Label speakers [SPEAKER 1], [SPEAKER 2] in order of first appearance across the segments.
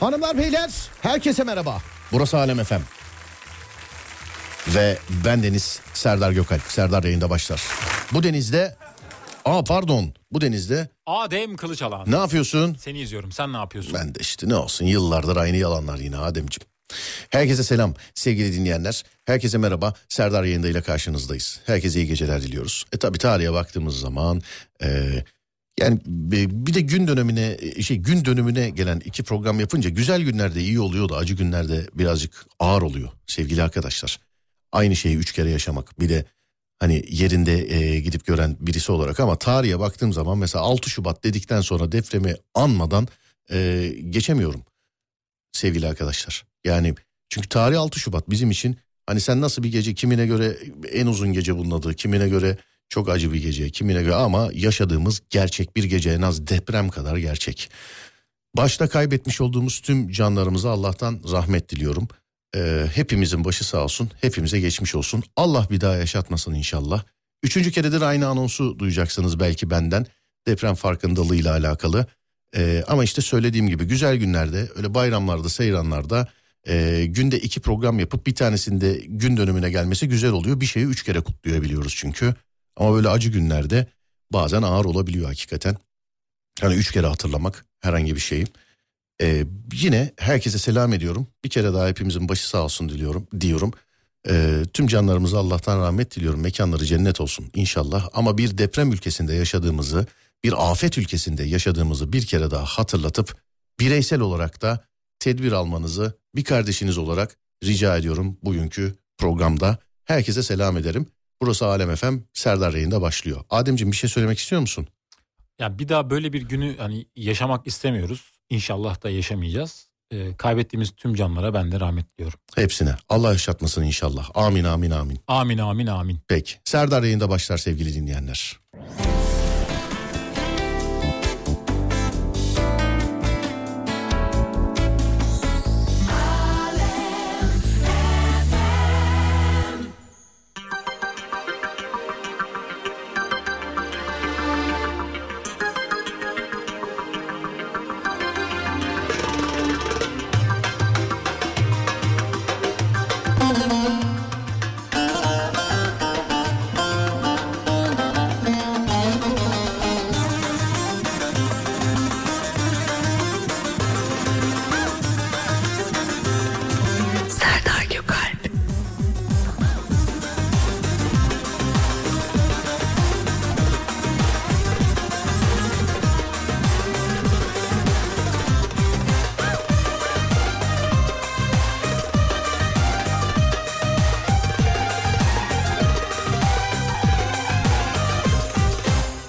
[SPEAKER 1] Hanımlar beyler herkese merhaba. Burası Alem Efem. Ve ben Deniz Serdar Gökalp. Serdar yayında başlar. Bu denizde... Aa pardon bu denizde
[SPEAKER 2] Adem Kılıçalan.
[SPEAKER 1] ne yapıyorsun?
[SPEAKER 2] Seni izliyorum. Sen ne yapıyorsun?
[SPEAKER 1] Ben de işte ne olsun yıllardır aynı yalanlar yine Ademciğim. Herkese selam sevgili dinleyenler. Herkese merhaba. Serdar Yayında ile karşınızdayız. Herkese iyi geceler diliyoruz. E tabi tarihe baktığımız zaman e, yani bi- bir de gün dönemine e, şey gün dönümüne gelen iki program yapınca güzel günlerde iyi oluyor da acı günlerde birazcık ağır oluyor sevgili arkadaşlar. Aynı şeyi üç kere yaşamak bir de hani yerinde e, gidip gören birisi olarak ama tarihe baktığım zaman mesela 6 Şubat dedikten sonra depremi anmadan e, geçemiyorum sevgili arkadaşlar. Yani çünkü tarih 6 Şubat bizim için hani sen nasıl bir gece kimine göre en uzun gece bunun adı kimine göre çok acı bir gece kimine göre ama yaşadığımız gerçek bir gece en az deprem kadar gerçek. Başta kaybetmiş olduğumuz tüm canlarımıza Allah'tan rahmet diliyorum. Ee, hepimizin başı sağ olsun hepimize geçmiş olsun Allah bir daha yaşatmasın inşallah. Üçüncü keredir aynı anonsu duyacaksınız belki benden deprem farkındalığıyla alakalı. Ee, ama işte söylediğim gibi güzel günlerde öyle bayramlarda seyranlarda e, günde iki program yapıp bir tanesinde gün dönümüne gelmesi güzel oluyor. Bir şeyi üç kere kutlayabiliyoruz çünkü. Ama böyle acı günlerde bazen ağır olabiliyor hakikaten. Hani üç kere hatırlamak herhangi bir şeyi. Ee, yine herkese selam ediyorum. Bir kere daha hepimizin başı sağ olsun diliyorum, diyorum. Ee, tüm canlarımıza Allah'tan rahmet diliyorum. Mekanları cennet olsun inşallah. Ama bir deprem ülkesinde yaşadığımızı, bir afet ülkesinde yaşadığımızı bir kere daha hatırlatıp bireysel olarak da tedbir almanızı bir kardeşiniz olarak rica ediyorum bugünkü programda. Herkese selam ederim. Burası Alem FM Serdar Yayında başlıyor. Ademciğim bir şey söylemek istiyor musun?
[SPEAKER 2] Ya bir daha böyle bir günü hani yaşamak istemiyoruz. İnşallah da yaşamayacağız. Ee, kaybettiğimiz tüm canlara ben de rahmet diliyorum.
[SPEAKER 1] Hepsine. Allah yaşatmasın inşallah. Amin amin amin.
[SPEAKER 2] Amin amin amin.
[SPEAKER 1] Peki. Serdar Yayında başlar sevgili dinleyenler.
[SPEAKER 3] Serdar Gökalp.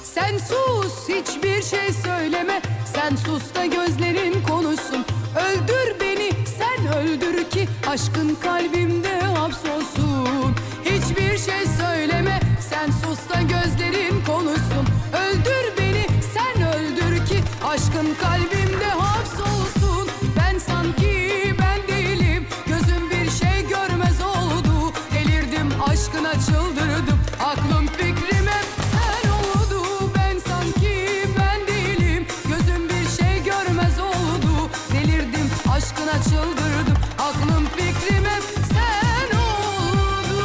[SPEAKER 4] Sen sus hiçbir şey söyleme Sen sus da gözlerin konuşsun Öldür beni sen öldür ki Aşkın kalbimde hapsolsun Hiçbir şey söyleme Sen sus da gözlerin konuşsun Öldür beni sen öldür ki Aşkın kalbimde hapsolsun Ben sanki ben değilim Gözüm bir şey görmez oldu Delirdim aşkına çıldırdım Aklım fikrim hep sen oldu Ben sanki ben değilim Gözüm bir şey görmez oldu Delirdim aşkına çıldırdım Aklım fikrim hep sen oldu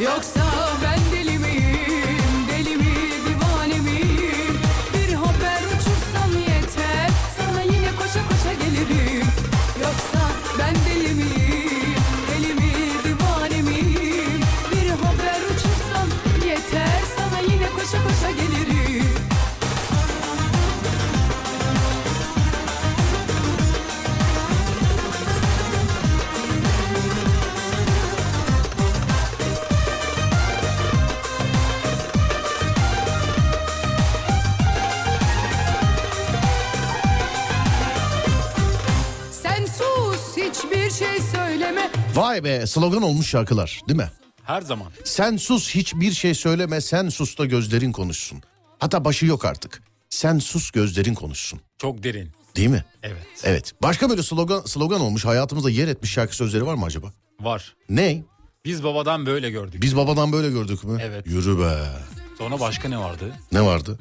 [SPEAKER 4] Yoksa ben deli miyim, deli mi divane miyim? Bir haber uçursam yeter, sana yine koşa koşa gelirim. Yoksa ben deli miyim, deli mi divane miyim? Bir haber uçursam yeter, sana yine koşa koşa gelirim. Sen sus hiçbir şey söyleme,
[SPEAKER 1] Vay be slogan olmuş şarkılar değil mi?
[SPEAKER 2] Her zaman.
[SPEAKER 1] Sen sus hiçbir şey söyleme sen sus da gözlerin konuşsun. Hatta başı yok artık. Sen sus gözlerin konuşsun.
[SPEAKER 2] Çok derin.
[SPEAKER 1] Değil mi?
[SPEAKER 2] Evet.
[SPEAKER 1] Evet. Başka böyle slogan slogan olmuş hayatımızda yer etmiş şarkı sözleri var mı acaba?
[SPEAKER 2] Var.
[SPEAKER 1] Ne?
[SPEAKER 2] Biz babadan böyle gördük.
[SPEAKER 1] Biz babadan böyle gördük mü?
[SPEAKER 2] Evet.
[SPEAKER 1] Yürü be.
[SPEAKER 2] Sonra başka ne vardı?
[SPEAKER 1] Ne vardı?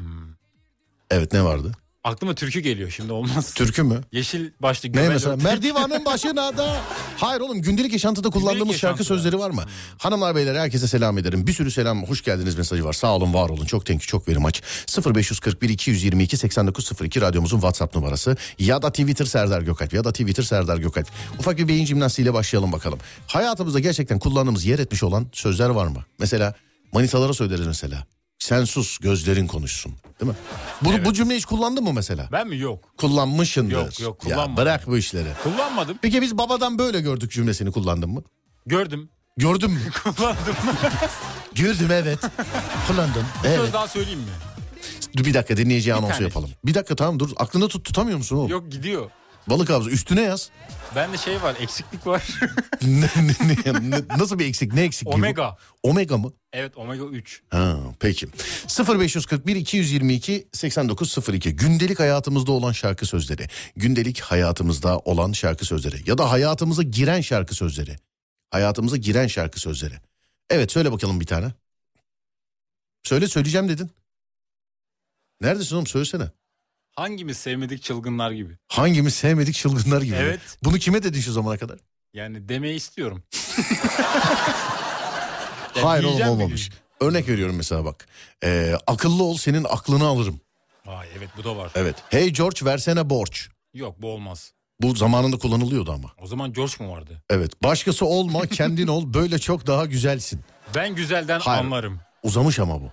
[SPEAKER 1] Evet ne vardı?
[SPEAKER 2] Aklıma türkü geliyor şimdi olmaz.
[SPEAKER 1] Türkü mü?
[SPEAKER 2] Yeşil başlı
[SPEAKER 1] Ne
[SPEAKER 2] göbel
[SPEAKER 1] mesela?
[SPEAKER 2] örtü-
[SPEAKER 1] Merdivanın başına da. Hayır oğlum gündelik yaşantıda kullandığımız şarkı
[SPEAKER 2] yaşantıda.
[SPEAKER 1] sözleri var mı? Hanımlar beyler herkese selam ederim. Bir sürü selam hoş geldiniz mesajı var. Sağ olun var olun. Çok thank you çok verim aç. 0541 222 8902 radyomuzun WhatsApp numarası. Ya da Twitter Serdar Gökalp ya da Twitter Serdar Gökalp. Ufak bir beyin jimnastiğiyle başlayalım bakalım. Hayatımızda gerçekten kullandığımız yer etmiş olan sözler var mı? Mesela manitalara söyleriz mesela. Sen sus gözlerin konuşsun değil mi? Bu, bu cümleyi hiç kullandın mı mesela?
[SPEAKER 2] Ben mi? Yok.
[SPEAKER 1] Kullanmışsındır.
[SPEAKER 2] Yok, yok,
[SPEAKER 1] Ya
[SPEAKER 2] kullanmadım.
[SPEAKER 1] bırak bu işleri.
[SPEAKER 2] Kullanmadım.
[SPEAKER 1] Peki biz babadan böyle gördük cümlesini kullandın mı?
[SPEAKER 2] Gördüm.
[SPEAKER 1] Gördüm mü?
[SPEAKER 2] Kullandım.
[SPEAKER 1] Gördüm evet. Kullandım. Evet.
[SPEAKER 2] Söz daha söyleyeyim mi?
[SPEAKER 1] Dur bir dakika dinleyiciye anonsu
[SPEAKER 2] tanecik.
[SPEAKER 1] yapalım. Bir dakika tamam dur. Aklında tut tutamıyor musun oğlum?
[SPEAKER 2] Yok gidiyor.
[SPEAKER 1] Balık havuzu üstüne yaz.
[SPEAKER 2] Bende şey var eksiklik var.
[SPEAKER 1] Ne- ne- ne- Nasıl bir eksik? Ne eksik?
[SPEAKER 2] Omega.
[SPEAKER 1] Omega mı?
[SPEAKER 2] Evet omega 3.
[SPEAKER 1] Ha, peki. 0541 222 8902 gündelik hayatımızda olan şarkı sözleri. Gündelik hayatımızda olan şarkı sözleri ya da hayatımıza giren şarkı sözleri. Hayatımıza giren şarkı sözleri. Evet söyle bakalım bir tane. Söyle söyleyeceğim dedin. Neredesin oğlum söylesene.
[SPEAKER 2] Hangimiz sevmedik çılgınlar gibi.
[SPEAKER 1] Hangimiz sevmedik çılgınlar gibi.
[SPEAKER 2] Evet.
[SPEAKER 1] Bunu kime dedin şu zamana kadar?
[SPEAKER 2] Yani demeyi istiyorum. Ya
[SPEAKER 1] Hayır oğlum
[SPEAKER 2] diyeceğim bir
[SPEAKER 1] olmamış. Örnek veriyorum mesela bak. Ee, akıllı ol senin aklını alırım.
[SPEAKER 2] gün. Ay evet bu da var.
[SPEAKER 1] Evet. Hey George versene borç.
[SPEAKER 2] Yok bu olmaz.
[SPEAKER 1] Bu zamanında kullanılıyordu ama.
[SPEAKER 2] O zaman George mu vardı?
[SPEAKER 1] Evet. Başkası olma, kendin ol. Böyle çok daha güzelsin.
[SPEAKER 2] Ben güzelden
[SPEAKER 1] Hayır.
[SPEAKER 2] anlarım.
[SPEAKER 1] Uzamış ama bu.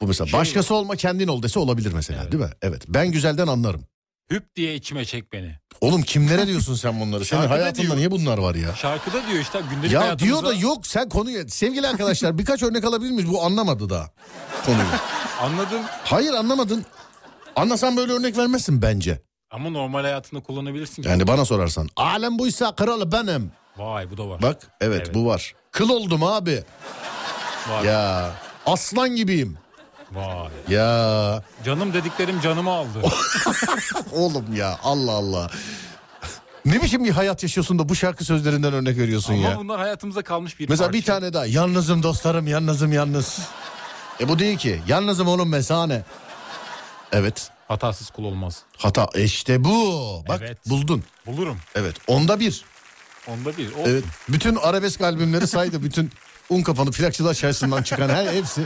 [SPEAKER 1] Bu mesela
[SPEAKER 2] Şey-
[SPEAKER 1] başkası olma, kendin ol dese olabilir mesela, değil mi? Evet. Ben güzelden anlarım.
[SPEAKER 2] Hüp diye içime çek beni.
[SPEAKER 1] Oğlum kimlere diyorsun sen bunları? Senin
[SPEAKER 2] Şarkıda
[SPEAKER 1] hayatında
[SPEAKER 2] diyor.
[SPEAKER 1] niye bunlar var ya?
[SPEAKER 2] Şarkıda diyor işte gündelik
[SPEAKER 1] Ya
[SPEAKER 2] hayatımızda.
[SPEAKER 1] diyor da yok sen konuyu sevgili arkadaşlar birkaç örnek alabilir miyiz? Bu anlamadı daha konuyu.
[SPEAKER 2] Anladın
[SPEAKER 1] Hayır anlamadın. Anlasan böyle örnek vermezsin bence.
[SPEAKER 2] ama normal hayatında kullanabilirsin. ki.
[SPEAKER 1] Yani bana sorarsan. Alem buysa kral benim.
[SPEAKER 2] Vay bu da var.
[SPEAKER 1] Bak evet,
[SPEAKER 2] Evet.
[SPEAKER 1] bu var. Kıl oldum abi.
[SPEAKER 2] Var.
[SPEAKER 1] Ya aslan gibiyim.
[SPEAKER 2] Vay.
[SPEAKER 1] Ya
[SPEAKER 2] Canım dediklerim canımı aldı.
[SPEAKER 1] oğlum ya Allah Allah. Ne biçim bir hayat yaşıyorsun da bu şarkı sözlerinden örnek veriyorsun
[SPEAKER 2] ama
[SPEAKER 1] ya.
[SPEAKER 2] bunlar hayatımıza kalmış bir
[SPEAKER 1] Mesela
[SPEAKER 2] parça.
[SPEAKER 1] bir tane daha. Yalnızım dostlarım yalnızım yalnız. E bu değil ki. Yalnızım oğlum mesane. Evet.
[SPEAKER 2] Hatasız kul olmaz.
[SPEAKER 1] Hata E işte bu. Bak
[SPEAKER 2] Evet.
[SPEAKER 1] buldun.
[SPEAKER 2] Bulurum.
[SPEAKER 1] Evet. Onda bir.
[SPEAKER 2] Onda bir. Olsun.
[SPEAKER 1] Evet. Bütün arabesk albümleri saydı. Bütün un kafanı plakçılar çarşısından çıkan her hepsi.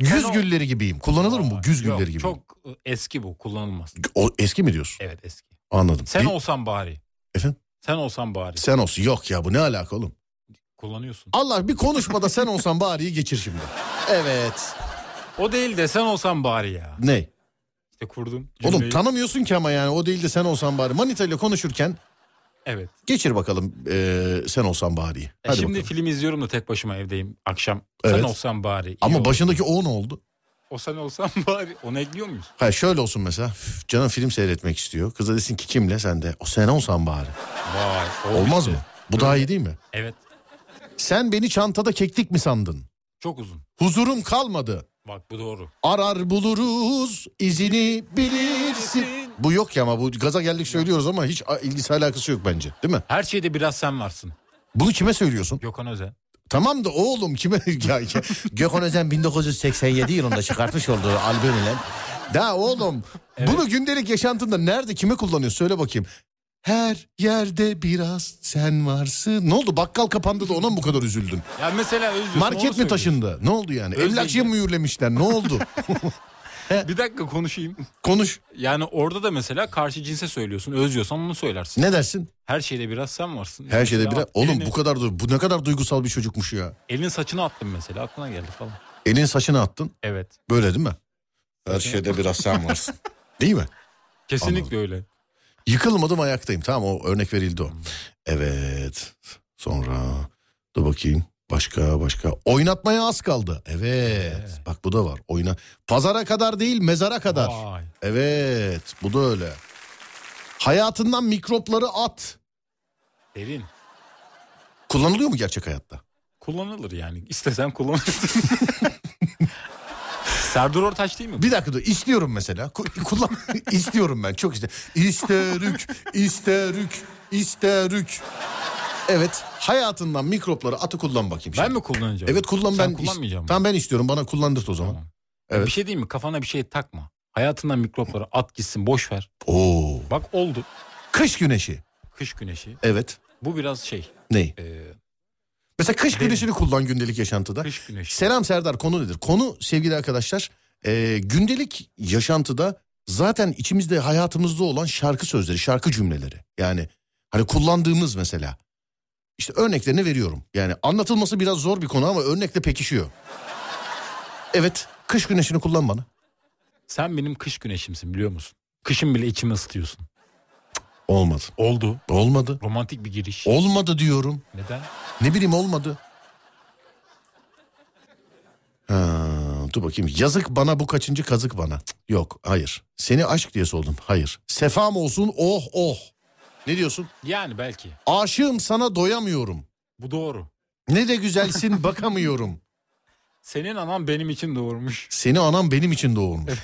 [SPEAKER 1] Güz
[SPEAKER 2] Ben o-
[SPEAKER 1] gülleri gibiyim. Kullanılır mı bu? Güz
[SPEAKER 2] Yok,
[SPEAKER 1] gülleri gibi.
[SPEAKER 2] Çok e, eski bu kullanılmaz.
[SPEAKER 1] O, eski mi diyorsun?
[SPEAKER 2] Evet eski.
[SPEAKER 1] Anladım.
[SPEAKER 2] Sen
[SPEAKER 1] Bir-
[SPEAKER 2] olsan bari.
[SPEAKER 1] Efendim?
[SPEAKER 2] Sen olsan bari.
[SPEAKER 1] Sen olsun. Yok ya bu ne alaka oğlum?
[SPEAKER 2] Kullanıyorsun.
[SPEAKER 1] Allah bir konuşmada sen olsan bari geçir şimdi. Evet.
[SPEAKER 2] O değil de sen olsan bari ya.
[SPEAKER 1] Ne?
[SPEAKER 2] İşte kurdum.
[SPEAKER 1] Oğlum
[SPEAKER 2] cümleyi.
[SPEAKER 1] tanımıyorsun ki ama yani o değil de sen olsan bari. Manita ile konuşurken
[SPEAKER 2] Evet.
[SPEAKER 1] geçir bakalım eee, sen olsan bari.
[SPEAKER 2] E
[SPEAKER 1] Hadi
[SPEAKER 2] şimdi
[SPEAKER 1] bakalım.
[SPEAKER 2] film izliyorum da tek başıma evdeyim akşam.
[SPEAKER 1] Evet.
[SPEAKER 2] Sen olsan bari. iyi
[SPEAKER 1] Ama
[SPEAKER 2] olur.
[SPEAKER 1] başındaki o ne oldu?
[SPEAKER 2] O sen olsan bari. Onu ekliyor muyuz?
[SPEAKER 1] Hayır şöyle olsun mesela. Üf, Canım film seyretmek istiyor. Kıza desin ki kimle sen de. O sen olsan bari.
[SPEAKER 2] Vay. o
[SPEAKER 1] Olmaz
[SPEAKER 2] işte.
[SPEAKER 1] mı? Bu daha iyi değil mi?
[SPEAKER 2] Evet.
[SPEAKER 1] Sen beni çantada keklik mi sandın?
[SPEAKER 2] Çok uzun.
[SPEAKER 1] Huzurum kalmadı.
[SPEAKER 2] Bak bu doğru.
[SPEAKER 1] Arar buluruz izini bilirsin. Bu yok ya ama bu gaza geldik söylüyoruz ama hiç a- ilgisi alakası yok bence değil mi?
[SPEAKER 2] Her şeyde biraz sen varsın.
[SPEAKER 1] Bunu kime söylüyorsun?
[SPEAKER 2] Gökhan Özen.
[SPEAKER 1] Tamam da oğlum kime? ya, ya. Gökhan Özen 1987 yılında çıkartmış olduğu albümle. Da oğlum bunu gündelik yaşantında nerede kime kullanıyorsun söyle bakayım. Her yerde biraz sen varsın. Ne oldu bakkal kapandı da ona mı bu kadar üzüldün?
[SPEAKER 2] Ya mesela özlüyorsun. onu
[SPEAKER 1] Market mi
[SPEAKER 2] söylüyorsun.
[SPEAKER 1] taşındı? Ne oldu yani?
[SPEAKER 2] Özlem-
[SPEAKER 1] Emlakçıya mı mühürlemişler? Ne oldu?
[SPEAKER 2] Bir dakika konuşayım.
[SPEAKER 1] Konuş.
[SPEAKER 2] Yani orada da mesela karşı cinse söylüyorsun. Özlüyorsan onu söylersin.
[SPEAKER 1] Ne dersin?
[SPEAKER 2] Her şeyde biraz sen varsın.
[SPEAKER 1] Her şeyde
[SPEAKER 2] Mesela
[SPEAKER 1] bir oğlum
[SPEAKER 2] elini-
[SPEAKER 1] bu kadar du- bu ne kadar duygusal bir çocukmuş ya.
[SPEAKER 2] Elin saçını attım mesela aklına geldi falan.
[SPEAKER 1] Elin saçını attın.
[SPEAKER 2] Evet.
[SPEAKER 1] Böyle değil mi? Her şeyde biraz sen varsın. değil mi?
[SPEAKER 2] Kesinlikle öyle.
[SPEAKER 1] Yıkılmadım ayaktayım. Tamam o örnek verildi o. Evet. Sonra dur bakayım. Başka başka. Oynatmaya az kaldı. Evet. Bak bu da var. Oyna. Pazara kadar değil mezara kadar.
[SPEAKER 2] Vay.
[SPEAKER 1] Evet. Bu da öyle. Hayatından mikropları at.
[SPEAKER 2] Derin.
[SPEAKER 1] Kullanılıyor mu gerçek hayatta?
[SPEAKER 2] Kullanılır yani. İstesen kullanırsın. Serdar Ortaç değil mi? bu?
[SPEAKER 1] Bir dakika dur istiyorum mesela. Ku- Kullan istiyorum ben çok işte. İsterük, isterük, isterük. Evet hayatından mikropları atı kullan bakayım.
[SPEAKER 2] Ben
[SPEAKER 1] şimdi.
[SPEAKER 2] mi kullanacağım?
[SPEAKER 1] şey- Evet kullan
[SPEAKER 2] Sen
[SPEAKER 1] ben.
[SPEAKER 2] kullanmayacağım.
[SPEAKER 1] Tamam ben istiyorum bana kullandırt o zaman.
[SPEAKER 2] Tamam.
[SPEAKER 1] Evet.
[SPEAKER 2] Bir şey diyeyim mi? Kafana bir şey takma. Hayatından mikropları at gitsin boş ver.
[SPEAKER 1] Oo.
[SPEAKER 2] Bak oldu.
[SPEAKER 1] Kış güneşi.
[SPEAKER 2] Kış güneşi.
[SPEAKER 1] Evet.
[SPEAKER 2] Bu biraz şey.
[SPEAKER 1] Ney?
[SPEAKER 2] e,
[SPEAKER 1] Mesela kış
[SPEAKER 2] Derin.
[SPEAKER 1] güneşini kullan gündelik yaşantıda.
[SPEAKER 2] kış güneşi.
[SPEAKER 1] Selam Serdar konu nedir? Konu sevgili arkadaşlar e, gündelik yaşantıda zaten içimizde hayatımızda olan şarkı sözleri, şarkı cümleleri. Yani hani kullandığımız mesela işte örneklerini veriyorum. Yani anlatılması biraz zor bir konu ama örnekle pekişiyor. Evet kış güneşini kullan bana.
[SPEAKER 2] Sen benim kış güneşimsin biliyor musun? Kışın bile içimi ısıtıyorsun.
[SPEAKER 1] Olmadı.
[SPEAKER 2] Oldu.
[SPEAKER 1] Olmadı.
[SPEAKER 2] Romantik bir giriş.
[SPEAKER 1] Olmadı diyorum.
[SPEAKER 2] Neden?
[SPEAKER 1] Ne bileyim olmadı. Ha, dur bakayım. Yazık bana bu kaçıncı kazık bana. Cık, Yok hayır. Seni aşk diye sordum. Hayır. Sefam olsun oh oh. Ne diyorsun?
[SPEAKER 2] Yani belki.
[SPEAKER 1] Aşığım sana doyamıyorum.
[SPEAKER 2] Bu doğru.
[SPEAKER 1] Ne de güzelsin bakamıyorum.
[SPEAKER 2] Senin anan benim için doğurmuş.
[SPEAKER 1] Seni anam benim için doğurmuş.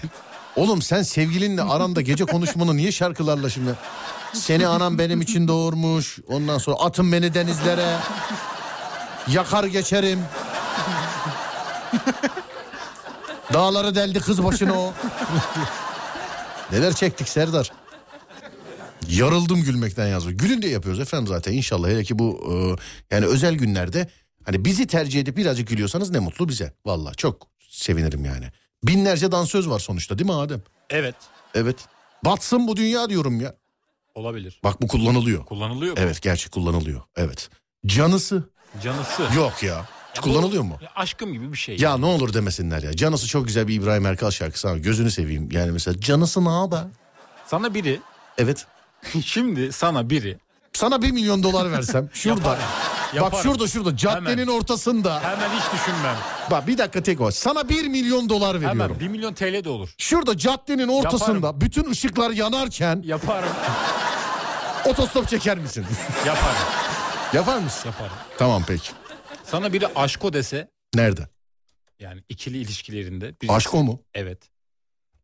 [SPEAKER 1] Oğlum sen sevgilinle aranda gece konuşmanı niye şarkılarla şimdi? Seni anam benim için doğurmuş. Ondan sonra atın beni denizlere. Yakar geçerim. Dağları deldi kız başına o. Neler çektik Serdar? Yarıldım gülmekten yazmış. Gülün diye yapıyoruz efendim zaten inşallah. Hele ki bu e, yani özel günlerde hani bizi tercih edip birazcık gülüyorsanız ne mutlu bize. Valla çok sevinirim yani. Binlerce dansöz var sonuçta değil mi Adem?
[SPEAKER 2] Evet.
[SPEAKER 1] Evet. Batsın bu dünya diyorum ya.
[SPEAKER 2] Olabilir.
[SPEAKER 1] Bak bu kullanılıyor.
[SPEAKER 2] Kullanılıyor mu?
[SPEAKER 1] Evet gerçi kullanılıyor. Evet. Canısı.
[SPEAKER 2] Canısı.
[SPEAKER 1] Yok ya. Hiç kullanılıyor mu?
[SPEAKER 2] Ya aşkım gibi bir şey.
[SPEAKER 1] Ya ne olur demesinler ya. Canısı çok güzel bir İbrahim Erkal şarkısı ama gözünü seveyim. Yani mesela canısı ne haber?
[SPEAKER 2] Sana biri,
[SPEAKER 1] Evet.
[SPEAKER 2] şimdi sana biri
[SPEAKER 1] Sana bir milyon dolar versem şurada.
[SPEAKER 2] Yaparım. Yaparım.
[SPEAKER 1] Bak şurada şurada caddenin
[SPEAKER 2] Hemen.
[SPEAKER 1] ortasında.
[SPEAKER 2] Hemen hiç düşünmem.
[SPEAKER 1] Bak bir dakika tek var. Sana bir milyon dolar veriyorum.
[SPEAKER 2] Hemen 1 milyon TL de olur.
[SPEAKER 1] Şurada caddenin ortasında
[SPEAKER 2] Yaparım.
[SPEAKER 1] bütün ışıklar yanarken
[SPEAKER 2] Yaparım.
[SPEAKER 1] otostop çeker misin?
[SPEAKER 2] yaparım.
[SPEAKER 1] Yapar mısın?
[SPEAKER 2] Yaparım.
[SPEAKER 1] Tamam peki.
[SPEAKER 2] Sana biri aşko dese
[SPEAKER 1] Nerede?
[SPEAKER 2] yani ikili ilişkilerinde. birisi-
[SPEAKER 1] Aşko mu?
[SPEAKER 2] Evet.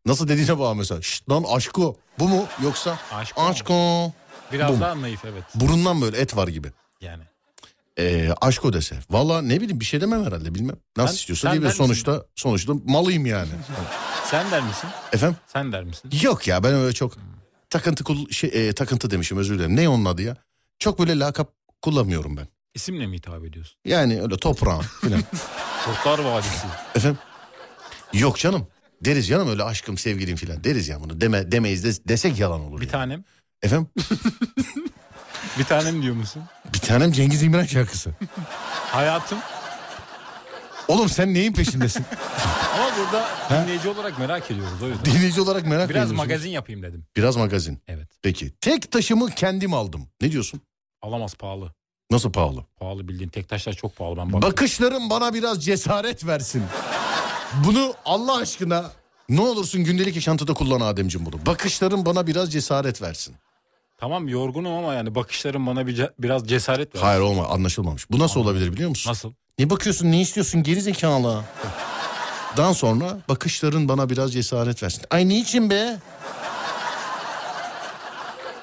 [SPEAKER 1] Nasıl dediğine bağlı mesela. Şşt lan aşko. Bu mu yoksa?
[SPEAKER 2] Aşko.
[SPEAKER 1] Aşko.
[SPEAKER 2] Biraz
[SPEAKER 1] Bu mu?
[SPEAKER 2] daha naif evet.
[SPEAKER 1] Burundan böyle et var gibi.
[SPEAKER 2] Yani.
[SPEAKER 1] Ee, aşko dese. Valla ne bileyim bir şey demem herhalde bilmem. Nasıl
[SPEAKER 2] Sen-
[SPEAKER 1] istiyorsa
[SPEAKER 2] sen
[SPEAKER 1] diyebilir.
[SPEAKER 2] der misin?
[SPEAKER 1] Sonuçta, sonuçta malıyım yani.
[SPEAKER 2] Sen der misin?
[SPEAKER 1] Efendim?
[SPEAKER 2] Sen der misin?
[SPEAKER 1] Yok ya ben öyle çok takıntı kul- şey, e, takıntı demişim özür dilerim. Ne onun adı ya? Çok böyle lakap kullanmıyorum ben.
[SPEAKER 2] İsimle mi hitap ediyorsun?
[SPEAKER 1] Yani öyle toprağın filan.
[SPEAKER 2] Kurtlar Vadisi.
[SPEAKER 1] Efendim? Yok canım. Deriz canım öyle aşkım sevgilim filan deriz ya bunu deme demeyiz de, desek yalan olur.
[SPEAKER 2] Bir
[SPEAKER 1] ya.
[SPEAKER 2] tanem.
[SPEAKER 1] Efendim
[SPEAKER 2] Bir tanem diyor musun?
[SPEAKER 1] bir tanem Cengiz İmran şarkısı.
[SPEAKER 2] Hayatım.
[SPEAKER 1] Oğlum sen neyin peşindesin?
[SPEAKER 2] Ama burada dinleyici olarak merak ediyoruz o yüzden.
[SPEAKER 1] Dinleyici olarak merak
[SPEAKER 2] Biraz
[SPEAKER 1] ediyorsun.
[SPEAKER 2] magazin yapayım dedim.
[SPEAKER 1] Biraz magazin.
[SPEAKER 2] Evet.
[SPEAKER 1] Peki tek taşımı kendim aldım. Ne diyorsun?
[SPEAKER 2] Alamaz pahalı.
[SPEAKER 1] Nasıl pahalı?
[SPEAKER 2] Pahalı bildiğin tek taşlar çok pahalı ben baktım.
[SPEAKER 1] Bakışların bana biraz cesaret versin. Bunu Allah aşkına ne olursun gündelik yaşantıda kullan Ademciğim bunu. Bakışların bana biraz cesaret versin.
[SPEAKER 2] Tamam yorgunum ama yani bakışların bana bir ce- biraz cesaret ver.
[SPEAKER 1] Hayır olma anlaşılmamış. Bu nasıl olabilir biliyor musun?
[SPEAKER 2] Nasıl?
[SPEAKER 1] Ne bakıyorsun ne istiyorsun geri zekalı. Dan sonra bakışların bana biraz cesaret versin. Ay niçin be?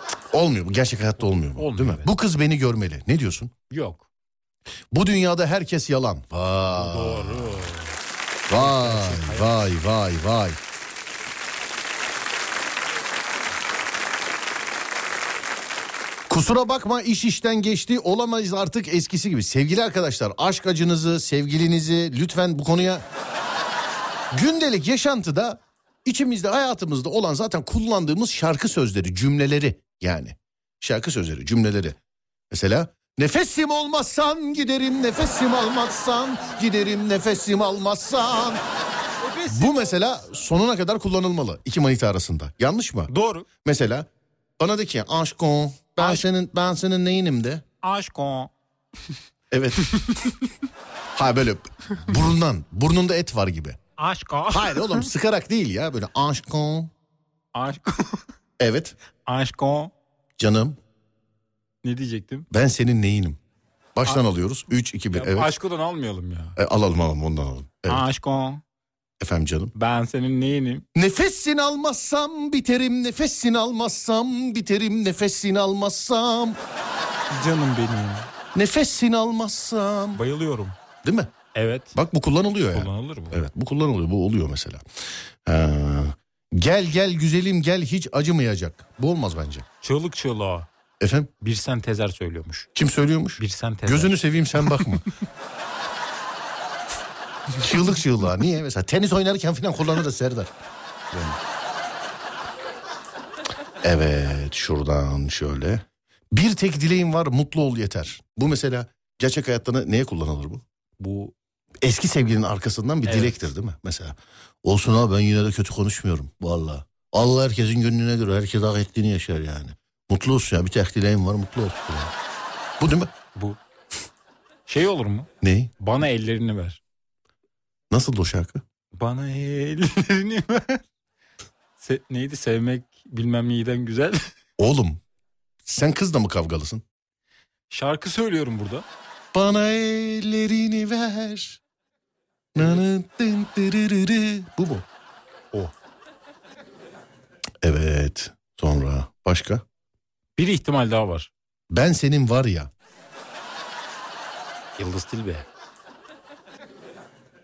[SPEAKER 1] Cık, Olmuyor bu gerçek hayatta olmuyor bu
[SPEAKER 2] Olmuyor,
[SPEAKER 1] değil mi?
[SPEAKER 2] evet.
[SPEAKER 1] Bu kız beni görmeli. Ne diyorsun?
[SPEAKER 2] Yok.
[SPEAKER 1] Bu dünyada herkes yalan. Vay.
[SPEAKER 2] Doğru.
[SPEAKER 1] Vay vay vay vay. Kusura bakma iş işten geçti olamayız artık eskisi gibi. Sevgili arkadaşlar aşk acınızı sevgilinizi lütfen bu konuya gündelik yaşantıda içimizde hayatımızda olan zaten kullandığımız şarkı sözleri cümleleri yani şarkı sözleri cümleleri Mesela nefesim olmazsan giderim nefesim almazsan giderim nefesim almazsan. Bu mesela sonuna kadar kullanılmalı iki manita arasında. Yanlış mı?
[SPEAKER 2] Doğru.
[SPEAKER 1] Mesela bana de ki aşkım ben
[SPEAKER 2] Aşk-
[SPEAKER 1] senin ben senin neyinim de.
[SPEAKER 2] Aşk o.
[SPEAKER 1] Evet. ha böyle burundan burnunda et var gibi.
[SPEAKER 2] Aşk o.
[SPEAKER 1] Hayır oğlum sıkarak değil ya böyle aşkım.
[SPEAKER 2] Aşk o.
[SPEAKER 1] Evet
[SPEAKER 2] Aşk o.
[SPEAKER 1] canım
[SPEAKER 2] Ne diyecektim?
[SPEAKER 1] ben senin neyinim. Baştan alıyoruz 3 2 1
[SPEAKER 2] Ya,
[SPEAKER 1] evet.
[SPEAKER 2] Aşko'dan almayalım ya.
[SPEAKER 1] E, alalım alalım ondan alalım. Evet
[SPEAKER 2] Aşk o.
[SPEAKER 1] efendim canım.
[SPEAKER 2] Ben senin neyinim?
[SPEAKER 1] Nefesin almazsam biterim, nefesin almazsam biterim, nefesin almazsam.
[SPEAKER 2] Canım benim.
[SPEAKER 1] Nefesin almazsam.
[SPEAKER 2] Bayılıyorum.
[SPEAKER 1] Değil mi?
[SPEAKER 2] Evet.
[SPEAKER 1] Bak bu kullanılıyor yani.
[SPEAKER 2] Kullanılır bu.
[SPEAKER 1] Evet bu kullanılıyor bu oluyor mesela. Ee, gel gel güzelim gel hiç acımayacak. Bu olmaz bence.
[SPEAKER 2] Çığlık çığlığa.
[SPEAKER 1] Efendim
[SPEAKER 2] Birsen Tezer söylüyormuş.
[SPEAKER 1] kim söylüyormuş?
[SPEAKER 2] Birsen Tezer.
[SPEAKER 1] Gözünü seveyim sen bakma. çığlık çığlığa niye mesela tenis oynarken falan kullanırız Serdar. Yani. Evet şuradan şöyle. Bir tek dileğim var mutlu ol yeter. Bu mesela gerçek hayatta ne- neye kullanılır bu?
[SPEAKER 2] Bu
[SPEAKER 1] eski sevgilinin arkasından bir
[SPEAKER 2] Evet.
[SPEAKER 1] dilektir değil mi? Mesela olsun abi ben yine de kötü konuşmuyorum valla. Allah herkesin gönlüne göre herkes hak ettiğini yaşar yani. Mutlu olsun ya bir tek dileğim var mutlu olsun. ya. Bu değil mi?
[SPEAKER 2] bu. Şey olur mu?
[SPEAKER 1] Ne?
[SPEAKER 2] Bana ellerini ver.
[SPEAKER 1] Nasıl o şarkı?
[SPEAKER 2] Bana ellerini ver. Se- neydi sevmek bilmem neyden güzel.
[SPEAKER 1] Oğlum sen kızla mı kavgalısın?
[SPEAKER 2] Şarkı söylüyorum burada.
[SPEAKER 1] Bana ellerini ver. Nanı dın dırırırı. Bu mu? O. Evet. Sonra başka?
[SPEAKER 2] Bir ihtimal daha var.
[SPEAKER 1] Ben senin var ya.
[SPEAKER 2] Yıldız Tilbe.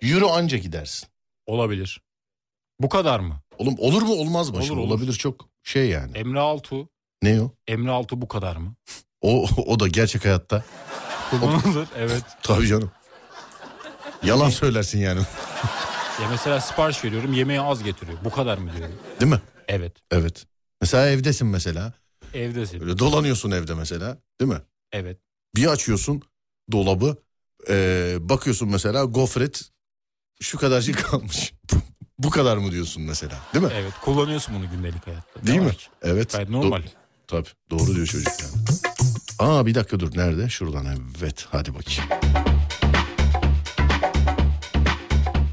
[SPEAKER 1] Yürü anca gidersin.
[SPEAKER 2] Olabilir. Bu kadar mı?
[SPEAKER 1] Oğlum olur mu olmaz mı?
[SPEAKER 2] Olur,
[SPEAKER 1] Şimdi
[SPEAKER 2] olur. E-
[SPEAKER 1] Olabilir çok şey yani.
[SPEAKER 2] Emre Altu.
[SPEAKER 1] Ne o?
[SPEAKER 2] Emre Altu bu kadar mı?
[SPEAKER 1] O o da gerçek hayatta.
[SPEAKER 2] Kullanılır evet.
[SPEAKER 1] Tabii canım. Yalan söylersin yani.
[SPEAKER 2] Ya mesela sipariş veriyorum yemeği az getiriyor. Bu kadar mı diyorum.
[SPEAKER 1] Değil mi?
[SPEAKER 2] Evet.
[SPEAKER 1] Evet. Mesela evdesin mesela.
[SPEAKER 2] Evdesin.
[SPEAKER 1] Böyle dolanıyorsun evde mesela. Değil mi?
[SPEAKER 2] Evet.
[SPEAKER 1] Bir açıyorsun dolabı. ee, bakıyorsun mesela gofret şu kadarcık kalmış. Bu kadar mı diyorsun mesela? Değil mi?
[SPEAKER 2] Evet. Kullanıyorsun bunu gündelik hayatta. Ne
[SPEAKER 1] Değil
[SPEAKER 2] var
[SPEAKER 1] mi?
[SPEAKER 2] ki?
[SPEAKER 1] Evet.
[SPEAKER 2] Gayet
[SPEAKER 1] Do-
[SPEAKER 2] normal.
[SPEAKER 1] Tabii doğru diyor çocuk yani. Aa bir dakika dur nerede? Şuradan evet hadi bakayım.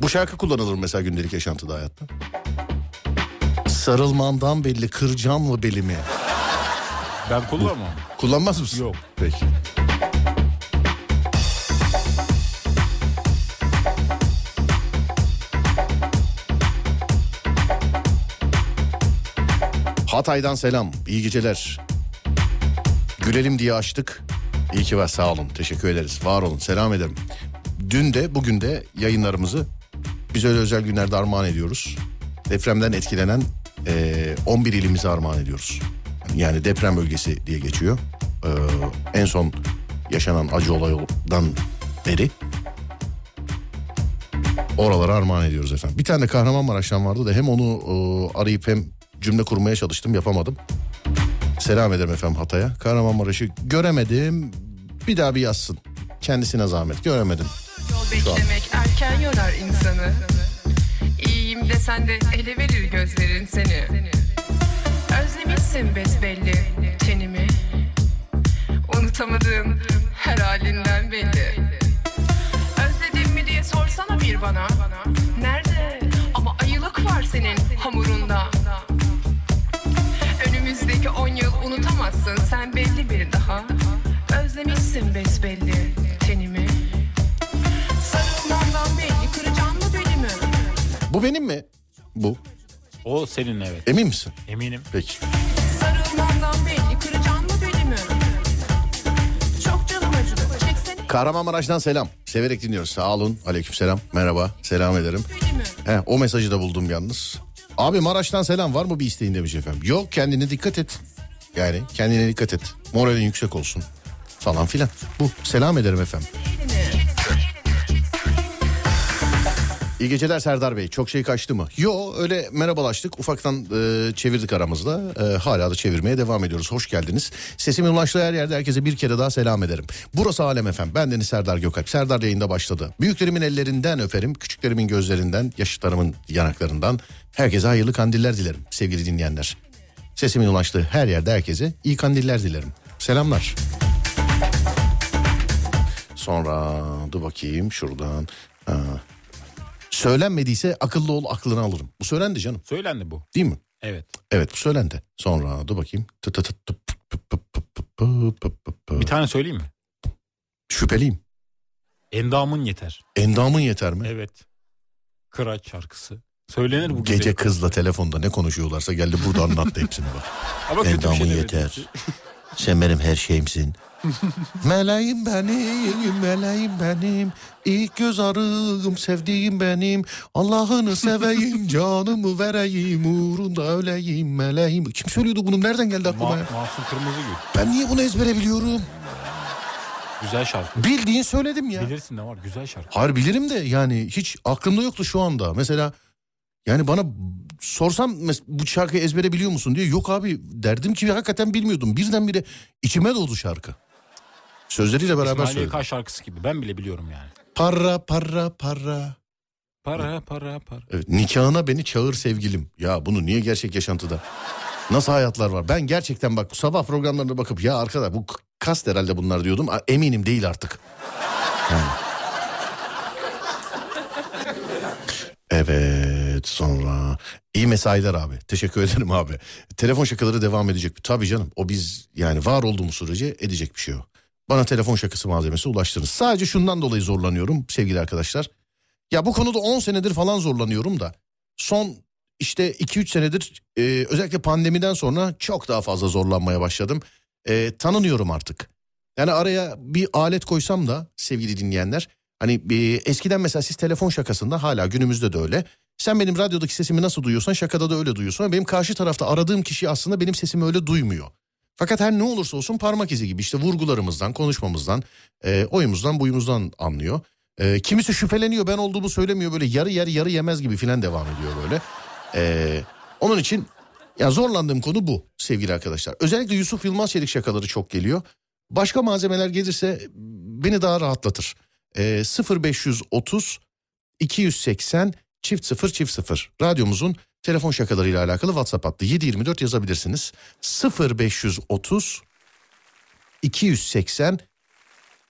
[SPEAKER 1] Bu şarkı kullanılır mesela gündelik yaşantıda hayatta. Sarılmandan belli kıracağım mı belimi?
[SPEAKER 2] Ben kullanmam.
[SPEAKER 1] Kullanmaz mısın?
[SPEAKER 2] Yok.
[SPEAKER 1] Peki. Hatay'dan selam. İyi geceler. Gülelim diye açtık. İyi ki var sağ olun. Teşekkür ederiz. Var olun. Selam ederim. Dün de bugün de yayınlarımızı biz öyle özel günlerde armağan ediyoruz. Depremden etkilenen eee, 11 ilimize armağan ediyoruz. Yani deprem bölgesi diye geçiyor. Eee, e, en son yaşanan acı olaydan beri oralara armağan ediyoruz efendim. Bir tane de Kahramanmaraş'tan vardı da hem onu eee, arayıp hem cümle kurmaya çalıştım yapamadım. Selam ederim efendim Hatay'a. Kahramanmaraş'ı göremedim. Bir daha bir yazsın. Kendisine zahmet. Göremedim.
[SPEAKER 5] Yol beklemek erken yorar insanı. İyiyim desen de ele verir gözlerin seni. Özlemişsin besbelli tenimi. Unutamadığın her halinden belli. Özledin mi diye sorsana bir bana. Nerede? Ama ayılık var senin hamurunda. Önümüzdeki on yıl unutamazsın sen belli bir daha. Özlemişsin besbelli tenimi. Sarılmandan belli kıracağım mı beni mi?
[SPEAKER 1] Bu benim mi? Bu.
[SPEAKER 2] O senin evet.
[SPEAKER 1] Emin misin?
[SPEAKER 2] Eminim.
[SPEAKER 1] Peki.
[SPEAKER 5] Sarılmandan belli kıracağım mı beni mi? Çok canım acıdı çeksene
[SPEAKER 1] Kahramanmaraş'tan selam. Severek dinliyoruz. Sağ olun. Aleyküm selam. Merhaba. Selam ederim.
[SPEAKER 5] beni mi?
[SPEAKER 1] He, o mesajı da buldum yalnız. Abi Maraş'tan selam var mı bir isteğin demiş efendim. Yok kendine dikkat et. Yani kendine dikkat et. Moralin yüksek olsun. Falan filan. Bu. Selam ederim efendim. İyi geceler Serdar Bey. Çok şey kaçtı mı? Yo öyle merhabalaştık. Ufaktan e, çevirdik aramızda. E, hala da çevirmeye devam ediyoruz. Hoş geldiniz. Sesimin ulaştığı her yerde herkese bir kere daha selam ederim. Burası Alem Efendim. Ben Deniz Serdar Gökalp. Serdar yayında başladı. Büyüklerimin ellerinden öperim. Küçüklerimin gözlerinden, yaşıtlarımın yanaklarından. Herkese hayırlı kandiller dilerim sevgili dinleyenler. Sesimin ulaştığı her yerde herkese iyi kandiller dilerim. Selamlar. Sonra dur bakayım şuradan. Ha. Söylenmediyse akıllı ol aklını alırım. Bu söylendi canım
[SPEAKER 2] Söylendi bu.
[SPEAKER 1] değil mi?
[SPEAKER 2] Evet.
[SPEAKER 1] Evet bu söylendi. Sonra dur bakayım. Tı tı tı tı pı pı pı pı pı pı pı pı.
[SPEAKER 2] Bir tane söyleyeyim mi?
[SPEAKER 1] Şüpheliyim.
[SPEAKER 2] Endamın yeter.
[SPEAKER 1] Endamın yeter mi?
[SPEAKER 2] Evet. Kıraç şarkısı. Söylenir bu şey
[SPEAKER 1] Bu
[SPEAKER 2] gündelik
[SPEAKER 1] gece kızla
[SPEAKER 2] hayatta.
[SPEAKER 1] telefonda ne konuşuyorlarsa geldi burada anlattı hepsini bak.
[SPEAKER 2] Ama kötü bir şey
[SPEAKER 1] Endamın
[SPEAKER 2] demedim.
[SPEAKER 1] yeter. Sen benim her şeyimsin. Meleğim benim, meleğim benim. İlk göz arığım, sevdiğim benim. Allah'ını seveyim, canımı vereyim. Uğrunda öleyim, meleğim. Kim söylüyordu bunu? Nereden geldi aklıma ya?
[SPEAKER 2] Ma- Masum Kırmızıgül.
[SPEAKER 1] Ben niye bunu ezbere biliyorum?
[SPEAKER 2] Güzel şarkı.
[SPEAKER 1] Bildiğin söyledim ya.
[SPEAKER 2] Bilirsin ne var güzel şarkı.
[SPEAKER 1] Hayır bilirim de yani hiç aklımda yoktu şu anda. Mesela yani bana sorsam mes- bu şarkıyı ezbere biliyor musun diye yok abi derdim ki hakikaten bilmiyordum. Birdenbire içime doldu şarkı. Sözleriyle beraber
[SPEAKER 2] İsmail
[SPEAKER 1] söyledim.
[SPEAKER 2] YK şarkısı gibi ben bile biliyorum yani.
[SPEAKER 1] Para para para.
[SPEAKER 2] Para para para.
[SPEAKER 1] Evet, nikahına beni çağır sevgilim. Ya bunu niye gerçek yaşantıda? Nasıl hayatlar var? Ben gerçekten bak sabah programlarına bakıp ya arkadaş bu k- kast herhalde bunlar diyordum. A- Eminim değil artık. Yani. Evet sonra iyi mesailer abi. Teşekkür ederim abi. Telefon şakaları devam edecek. Tabii canım o biz yani var olduğumuz sürece edecek bir şey o. Bana telefon şakası malzemesi ulaştırın. Sadece şundan dolayı zorlanıyorum sevgili arkadaşlar. Ya bu konuda 10 senedir falan zorlanıyorum da son işte 2-3 senedir e, özellikle pandemiden sonra çok daha fazla zorlanmaya başladım. E, tanınıyorum artık. Yani araya bir alet koysam da sevgili dinleyenler hani e, eskiden mesela siz telefon şakasında hala günümüzde de öyle. Sen benim radyodaki sesimi nasıl duyuyorsan şakada da öyle duyuyorsun. Ama Benim karşı tarafta aradığım kişi aslında benim sesimi öyle duymuyor. Fakat her ne olursa olsun parmak izi gibi işte vurgularımızdan, konuşmamızdan, e, oyumuzdan, buyumuzdan anlıyor. E, kimisi şüpheleniyor ben olduğumu söylemiyor böyle yarı yer yarı yemez gibi filan devam ediyor böyle. E, onun için ya zorlandığım konu bu sevgili arkadaşlar. Özellikle Yusuf Yılmaz Çelik şakaları çok geliyor. Başka malzemeler gelirse beni daha rahatlatır. E, 0530 280 çift 0 çift 0 radyomuzun telefon şakalarıyla alakalı WhatsApp hattı 724 yazabilirsiniz. 0530 280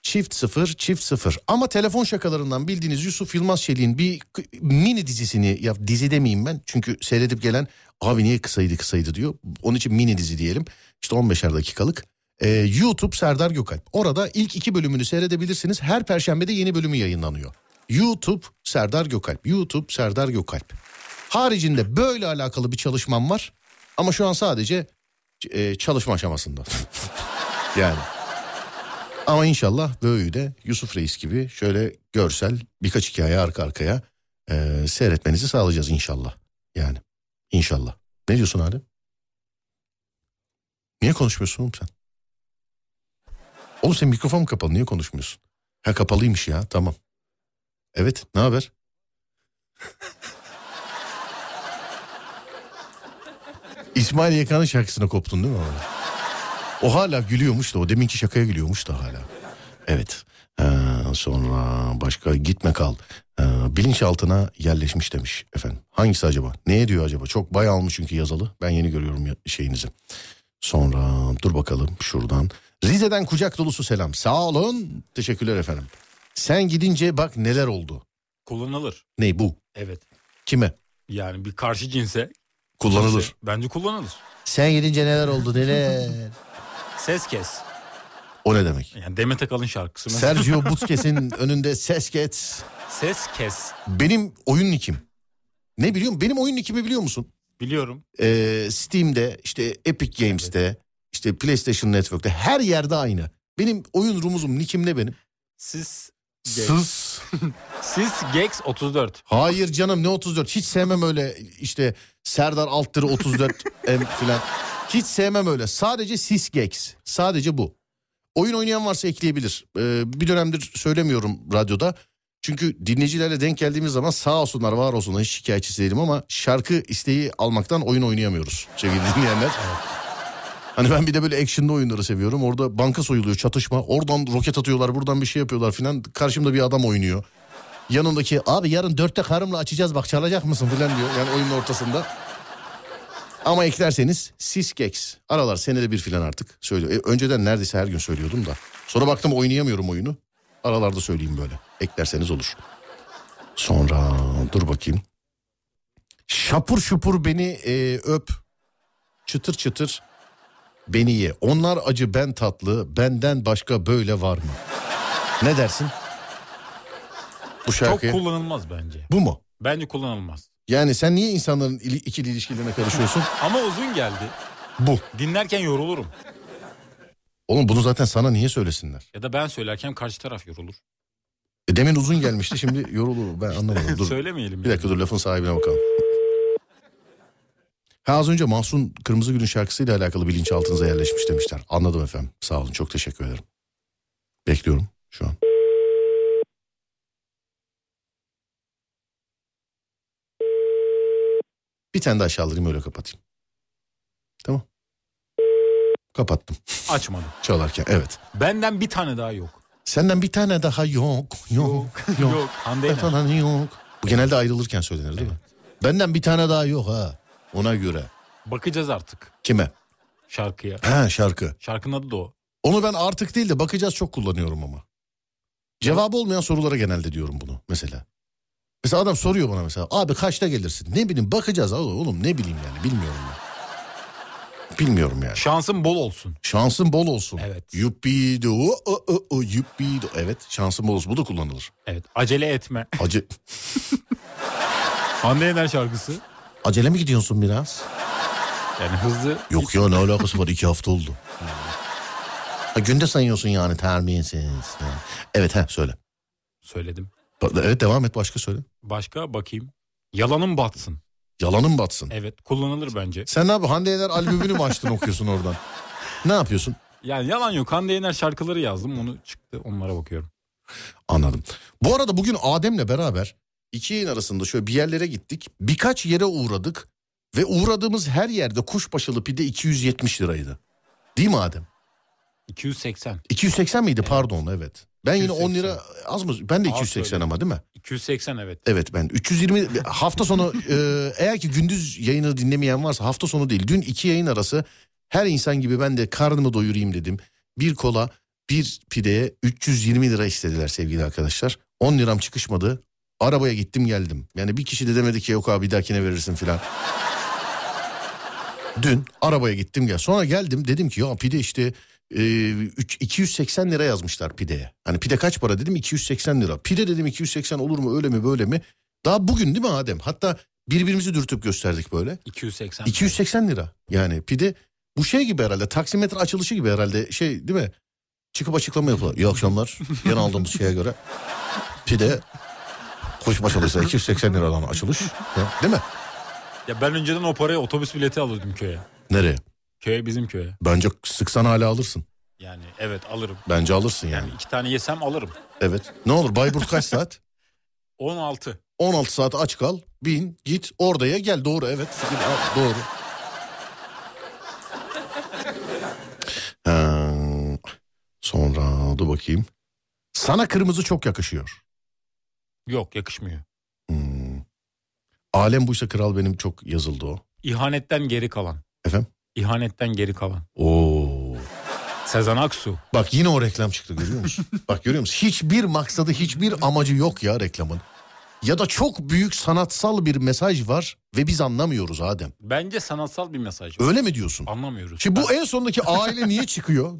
[SPEAKER 1] çift 0 çift 0 ama telefon şakalarından bildiğiniz Yusuf Yılmaz Çelik'in bir k- mini dizisini ya dizi demeyeyim ben çünkü seyredip gelen abi niye kısaydı kısaydı diyor onun için mini dizi diyelim işte 15'er dakikalık Ee, YouTube Serdar Gökalp orada ilk iki bölümünü seyredebilirsiniz her perşembede yeni bölümü yayınlanıyor YouTube Serdar Gökalp YouTube Serdar Gökalp haricinde böyle alakalı bir çalışmam var ama şu an sadece e, çalışma aşamasında yani ama inşallah böyüyü de Yusuf Reis gibi şöyle görsel birkaç hikaye arka arkaya e, seyretmenizi sağlayacağız inşallah. Yani inşallah. Ne diyorsun Adem? Niye konuşmuyorsun oğlum sen? Oğlum senin mikrofon mu kapalı? Niye konuşmuyorsun? Ha kapalıymış ya tamam. Evet ne haber? İsmail Yekan'ın şarkısına koptun değil mi? abi? O hala gülüyormuş da o deminki şakaya gülüyormuş da hala. Evet. Ee, sonra başka gitme kal. Ee, bilinçaltına yerleşmiş demiş efendim. Hangisi acaba? Neye diyor acaba? Çok bayağı almış çünkü yazalı. Ben yeni görüyorum ya- şeyinizi. Sonra dur bakalım şuradan. Rize'den kucak dolusu selam. Sağ olun. Teşekkürler efendim. Sen gidince bak neler oldu.
[SPEAKER 2] Kullanılır.
[SPEAKER 1] Ney bu?
[SPEAKER 2] Evet.
[SPEAKER 1] Kime?
[SPEAKER 2] Yani bir karşı cinse.
[SPEAKER 1] Kullanılır.
[SPEAKER 2] kimse- Bence kullanılır.
[SPEAKER 1] Sen gidince neler oldu neler.
[SPEAKER 2] Ses kes.
[SPEAKER 1] o ne demek?
[SPEAKER 2] Yani Demet Akalın şarkısı. mesela.
[SPEAKER 1] Sergio Busquets'in önünde ses geç.
[SPEAKER 2] Ses kes.
[SPEAKER 1] Benim oyun nikim. Ne biliyorum? Benim oyun nikimi biliyor musun?
[SPEAKER 2] Biliyorum.
[SPEAKER 1] Ee, Steam'de, işte Epic Games'te, işte PlayStation Network'te her yerde aynı. Benim oyun rumuzum, nikim ne benim?
[SPEAKER 2] Siz Gex.
[SPEAKER 1] Sız.
[SPEAKER 2] Siz Gex 34.
[SPEAKER 1] Hayır canım ne 34. Hiç sevmem öyle işte Serdar Alttırı 34 em filan. Hiç sevmem öyle. Sadece Sisgex. Sadece bu. Oyun oynayan varsa ekleyebilir. Ee, bir dönemdir söylemiyorum radyoda. Çünkü dinleyicilerle denk geldiğimiz zaman sağ olsunlar var olsunlar hiç şikayetçisi değilim ama şarkı isteği almaktan oyun oynayamıyoruz sevgili dinleyenler. Hani ben bir de böyle action'da oyunları seviyorum. Orada banka soyuluyor çatışma. Oradan roket atıyorlar buradan bir şey yapıyorlar filan. Karşımda bir adam oynuyor. Yanındaki abi yarın dörtte karımla açacağız bak çalacak mısın filan diyor. Yani oyunun ortasında. Ama eklerseniz Siskex. Aralar senede bir filan artık söylüyor. E, önceden neredeyse her gün söylüyordum da. Sonra baktım oynayamıyorum oyunu. Aralarda söyleyeyim böyle. Eklerseniz olur. Sonra dur bakayım. Şapur şupur beni e, öp. Çıtır çıtır beni ye. Onlar acı ben tatlı. Benden başka böyle var mı? Ne dersin? Bu
[SPEAKER 2] Çok
[SPEAKER 1] şarkıya.
[SPEAKER 2] kullanılmaz bence.
[SPEAKER 1] Bu mu?
[SPEAKER 2] Bence kullanılmaz.
[SPEAKER 1] Yani sen niye insanların ili- ikili ilişkilerine karışıyorsun?
[SPEAKER 2] Ama uzun geldi.
[SPEAKER 1] Bu.
[SPEAKER 2] Dinlerken yorulurum.
[SPEAKER 1] Oğlum bunu zaten sana niye söylesinler?
[SPEAKER 2] Ya da ben söylerken karşı taraf yorulur.
[SPEAKER 1] E, demin uzun gelmişti şimdi yorulur ben anlamadım. Dur.
[SPEAKER 2] Söylemeyelim.
[SPEAKER 1] Bir
[SPEAKER 2] yani.
[SPEAKER 1] dakika dur lafın sahibine bakalım. Ha az önce Mahsun Kırmızı Gül'ün şarkısıyla alakalı bilinçaltınıza yerleşmiş demişler. Anladım efendim. Sağ olun çok teşekkür ederim. Bekliyorum şu an. Bir tane daha aşağılayayım öyle kapatayım. Tamam. Kapattım
[SPEAKER 2] Açmadım.
[SPEAKER 1] çalarken evet.
[SPEAKER 2] Benden bir tane daha yok.
[SPEAKER 1] Senden bir tane daha yok yok yok.
[SPEAKER 2] Yok. Hande
[SPEAKER 1] Ben
[SPEAKER 2] Yener.
[SPEAKER 1] falan yok. Bu genelde ayrılırken söylenir değil mi? Benden bir tane daha yok ha. Ona göre.
[SPEAKER 2] Bakacağız artık
[SPEAKER 1] Kime?
[SPEAKER 2] şarkıya.
[SPEAKER 1] Ha şarkı.
[SPEAKER 2] Şarkının adı da o.
[SPEAKER 1] Onu ben artık değil de bakacağız çok kullanıyorum ama. Cevabı olmayan sorulara genelde diyorum bunu mesela. Mesela adam soruyor bana mesela abi kaçta gelirsin? Ne bileyim bakacağız abi oğlum ne bileyim yani bilmiyorum ben. Bilmiyorum yani.
[SPEAKER 2] Şansın bol olsun.
[SPEAKER 1] Şansın bol olsun.
[SPEAKER 2] Evet.
[SPEAKER 1] Yuppido, o, o, o, yuppido. Evet şansın bol olsun bu da kullanılır.
[SPEAKER 2] Evet. Acele etme.
[SPEAKER 1] Acı,
[SPEAKER 2] Hande Yener şarkısı.
[SPEAKER 1] acele mi gidiyorsun biraz?
[SPEAKER 2] Yani hızlı.
[SPEAKER 1] Yok ya ne alakası var iki hafta oldu. Ha, günde sayıyorsun yani terbiyesiz. Ha. Evet ha söyle.
[SPEAKER 2] Söyledim.
[SPEAKER 1] Ba- Evet devam et başka söyle.
[SPEAKER 2] Başka bakayım. Yalanım batsın.
[SPEAKER 1] Yalanın batsın.
[SPEAKER 2] Evet kullanılır bence.
[SPEAKER 1] Sen ne yapıyorsun? Hande Yener albümünü mü açtın okuyorsun oradan? Ne yapıyorsun?
[SPEAKER 2] Yani yalan yok. Hande Yener şarkıları yazdım. Onu çıktı. Onlara bakıyorum.
[SPEAKER 1] Anladım. Bu arada bugün Adem'le beraber iki yayın arasında şöyle bir yerlere gittik. Birkaç yere uğradık ve uğradığımız her yerde kuşbaşılı pide 270 liraydı. Değil mi Adem?
[SPEAKER 2] 280.
[SPEAKER 1] 280 miydi? Pardon evet. Ben yine 10 lira
[SPEAKER 2] 280.
[SPEAKER 1] az mı? Ben de
[SPEAKER 2] Az
[SPEAKER 1] 280
[SPEAKER 2] söyledim.
[SPEAKER 1] ama değil mi?
[SPEAKER 2] 280 evet.
[SPEAKER 1] Evet ben 320 hafta sonu e, eğer ki gündüz yayını dinlemeyen varsa hafta sonu değil. Dün iki yayın arası her insan gibi ben de karnımı doyurayım dedim. Bir kola bir pideye 320 lira istediler sevgili arkadaşlar. 10 liram çıkışmadı. Arabaya gittim geldim. Yani bir kişi de demedi ki yok abi bir dahakine verirsin filan. Dün arabaya gittim gel. Sonra geldim dedim ki ya pide işte e, üç- 280 lira yazmışlar pideye. Hani pide kaç para dedim 280 lira. Pide dedim 280 olur mu öyle mi böyle mi? Daha bugün değil mi Adem? Hatta birbirimizi dürtüp gösterdik böyle.
[SPEAKER 2] 280.
[SPEAKER 1] 280 lira yani pide bu şey gibi herhalde taksimetre açılışı gibi herhalde şey değil mi? Çıkıp açıklama yapıyorlar. İyi akşamlar yeni aldığımız şeye göre pide koşmaç alırsa 280 liradan açılış Ya, değil mi?
[SPEAKER 2] Ya ben önceden o paraya otobüs bileti alırdım köye.
[SPEAKER 1] Nereye?
[SPEAKER 2] Köye bizim köye.
[SPEAKER 1] Bence sıksan hala alırsın.
[SPEAKER 2] Yani evet alırım.
[SPEAKER 1] Bence alırsın yani.
[SPEAKER 2] Yani iki tane yesem alırım.
[SPEAKER 1] Evet. Ne olur Bayburt kaç saat?
[SPEAKER 2] 16.
[SPEAKER 1] 16 saat aç kal. Bin git oraya gel. Doğru evet. Fikir, ha, doğru. Ha, sonra dur bakayım. Sana kırmızı çok yakışıyor.
[SPEAKER 2] Yok yakışmıyor.
[SPEAKER 1] Hmm. Alem buysa kral benim çok yazıldı o.
[SPEAKER 2] İhanetten geri kalan.
[SPEAKER 1] Efendim?
[SPEAKER 2] İhanetten geri kalan.
[SPEAKER 1] Oo.
[SPEAKER 2] Sezen Aksu.
[SPEAKER 1] Bak yine o reklam çıktı görüyor musun? Bak görüyor musun? Hiçbir maksadı, hiçbir amacı yok ya reklamın. Ya da çok büyük sanatsal bir mesaj var ve biz anlamıyoruz Adem.
[SPEAKER 2] Bence sanatsal bir mesaj.
[SPEAKER 1] Öyle mi diyorsun?
[SPEAKER 2] Anlamıyoruz.
[SPEAKER 1] Ki bu en sondaki aile niye çıkıyor?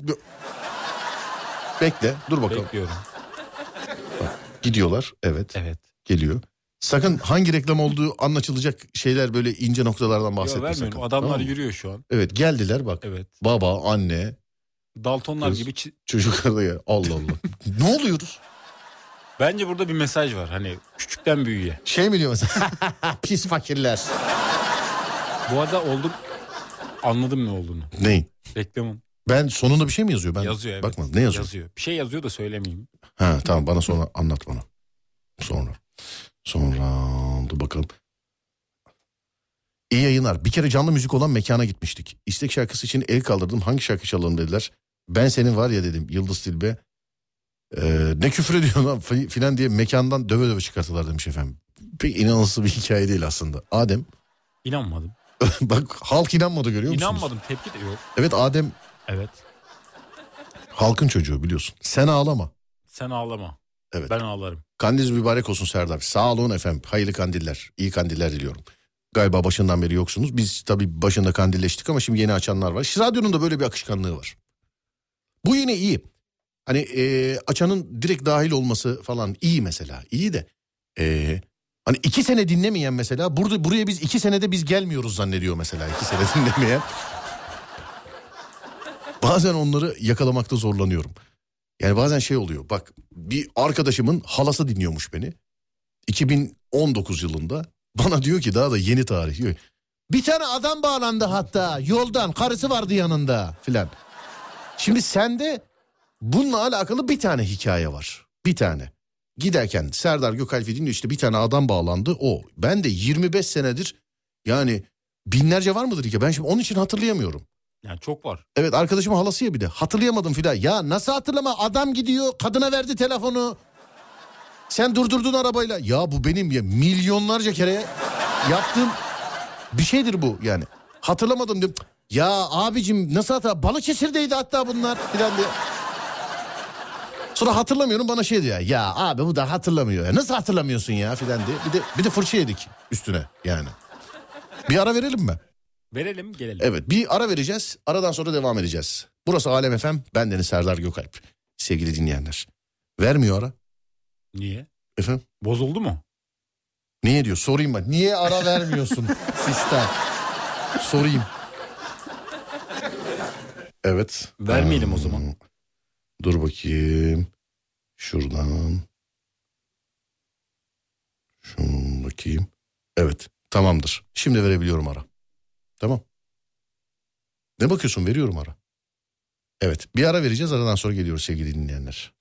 [SPEAKER 1] Bekle, dur bakalım.
[SPEAKER 2] Bekliyorum.
[SPEAKER 1] Gidiyorlar, evet,
[SPEAKER 2] Evet.
[SPEAKER 1] geliyor. Sakın hangi reklam olduğu anlaşılacak şeyler böyle ince noktalardan
[SPEAKER 2] Yo,
[SPEAKER 1] bahsetme
[SPEAKER 2] vermiyorum.
[SPEAKER 1] sakın.
[SPEAKER 2] Adamlar
[SPEAKER 1] Tamam mı?
[SPEAKER 2] yürüyor şu an.
[SPEAKER 1] Evet, geldiler bak.
[SPEAKER 2] Evet.
[SPEAKER 1] Baba, anne,
[SPEAKER 2] Daltonlar
[SPEAKER 1] Kız.
[SPEAKER 2] gibi. çi-
[SPEAKER 1] çocuklar da ya. Allah Allah. ne oluyoruz?
[SPEAKER 2] Bence burada bir mesaj var. Hani küçükten büyüğe.
[SPEAKER 1] Şey mi diyor mesela? Pis fakirler.
[SPEAKER 2] Bu arada oldum. Anladım ne olduğunu.
[SPEAKER 1] Neyin?
[SPEAKER 2] Reklamın.
[SPEAKER 1] Ben sonunda bir şey mi yazıyor? Ben
[SPEAKER 2] yazıyor evet.
[SPEAKER 1] bakmadım. Ne yazıyor?
[SPEAKER 2] Bir şey yazıyor da söylemeyeyim.
[SPEAKER 1] Ha tamam bana sonra anlat bana. Sonra. Sonra dur bakalım. İyi yayınlar. Bir kere canlı müzik olan mekana gitmiştik. İstek şarkısı için el kaldırdım. Hangi şarkı çalalım dediler. Ben senin var ya dedim Yıldız Tilbe. Ee, ne küfür ediyorsun lan fi- filan diye mekandan döve döve çıkarttılar demiş efendim. Pek inanılsız bir hikaye değil aslında. Adem
[SPEAKER 2] İnanmadım.
[SPEAKER 1] bak halk inanmadı görüyor musunuz?
[SPEAKER 2] İnanmadım. Tepki de yok.
[SPEAKER 1] Evet Adem
[SPEAKER 2] Evet.
[SPEAKER 1] halkın çocuğu biliyorsun. Sen ağlama.
[SPEAKER 2] Sen ağlama.
[SPEAKER 1] Evet.
[SPEAKER 2] Ben ağlarım.
[SPEAKER 1] Kandiliniz mübarek olsun Serdar. Sağ olun efendim. Hayırlı kandiller. İyi kandiller diliyorum. Galiba başından beri yoksunuz. Biz tabii başında kandilleştik ama şimdi yeni açanlar var. Şu Radyo'nun da böyle bir akışkanlığı var. Bu yine iyi. Hani e, açanın direkt dahil olması falan iyi mesela. İyi de e, hani iki sene dinlemeyen mesela burada buraya biz iki senede biz gelmiyoruz zannediyor mesela iki sene dinlemeyen. Bazen onları yakalamakta zorlanıyorum. Yani bazen şey oluyor. Bak bir arkadaşımın halası dinliyormuş beni. 2019 yılında bana diyor ki daha da yeni tarih diyor. Bir tane adam bağlandı hatta yoldan karısı vardı yanında filan. Şimdi sende bununla alakalı bir tane hikaye var. Bir tane. Giderken Serdar Gökalp'i dinliyor işte bir tane adam bağlandı o. Ben de 25 senedir yani binlerce var mıdır hikaye ben şimdi onun için hatırlayamıyorum.
[SPEAKER 2] Yani çok var.
[SPEAKER 1] Evet arkadaşım halası ya bir de. Hatırlayamadım filan. Ya nasıl hatırlama adam gidiyor kadına verdi telefonu. Sen durdurdun arabayla. Ya bu benim ya milyonlarca kere yaptığım bir şeydir bu yani. Hatırlamadım diyorum. Ya abicim nasıl hatırla? Balıkesir'deydi hatta bunlar filan diye. Sonra hatırlamıyorum bana şey diyor. Ya abi bu da hatırlamıyor. Ya. Nasıl hatırlamıyorsun ya filan diye. Bir de, bir de fırça yedik üstüne yani. Bir ara verelim mi?
[SPEAKER 2] Verelim gelelim.
[SPEAKER 1] Evet bir ara vereceğiz. Aradan sonra devam edeceğiz. Burası Alem FM. Ben Deniz Serdar Gökalp. Sevgili dinleyenler. Vermiyor ara.
[SPEAKER 2] Niye?
[SPEAKER 1] Efendim?
[SPEAKER 2] Bozuldu mu?
[SPEAKER 1] Niye diyor sorayım ben. Niye ara vermiyorsun sistem? Sorayım. Evet.
[SPEAKER 2] Vermeyelim o
[SPEAKER 1] Hmm,
[SPEAKER 2] zaman.
[SPEAKER 1] Dur bakayım. Şuradan. Şunu bakayım. Evet tamamdır. Şimdi verebiliyorum ara. Tamam. Ne bakıyorsun veriyorum ara. Evet bir ara vereceğiz aradan sonra geliyoruz sevgili dinleyenler.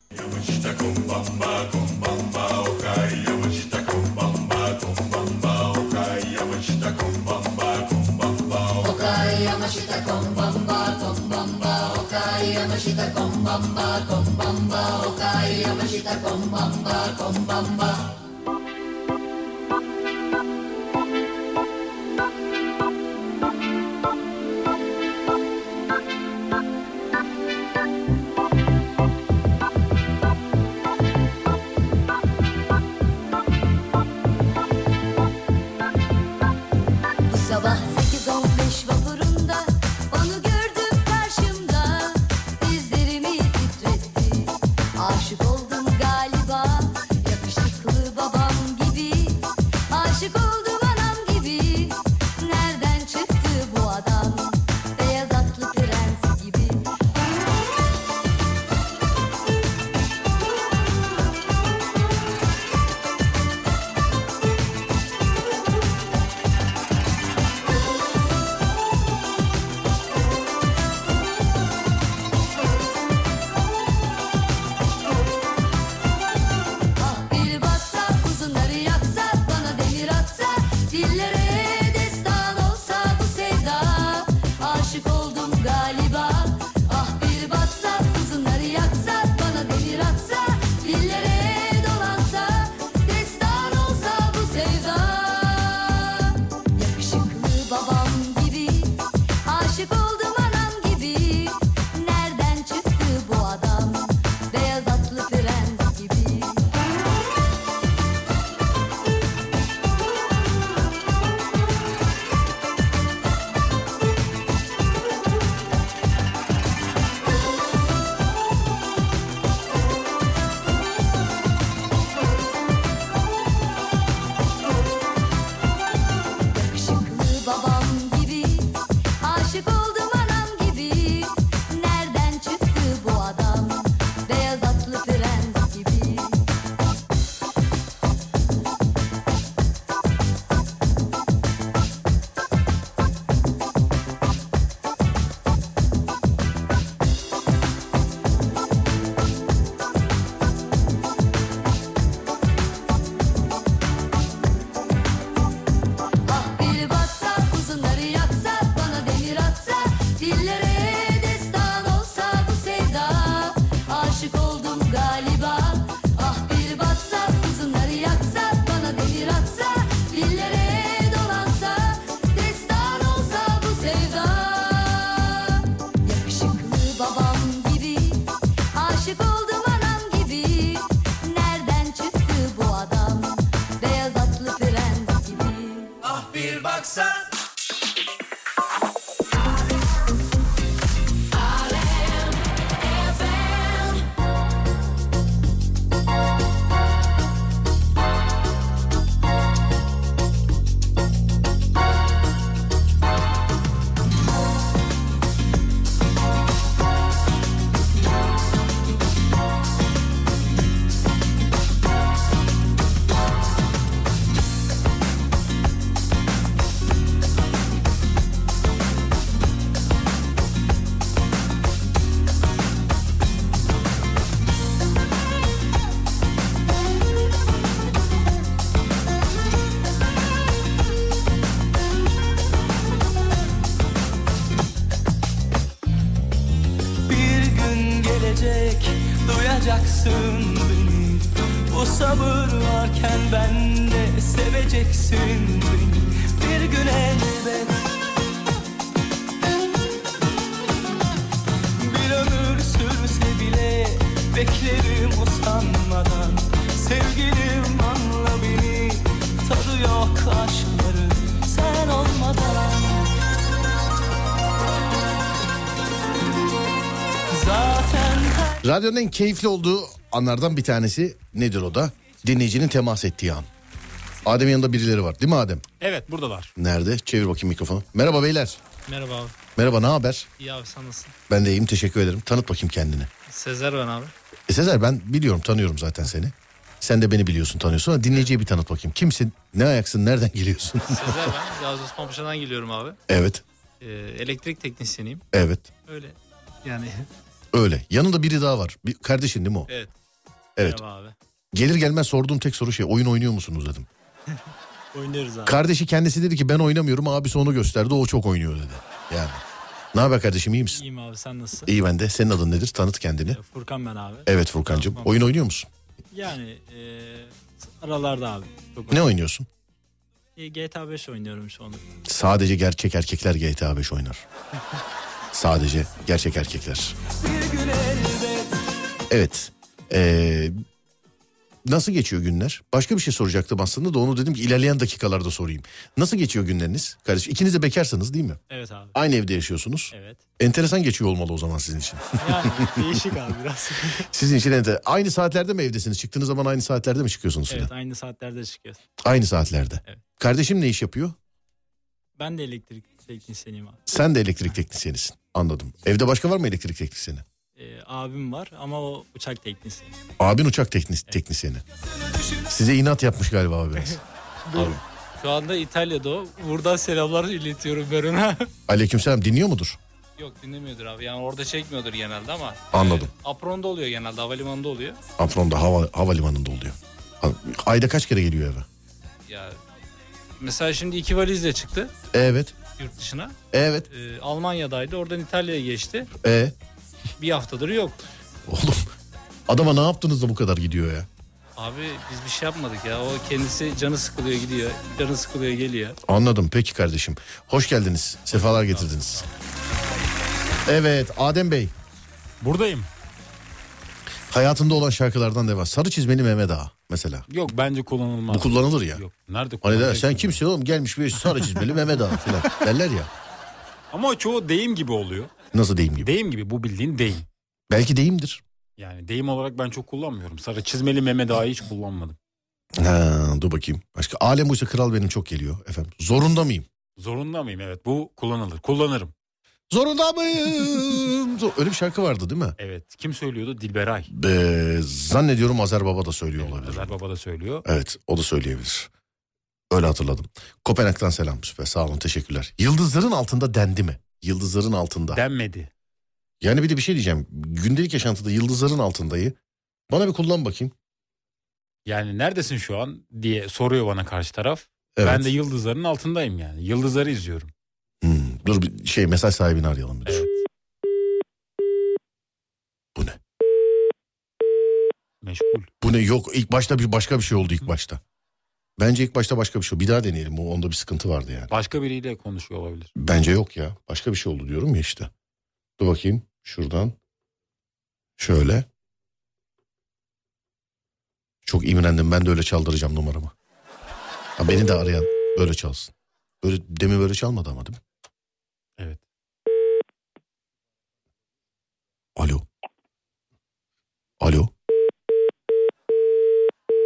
[SPEAKER 6] Bu sabah 8.15 vapurunda Onu gördüm karşımda Dizlerimi titretti Aşık oldum galiba Yakışıklı Ah, Ah, Ah,
[SPEAKER 7] gelecek Duyacaksın beni Bu sabır varken bende Seveceksin beni Bir gün elbet Bir ömür sürse bile Beklerim usanmadan Sevgilim anla beni Tadı yok aşkların Sen olmadan Zaten her
[SPEAKER 1] Radyonun en keyifli olduğu anlardan bir tanesi nedir o da? Dinleyicinin temas ettiği an. Adem'in yanında birileri var değil mi Adem?
[SPEAKER 8] Evet buradalar.
[SPEAKER 1] Nerede? Çevir bakayım mikrofonu. Merhaba beyler.
[SPEAKER 8] Merhaba abi.
[SPEAKER 1] Merhaba ne haber?
[SPEAKER 8] İyi abi sen nasılsın?
[SPEAKER 1] Ben de iyiyim teşekkür ederim. Tanıt bakayım kendini.
[SPEAKER 8] Sezer ben abi.
[SPEAKER 1] E Sezer ben biliyorum tanıyorum zaten seni. Sen de beni biliyorsun tanıyorsun ama dinleyiciye bir tanıt bakayım. Kimsin? Ne ayaksın? Nereden geliyorsun?
[SPEAKER 8] Sezer ben. Gazi Osman Paşa'dan geliyorum abi.
[SPEAKER 1] evet.
[SPEAKER 8] Ee, elektrik teknisyeniyim.
[SPEAKER 1] Evet.
[SPEAKER 8] Öyle. Yani
[SPEAKER 1] Öyle. Yanında biri daha var. Bir kardeşin değil mi o?
[SPEAKER 8] evet.
[SPEAKER 1] Evet.
[SPEAKER 8] Merhaba abi.
[SPEAKER 1] Gelir gelmez sorduğum tek soru şey oyun oynuyor musunuz dedim.
[SPEAKER 8] Oynuyoruz abi.
[SPEAKER 1] Kardeşi kendisi dedi ki ben oynamıyorum. Abisi onu gösterdi. O çok oynuyor dedi. Yani. Ne haber kardeşim iyi misin?
[SPEAKER 8] İyiyim abi sen nasılsın?
[SPEAKER 1] İyi ben de. Senin adın nedir? Tanıt kendini.
[SPEAKER 8] Ee, Furkan ben abi.
[SPEAKER 1] Evet Furkancığım.
[SPEAKER 8] Tamam.
[SPEAKER 1] Oyun oynuyor musun?
[SPEAKER 8] Yani e, aralarda abi. Çok
[SPEAKER 1] Ne oynuyorsun?
[SPEAKER 8] E, GTA 5 oynuyorum şu anda.
[SPEAKER 1] Sadece gerçek erkekler GTA 5 oynar. Sadece gerçek erkekler.
[SPEAKER 7] bir gün elbet
[SPEAKER 1] Evet. Ee, nasıl geçiyor günler? Başka bir şey soracaktım aslında da onu dedim ki ilerleyen dakikalarda sorayım. Nasıl geçiyor günleriniz? Kardeşim ikiniz de bekarsanız değil mi?
[SPEAKER 8] Evet abi.
[SPEAKER 1] Aynı evde yaşıyorsunuz.
[SPEAKER 8] Evet.
[SPEAKER 1] Enteresan geçiyor olmalı o zaman sizin için.
[SPEAKER 8] Yani değişik abi biraz.
[SPEAKER 1] sizin için enter- Aynı saatlerde mi evdesiniz? Çıktığınız zaman aynı saatlerde mi çıkıyorsunuz? filan?
[SPEAKER 8] evet aynı saatlerde çıkıyoruz.
[SPEAKER 1] Aynı saatlerde.
[SPEAKER 8] Evet.
[SPEAKER 1] Kardeşim ne iş yapıyor?
[SPEAKER 8] Ben de elektrik teknisyeniyim abi.
[SPEAKER 1] Sen de elektrik teknisyenisin. Anladım. Evde başka var mı elektrik teknisyeni?
[SPEAKER 8] Ee, abim var ama o uçak teknisyeni.
[SPEAKER 1] Abin uçak teknis teknisyeni. Size inat yapmış galiba abi biraz.
[SPEAKER 8] Şu anda İtalya'da o. Buradan selamlar iletiyorum ben ona.
[SPEAKER 1] Aleykümselam dinliyor mudur?
[SPEAKER 8] Yok dinlemiyordur abi. Yani orada çekmiyordur genelde ama.
[SPEAKER 1] Anladım.
[SPEAKER 8] Apron'da oluyor genelde. Havalimanında oluyor.
[SPEAKER 1] Afron'da hava, havalimanında oluyor. Ayda kaç kere geliyor eve?
[SPEAKER 8] Ya Mesela şimdi iki valizle çıktı
[SPEAKER 1] Evet.
[SPEAKER 8] yurt dışına.
[SPEAKER 1] Evet.
[SPEAKER 8] Ee, Almanya'daydı. Oradan İtalya'ya geçti.
[SPEAKER 1] E
[SPEAKER 8] Bir haftadır yok.
[SPEAKER 1] oğlum adama ne yaptınız da bu kadar gidiyor ya?
[SPEAKER 8] Abi biz bir şey yapmadık ya. O kendisi canı sıkılıyor gidiyor. Canı sıkılıyor geliyor.
[SPEAKER 1] Anladım. Peki kardeşim. Hoş geldiniz. Sefalar getirdiniz. Evet Adem Bey.
[SPEAKER 2] Buradayım.
[SPEAKER 1] Hayatında olan şarkılardan ne var? Sarı çizmeli Mehmet Ağa mesela.
[SPEAKER 2] Yok bence kullanılmaz.
[SPEAKER 1] Bu kullanılır ya.
[SPEAKER 2] Yok. Nerede
[SPEAKER 1] Hani der,
[SPEAKER 2] kullanılacak
[SPEAKER 1] sen
[SPEAKER 2] ki?
[SPEAKER 1] kimsin oğlum gelmiş bir sarı çizmeli Mehmet Ağa falan derler ya.
[SPEAKER 2] Ama o çoğu deyim gibi oluyor.
[SPEAKER 1] Nasıl deyim gibi?
[SPEAKER 2] Deyim gibi bu bildiğin deyim.
[SPEAKER 1] Belki deyimdir.
[SPEAKER 2] Yani deyim olarak ben çok kullanmıyorum. Sarı çizmeli meme daha hiç kullanmadım.
[SPEAKER 1] Ha, dur bakayım. Başka Alem Uysa Kral benim çok geliyor efendim. Zorunda mıyım?
[SPEAKER 2] Zorunda mıyım? Evet bu kullanılır. Kullanırım.
[SPEAKER 1] Zorunda mıyım? Zor- Öyle bir şarkı vardı değil mi?
[SPEAKER 2] Evet. Kim söylüyordu? Dilberay.
[SPEAKER 1] Ee, zannediyorum Azer Baba da söylüyor olabilir.
[SPEAKER 2] Özer Baba da söylüyor.
[SPEAKER 1] Evet o da söyleyebilir. Öyle hatırladım. Kopenhag'dan selam süper sağ olun teşekkürler. Yıldızların altında dendi mi? Yıldızların altında.
[SPEAKER 2] Denmedi.
[SPEAKER 1] yani bir de bir şey diyeceğim. Gündelik yaşantıda yıldızların altındayı bana bir kullan bakayım.
[SPEAKER 2] Yani neredesin şu an diye soruyor bana karşı taraf.
[SPEAKER 1] Evet.
[SPEAKER 2] Ben de yıldızların altındayım yani. Yıldızları izliyorum.
[SPEAKER 1] Hmm, dur bir şey mesaj sahibini arayalım bir dur.
[SPEAKER 2] Evet.
[SPEAKER 1] Bu ne?
[SPEAKER 2] Meşgul.
[SPEAKER 1] Bu ne yok ilk başta bir başka bir şey oldu ilk başta. Bence ilk başta başka bir şey oldu. Bir daha deneyelim. O- Onda bir sıkıntı vardı yani.
[SPEAKER 2] Başka biriyle konuşuyor olabilir.
[SPEAKER 1] Bence yok ya. Başka bir şey oldu diyorum ya işte. Dur bakayım şuradan. Şöyle. Çok imrendim. Ben de öyle çaldıracağım numaramı. Ha, beni de arayan böyle çalsın. Böyle demi böyle çalmadı ama değil mi?
[SPEAKER 2] Evet.
[SPEAKER 1] Alo. Alo.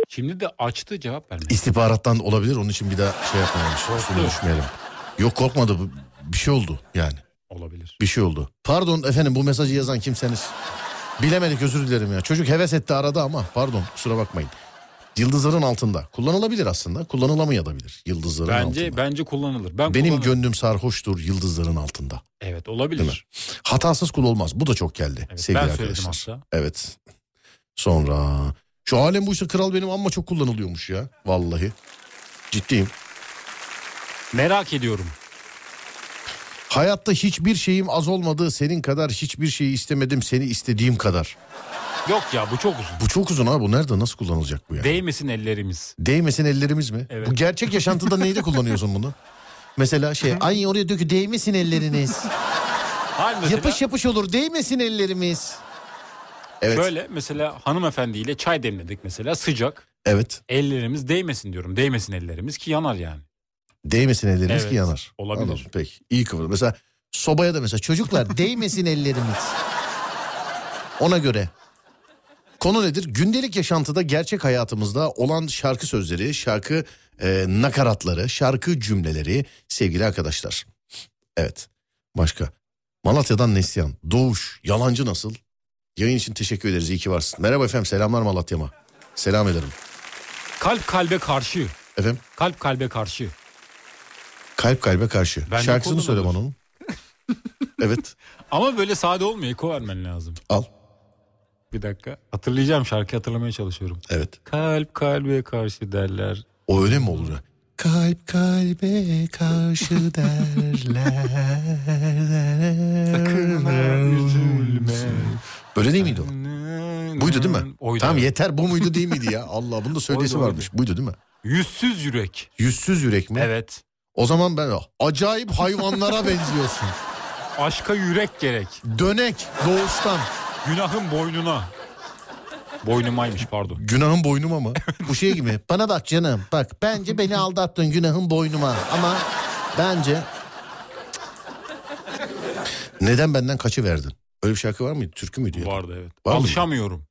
[SPEAKER 2] Şimdi de açtı cevap vermedi.
[SPEAKER 1] İstihbarattan olabilir. Onun için bir daha şey yapmamış. Üstüne düşmeyelim. Yok korkmadı. Bu- Bir şey oldu yani.
[SPEAKER 2] Olabilir.
[SPEAKER 1] Bir şey oldu. Pardon efendim bu mesajı yazan kimseniz. Bilemedik özür dilerim ya. Çocuk heves etti arada ama pardon kusura bakmayın. Yıldızların altında. Kullanılabilir aslında. Kullanılamayabilir yıldızların
[SPEAKER 2] Bence
[SPEAKER 1] altında.
[SPEAKER 2] bence kullanılır. Ben
[SPEAKER 1] Benim
[SPEAKER 2] kullanırım.
[SPEAKER 1] gönlüm sarhoştur yıldızların altında.
[SPEAKER 2] Evet
[SPEAKER 1] Değil mi?
[SPEAKER 2] olabilir.
[SPEAKER 1] Hatasız kul olmaz. Bu da çok geldi
[SPEAKER 2] Evet,
[SPEAKER 1] sevgili
[SPEAKER 2] ben söyledim
[SPEAKER 1] arkadaşlar.
[SPEAKER 2] hatta.
[SPEAKER 1] Evet. Sonra şu alem bu işte kral benim amma çok kullanılıyormuş ya. Vallahi. Ciddiyim.
[SPEAKER 2] Merak ediyorum.
[SPEAKER 1] Hayatta hiçbir şeyim az olmadı. Senin kadar hiçbir şeyi istemedim. Seni istediğim kadar.
[SPEAKER 2] Yok ya bu çok uzun.
[SPEAKER 1] Bu çok uzun abi. Bu nerede nasıl kullanılacak bu yani?
[SPEAKER 2] Değmesin ellerimiz.
[SPEAKER 1] Değmesin ellerimiz mi?
[SPEAKER 2] Evet.
[SPEAKER 1] Bu gerçek yaşantıda neyde kullanıyorsun bunu? Mesela şey ay oraya diyor ki değmesin elleriniz.
[SPEAKER 2] Hayır mesela
[SPEAKER 1] yapış yapış olur değmesin ellerimiz. Evet.
[SPEAKER 2] şöyle mesela hanımefendiyle çay demledik mesela sıcak.
[SPEAKER 1] Evet.
[SPEAKER 2] Ellerimiz değmesin diyorum. Değmesin ellerimiz ki yanar yani.
[SPEAKER 1] Değmesin elleriniz
[SPEAKER 2] Evet,
[SPEAKER 1] ki yanar.
[SPEAKER 2] olabilir.
[SPEAKER 1] Anladım, Peki. İyi kıvır. Mesela sobaya da mesela çocuklar değmesin ellerimiz. Ona göre. Konu nedir? Gündelik yaşantıda gerçek hayatımızda olan şarkı sözleri, şarkı e, nakaratları, şarkı cümleleri sevgili arkadaşlar. Evet. Başka. Malatya'dan Neslihan. Doğuş. Yalancı nasıl? Yayın için teşekkür ederiz. İyi ki varsın. Merhaba efendim. Selamlar Malatya'ma. Selam ederim.
[SPEAKER 2] Kalp kalbe karşı.
[SPEAKER 1] Efendim
[SPEAKER 2] Kalp kalbe karşı.
[SPEAKER 1] kalp kalbe karşı.
[SPEAKER 2] Ben de
[SPEAKER 1] Şarkısını
[SPEAKER 2] kolum
[SPEAKER 1] söyle
[SPEAKER 2] olur.
[SPEAKER 1] bana onun. evet.
[SPEAKER 2] Ama böyle sade olmuyor. Eko vermen lazım.
[SPEAKER 1] Al.
[SPEAKER 2] Bir dakika. Hatırlayacağım şarkı hatırlamaya çalışıyorum.
[SPEAKER 1] Evet.
[SPEAKER 2] Kalp kalbe karşı derler.
[SPEAKER 1] O öyle mi olur? ya? Kalp kalbe karşı derler. Böyle değil miydi o? Buydu değil mi?
[SPEAKER 2] Hmm, Oydu.
[SPEAKER 1] tamam
[SPEAKER 2] evet.
[SPEAKER 1] yeter bu muydu değil miydi ya? Allah bunu da söylesi
[SPEAKER 2] Oydu, oydu.
[SPEAKER 1] varmış. Buydu değil mi?
[SPEAKER 2] Yüzsüz yürek.
[SPEAKER 1] Yüzsüz yürek mi?
[SPEAKER 2] Evet.
[SPEAKER 1] O zaman ben acayip hayvanlara benziyorsun.
[SPEAKER 2] Aşka yürek gerek.
[SPEAKER 1] Dönek doğuştan.
[SPEAKER 2] Günahın boynuna. Boynumaymış pardon.
[SPEAKER 1] Günahın boynuma mı? Bu şey gibi. Bana bak canım. Bak bence beni aldattın günahın boynuma. Ama bence... Neden benden kaçı verdin? Öyle bir şarkı var mıydı? Türkü müydü? ya?
[SPEAKER 2] Vardı evet.
[SPEAKER 1] Var mı?
[SPEAKER 2] Alışamıyorum.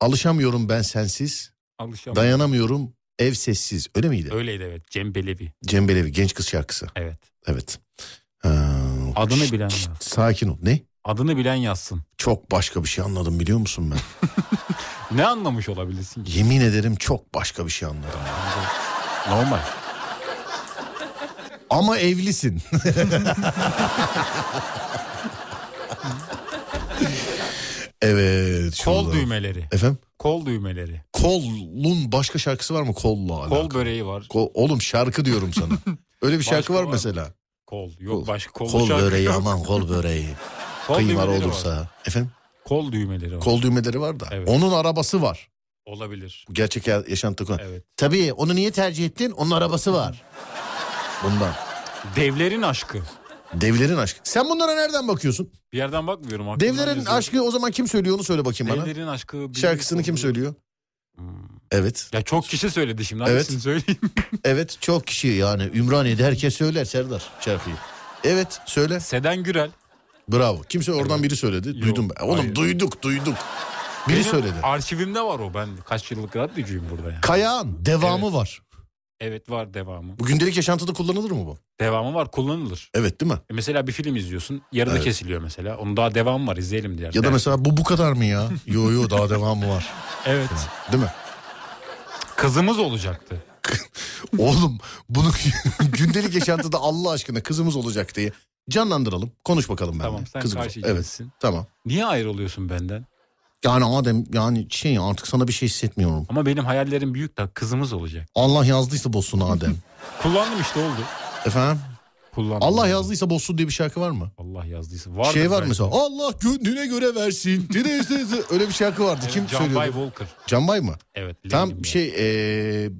[SPEAKER 1] Alışamıyorum ben sensiz.
[SPEAKER 2] Alışamıyorum.
[SPEAKER 1] Dayanamıyorum ev sessiz. Öyle miydi?
[SPEAKER 2] Öyleydi evet. Cem Belevi.
[SPEAKER 1] Cem Belevi genç kız şarkısı.
[SPEAKER 2] Evet.
[SPEAKER 1] Evet. Ha,
[SPEAKER 2] Adını
[SPEAKER 1] şşt,
[SPEAKER 2] bilen
[SPEAKER 1] şşt,
[SPEAKER 2] yaz.
[SPEAKER 1] Sakin ol. Ne?
[SPEAKER 2] Adını bilen yazsın.
[SPEAKER 1] Çok başka bir şey anladım biliyor musun ben?
[SPEAKER 2] Ne anlamış olabilirsin ki?
[SPEAKER 1] Yemin ederim çok başka bir şey anladım.
[SPEAKER 2] Normal.
[SPEAKER 1] Ama evlisin. evet. şu
[SPEAKER 2] Kol
[SPEAKER 1] anda-
[SPEAKER 2] düğmeleri.
[SPEAKER 1] Efendim?
[SPEAKER 2] Kol düğmeleri.
[SPEAKER 1] Kolun başka şarkısı var mı kolla alakalı?
[SPEAKER 2] Kol böreği var.
[SPEAKER 1] Ko- Oğlum şarkı diyorum sana. Öyle bir şarkı
[SPEAKER 2] Başka
[SPEAKER 1] var,
[SPEAKER 2] var mı?
[SPEAKER 1] mesela.
[SPEAKER 2] Kol. Yok başka kol.
[SPEAKER 1] Kol
[SPEAKER 2] şarkı
[SPEAKER 1] böreği
[SPEAKER 2] yok.
[SPEAKER 1] aman kol böreği.
[SPEAKER 2] Kol
[SPEAKER 1] Kıymar
[SPEAKER 2] düğmeleri
[SPEAKER 1] olursa.
[SPEAKER 2] var.
[SPEAKER 1] Efendim?
[SPEAKER 2] Kol düğmeleri var.
[SPEAKER 1] Kol düğmeleri var da.
[SPEAKER 2] Evet.
[SPEAKER 1] Onun arabası var.
[SPEAKER 2] Olabilir.
[SPEAKER 1] Bu Gerçek ya- yaşantı konu.
[SPEAKER 2] Evet.
[SPEAKER 1] Tabii onu niye tercih ettin? Onun arabası var. Bundan.
[SPEAKER 2] Devlerin aşkı.
[SPEAKER 1] Devlerin aşkı. Sen bunlara nereden bakıyorsun?
[SPEAKER 2] Bir yerden bakmıyorum. aklımdan
[SPEAKER 1] Devlerin
[SPEAKER 2] yazıyorum.
[SPEAKER 1] aşkı o zaman kim söylüyor onu söyle bakayım bana.
[SPEAKER 2] Devlerin aşkı. bir- Hmm.
[SPEAKER 1] Şarkısını kim söylüyor? Evet.
[SPEAKER 2] Ya çok kişi söyledi şimdi.
[SPEAKER 1] Evet.
[SPEAKER 2] Evet. söyleyeyim.
[SPEAKER 1] Evet çok kişi yani Ümraniye'de herkes söyler Serdar şarkıyı. Evet söyle.
[SPEAKER 2] Seden Gürel.
[SPEAKER 1] Bravo. Kimse oradan biri söyledi. Duydum ben. Oğlum
[SPEAKER 2] hayır.
[SPEAKER 1] duyduk duyduk. Biri
[SPEAKER 2] Benim
[SPEAKER 1] söyledi.
[SPEAKER 2] Arşivimde var o. Ben kaç yıllık radyocuyum burada yani.
[SPEAKER 1] Kayağın devamı var.
[SPEAKER 2] evet var devamı.
[SPEAKER 1] Bu gündelik yaşantıda kullanılır mı bu?
[SPEAKER 2] Devamı var kullanılır.
[SPEAKER 1] Evet değil mi?
[SPEAKER 2] E Mesela bir film izliyorsun. Yarıda
[SPEAKER 1] Evet.
[SPEAKER 2] kesiliyor mesela. Onun daha devamı var izleyelim diye.
[SPEAKER 1] Ya da
[SPEAKER 2] Evet.
[SPEAKER 1] mesela bu bu kadar mı ya? yo yo daha devamı var.
[SPEAKER 2] Evet.
[SPEAKER 1] Değil mi?
[SPEAKER 2] Kızımız olacaktı.
[SPEAKER 1] Oğlum bunu gündelik yaşantıda Allah aşkına kızımız olacak diye canlandıralım. Konuş bakalım ben.
[SPEAKER 2] Tamam, sen karşı
[SPEAKER 1] Evet.
[SPEAKER 2] cinsin.
[SPEAKER 1] Tamam.
[SPEAKER 2] Niye ayrılıyorsun benden?
[SPEAKER 1] Yani Adem yani şey artık sana bir şey hissetmiyorum.
[SPEAKER 2] Ama benim hayallerim büyük de kızımız olacak.
[SPEAKER 1] Allah yazdıysa bozsun Adem.
[SPEAKER 2] Kullandım işte oldu.
[SPEAKER 1] Efendim?
[SPEAKER 2] Kullandım.
[SPEAKER 1] Allah yazdıysa bozsun diye bir şarkı var mı?
[SPEAKER 2] Allah yazdıysa. Vardır
[SPEAKER 1] şey var
[SPEAKER 2] belki.
[SPEAKER 1] mesela. Allah gönlüne göre versin. Dileğinize- Öyle bir şarkı vardı.
[SPEAKER 2] Evet,
[SPEAKER 1] Kim
[SPEAKER 2] John
[SPEAKER 1] söylüyordu?
[SPEAKER 2] Bay Walker.
[SPEAKER 1] Canbay mı?
[SPEAKER 2] Evet.
[SPEAKER 1] Tam
[SPEAKER 2] Lenin'im
[SPEAKER 1] şey eee,
[SPEAKER 2] ya.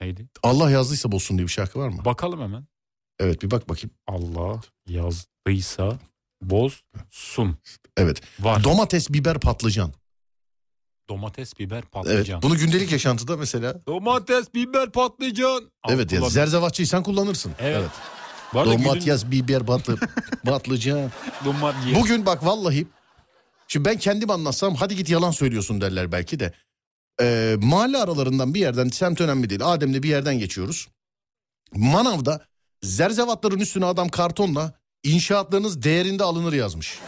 [SPEAKER 2] Neydi?
[SPEAKER 1] Allah yazdıysa bozsun diye bir şarkı var mı?
[SPEAKER 2] Bakalım hemen.
[SPEAKER 1] Evet bir bak bakayım.
[SPEAKER 2] Allah yazdıysa bozsun.
[SPEAKER 1] Evet.
[SPEAKER 2] Var.
[SPEAKER 1] Domates, biber, patlıcan.
[SPEAKER 2] Domates, biber,
[SPEAKER 1] Evet.
[SPEAKER 2] patlıcan.
[SPEAKER 1] Bunu gündelik yaşantıda mesela.
[SPEAKER 2] Domates, biber, patlıcan. Al,
[SPEAKER 1] evet ya
[SPEAKER 2] kullan-
[SPEAKER 1] zerzevatçıyı sen kullanırsın.
[SPEAKER 2] Evet. Bu arada gülün-
[SPEAKER 1] Domates, biber, patlı, patlıcan.
[SPEAKER 2] Domates.
[SPEAKER 1] Bugün bak vallahi şimdi ben kendim anlatsam hadi git yalan söylüyorsun derler belki de. Ee, mahalle aralarından bir yerden semt önemli değil. Adem'le bir yerden geçiyoruz. Manav'da zerzevatların üstüne adam kartonla inşaatlarınız değerinde alınır yazmış.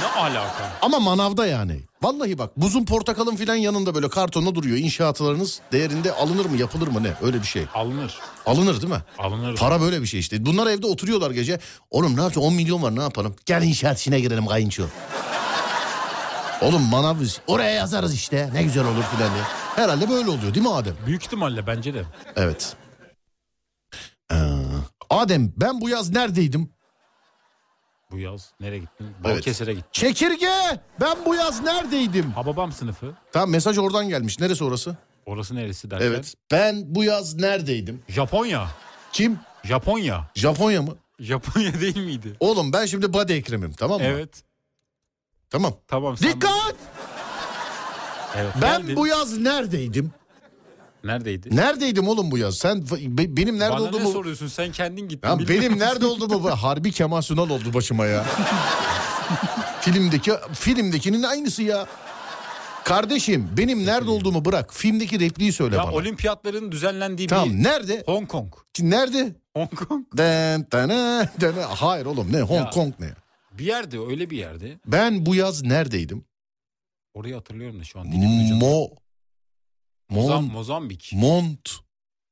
[SPEAKER 2] Ne alaka?
[SPEAKER 1] Ama manavda yani. Vallahi bak buzun portakalın filan yanında böyle kartonla duruyor. İnşaatlarınız değerinde alınır mı yapılır mı ne öyle bir şey.
[SPEAKER 2] Alınır.
[SPEAKER 1] Alınır değil mi?
[SPEAKER 2] Alınır.
[SPEAKER 1] Para böyle bir şey işte. Bunlar evde oturuyorlar gece. Oğlum ne yapacağız 10 milyon var ne yapalım? Gel inşaat işine girelim kayınço. Oğlum manav biz- oraya yazarız işte ne güzel olur filan diye. Herhalde böyle oluyor değil mi Adem?
[SPEAKER 2] Büyük ihtimalle bence de.
[SPEAKER 1] Evet. Ee, Adem ben bu yaz neredeydim?
[SPEAKER 2] bu yaz? Nereye gittin? Balıkesir'e gittim.
[SPEAKER 1] Çekirge ben bu yaz neredeydim?
[SPEAKER 2] Hababam sınıfı.
[SPEAKER 1] Tamam mesaj oradan gelmiş. Neresi orası?
[SPEAKER 2] Orası neresi derken?
[SPEAKER 1] Evet. Ben bu yaz neredeydim?
[SPEAKER 2] Japonya.
[SPEAKER 1] Kim?
[SPEAKER 2] Japonya.
[SPEAKER 1] Japonya mı?
[SPEAKER 2] Japonya değil miydi?
[SPEAKER 1] Oğlum ben şimdi Badi Ekrem'im tamam mı?
[SPEAKER 2] Evet.
[SPEAKER 1] Tamam.
[SPEAKER 2] Tamam. sen-
[SPEAKER 1] Dikkat!
[SPEAKER 2] Evet,
[SPEAKER 1] Ben
[SPEAKER 2] geldin.
[SPEAKER 1] bu yaz neredeydim?
[SPEAKER 2] Neredeydi?
[SPEAKER 1] Neredeydim oğlum bu yaz? Sen be- benim nerede
[SPEAKER 2] Bana ne
[SPEAKER 1] olduğumu...
[SPEAKER 2] soruyorsun? Sen kendin gittin.
[SPEAKER 1] Ya
[SPEAKER 2] bilmiyorum.
[SPEAKER 1] benim nerede olduğumu... Harbi Kemal Sunal oldu başıma ya. filmdeki filmdekinin aynısı ya. Kardeşim benim nerede olduğumu bırak. Filmdeki repliği söyle
[SPEAKER 2] Ya
[SPEAKER 1] bana.
[SPEAKER 2] olimpiyatların düzenlendiği
[SPEAKER 1] Tamam
[SPEAKER 2] bir...
[SPEAKER 1] nerede?
[SPEAKER 2] Hong Kong.
[SPEAKER 1] Nerede?
[SPEAKER 2] Hong Kong.
[SPEAKER 1] Den, dene, dene. Hayır oğlum ne Hong
[SPEAKER 2] Ya.
[SPEAKER 1] Kong ne?
[SPEAKER 2] Bir yerde öyle bir yerde.
[SPEAKER 1] Ben bu yaz neredeydim?
[SPEAKER 2] Orayı hatırlıyorum da şu an. dilimin ucunda.
[SPEAKER 1] Mo
[SPEAKER 2] Mozam-
[SPEAKER 1] Mon
[SPEAKER 2] Mozambik.
[SPEAKER 1] Mont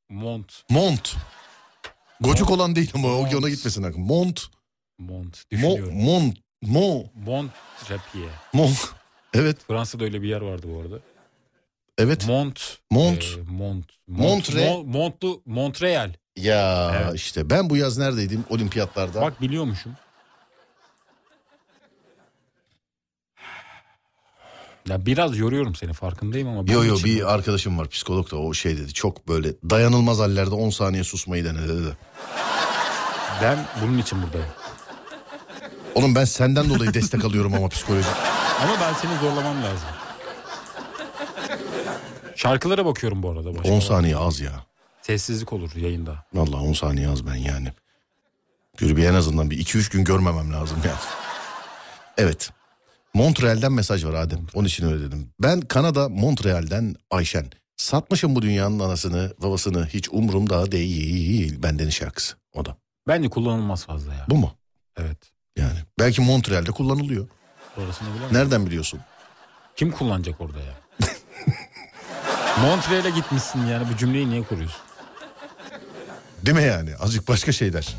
[SPEAKER 2] Mont.
[SPEAKER 1] Mont Gocuk olan değil ama o ona gitmesin aklım. Mont
[SPEAKER 2] Mont.
[SPEAKER 1] Mo
[SPEAKER 2] Düşünüyorum.
[SPEAKER 1] Mont Mo
[SPEAKER 2] Mont Rapier.
[SPEAKER 1] Mont Evet
[SPEAKER 2] Fransa'da öyle bir yer vardı bu arada.
[SPEAKER 1] evet
[SPEAKER 2] Mont.
[SPEAKER 1] Mont.
[SPEAKER 2] e, mont.
[SPEAKER 1] Montre.
[SPEAKER 2] Mon- Montlu. Montreal.
[SPEAKER 1] ya
[SPEAKER 2] Evet.
[SPEAKER 1] işte ben bu yaz neredeydim olimpiyatlarda?
[SPEAKER 2] Bak biliyormuşum. Ya biraz yoruyorum seni farkındayım ama.
[SPEAKER 1] Yo
[SPEAKER 2] bunun
[SPEAKER 1] yo
[SPEAKER 2] için-
[SPEAKER 1] bir arkadaşım var psikolog da o şey dedi çok böyle dayanılmaz hallerde 10 saniye susmayı denedi dedi.
[SPEAKER 2] Ben bunun için buradayım.
[SPEAKER 1] Oğlum ben senden dolayı destek alıyorum ama psikolojik.
[SPEAKER 2] Ama ben seni zorlamam lazım. Şarkılara bakıyorum bu arada. Başka.
[SPEAKER 1] 10 saniye az ya.
[SPEAKER 2] Sessizlik olur yayında.
[SPEAKER 1] Vallahi 10 saniye az ben yani. Yürü bir en azından bir 2-3 gün görmemem lazım ya. Evet. Montreal'den mesaj var Adem. Onun için öyle dedim. Ben Kanada Montreal'den Ayşen. Satmışım bu dünyanın anasını, babasını. Hiç umurumda değil. Benden şarkısı. O da.
[SPEAKER 2] Bence kullanılmaz fazla ya.
[SPEAKER 1] Bu mu?
[SPEAKER 2] Evet.
[SPEAKER 1] Yani. Belki Montreal'de kullanılıyor.
[SPEAKER 2] Orasını bilemem.
[SPEAKER 1] Nereden biliyorsun?
[SPEAKER 2] Kim kullanacak orada ya? Montreal'e gitmişsin yani bu cümleyi niye kuruyorsun?
[SPEAKER 1] Değil mi yani? Azıcık başka şeyler.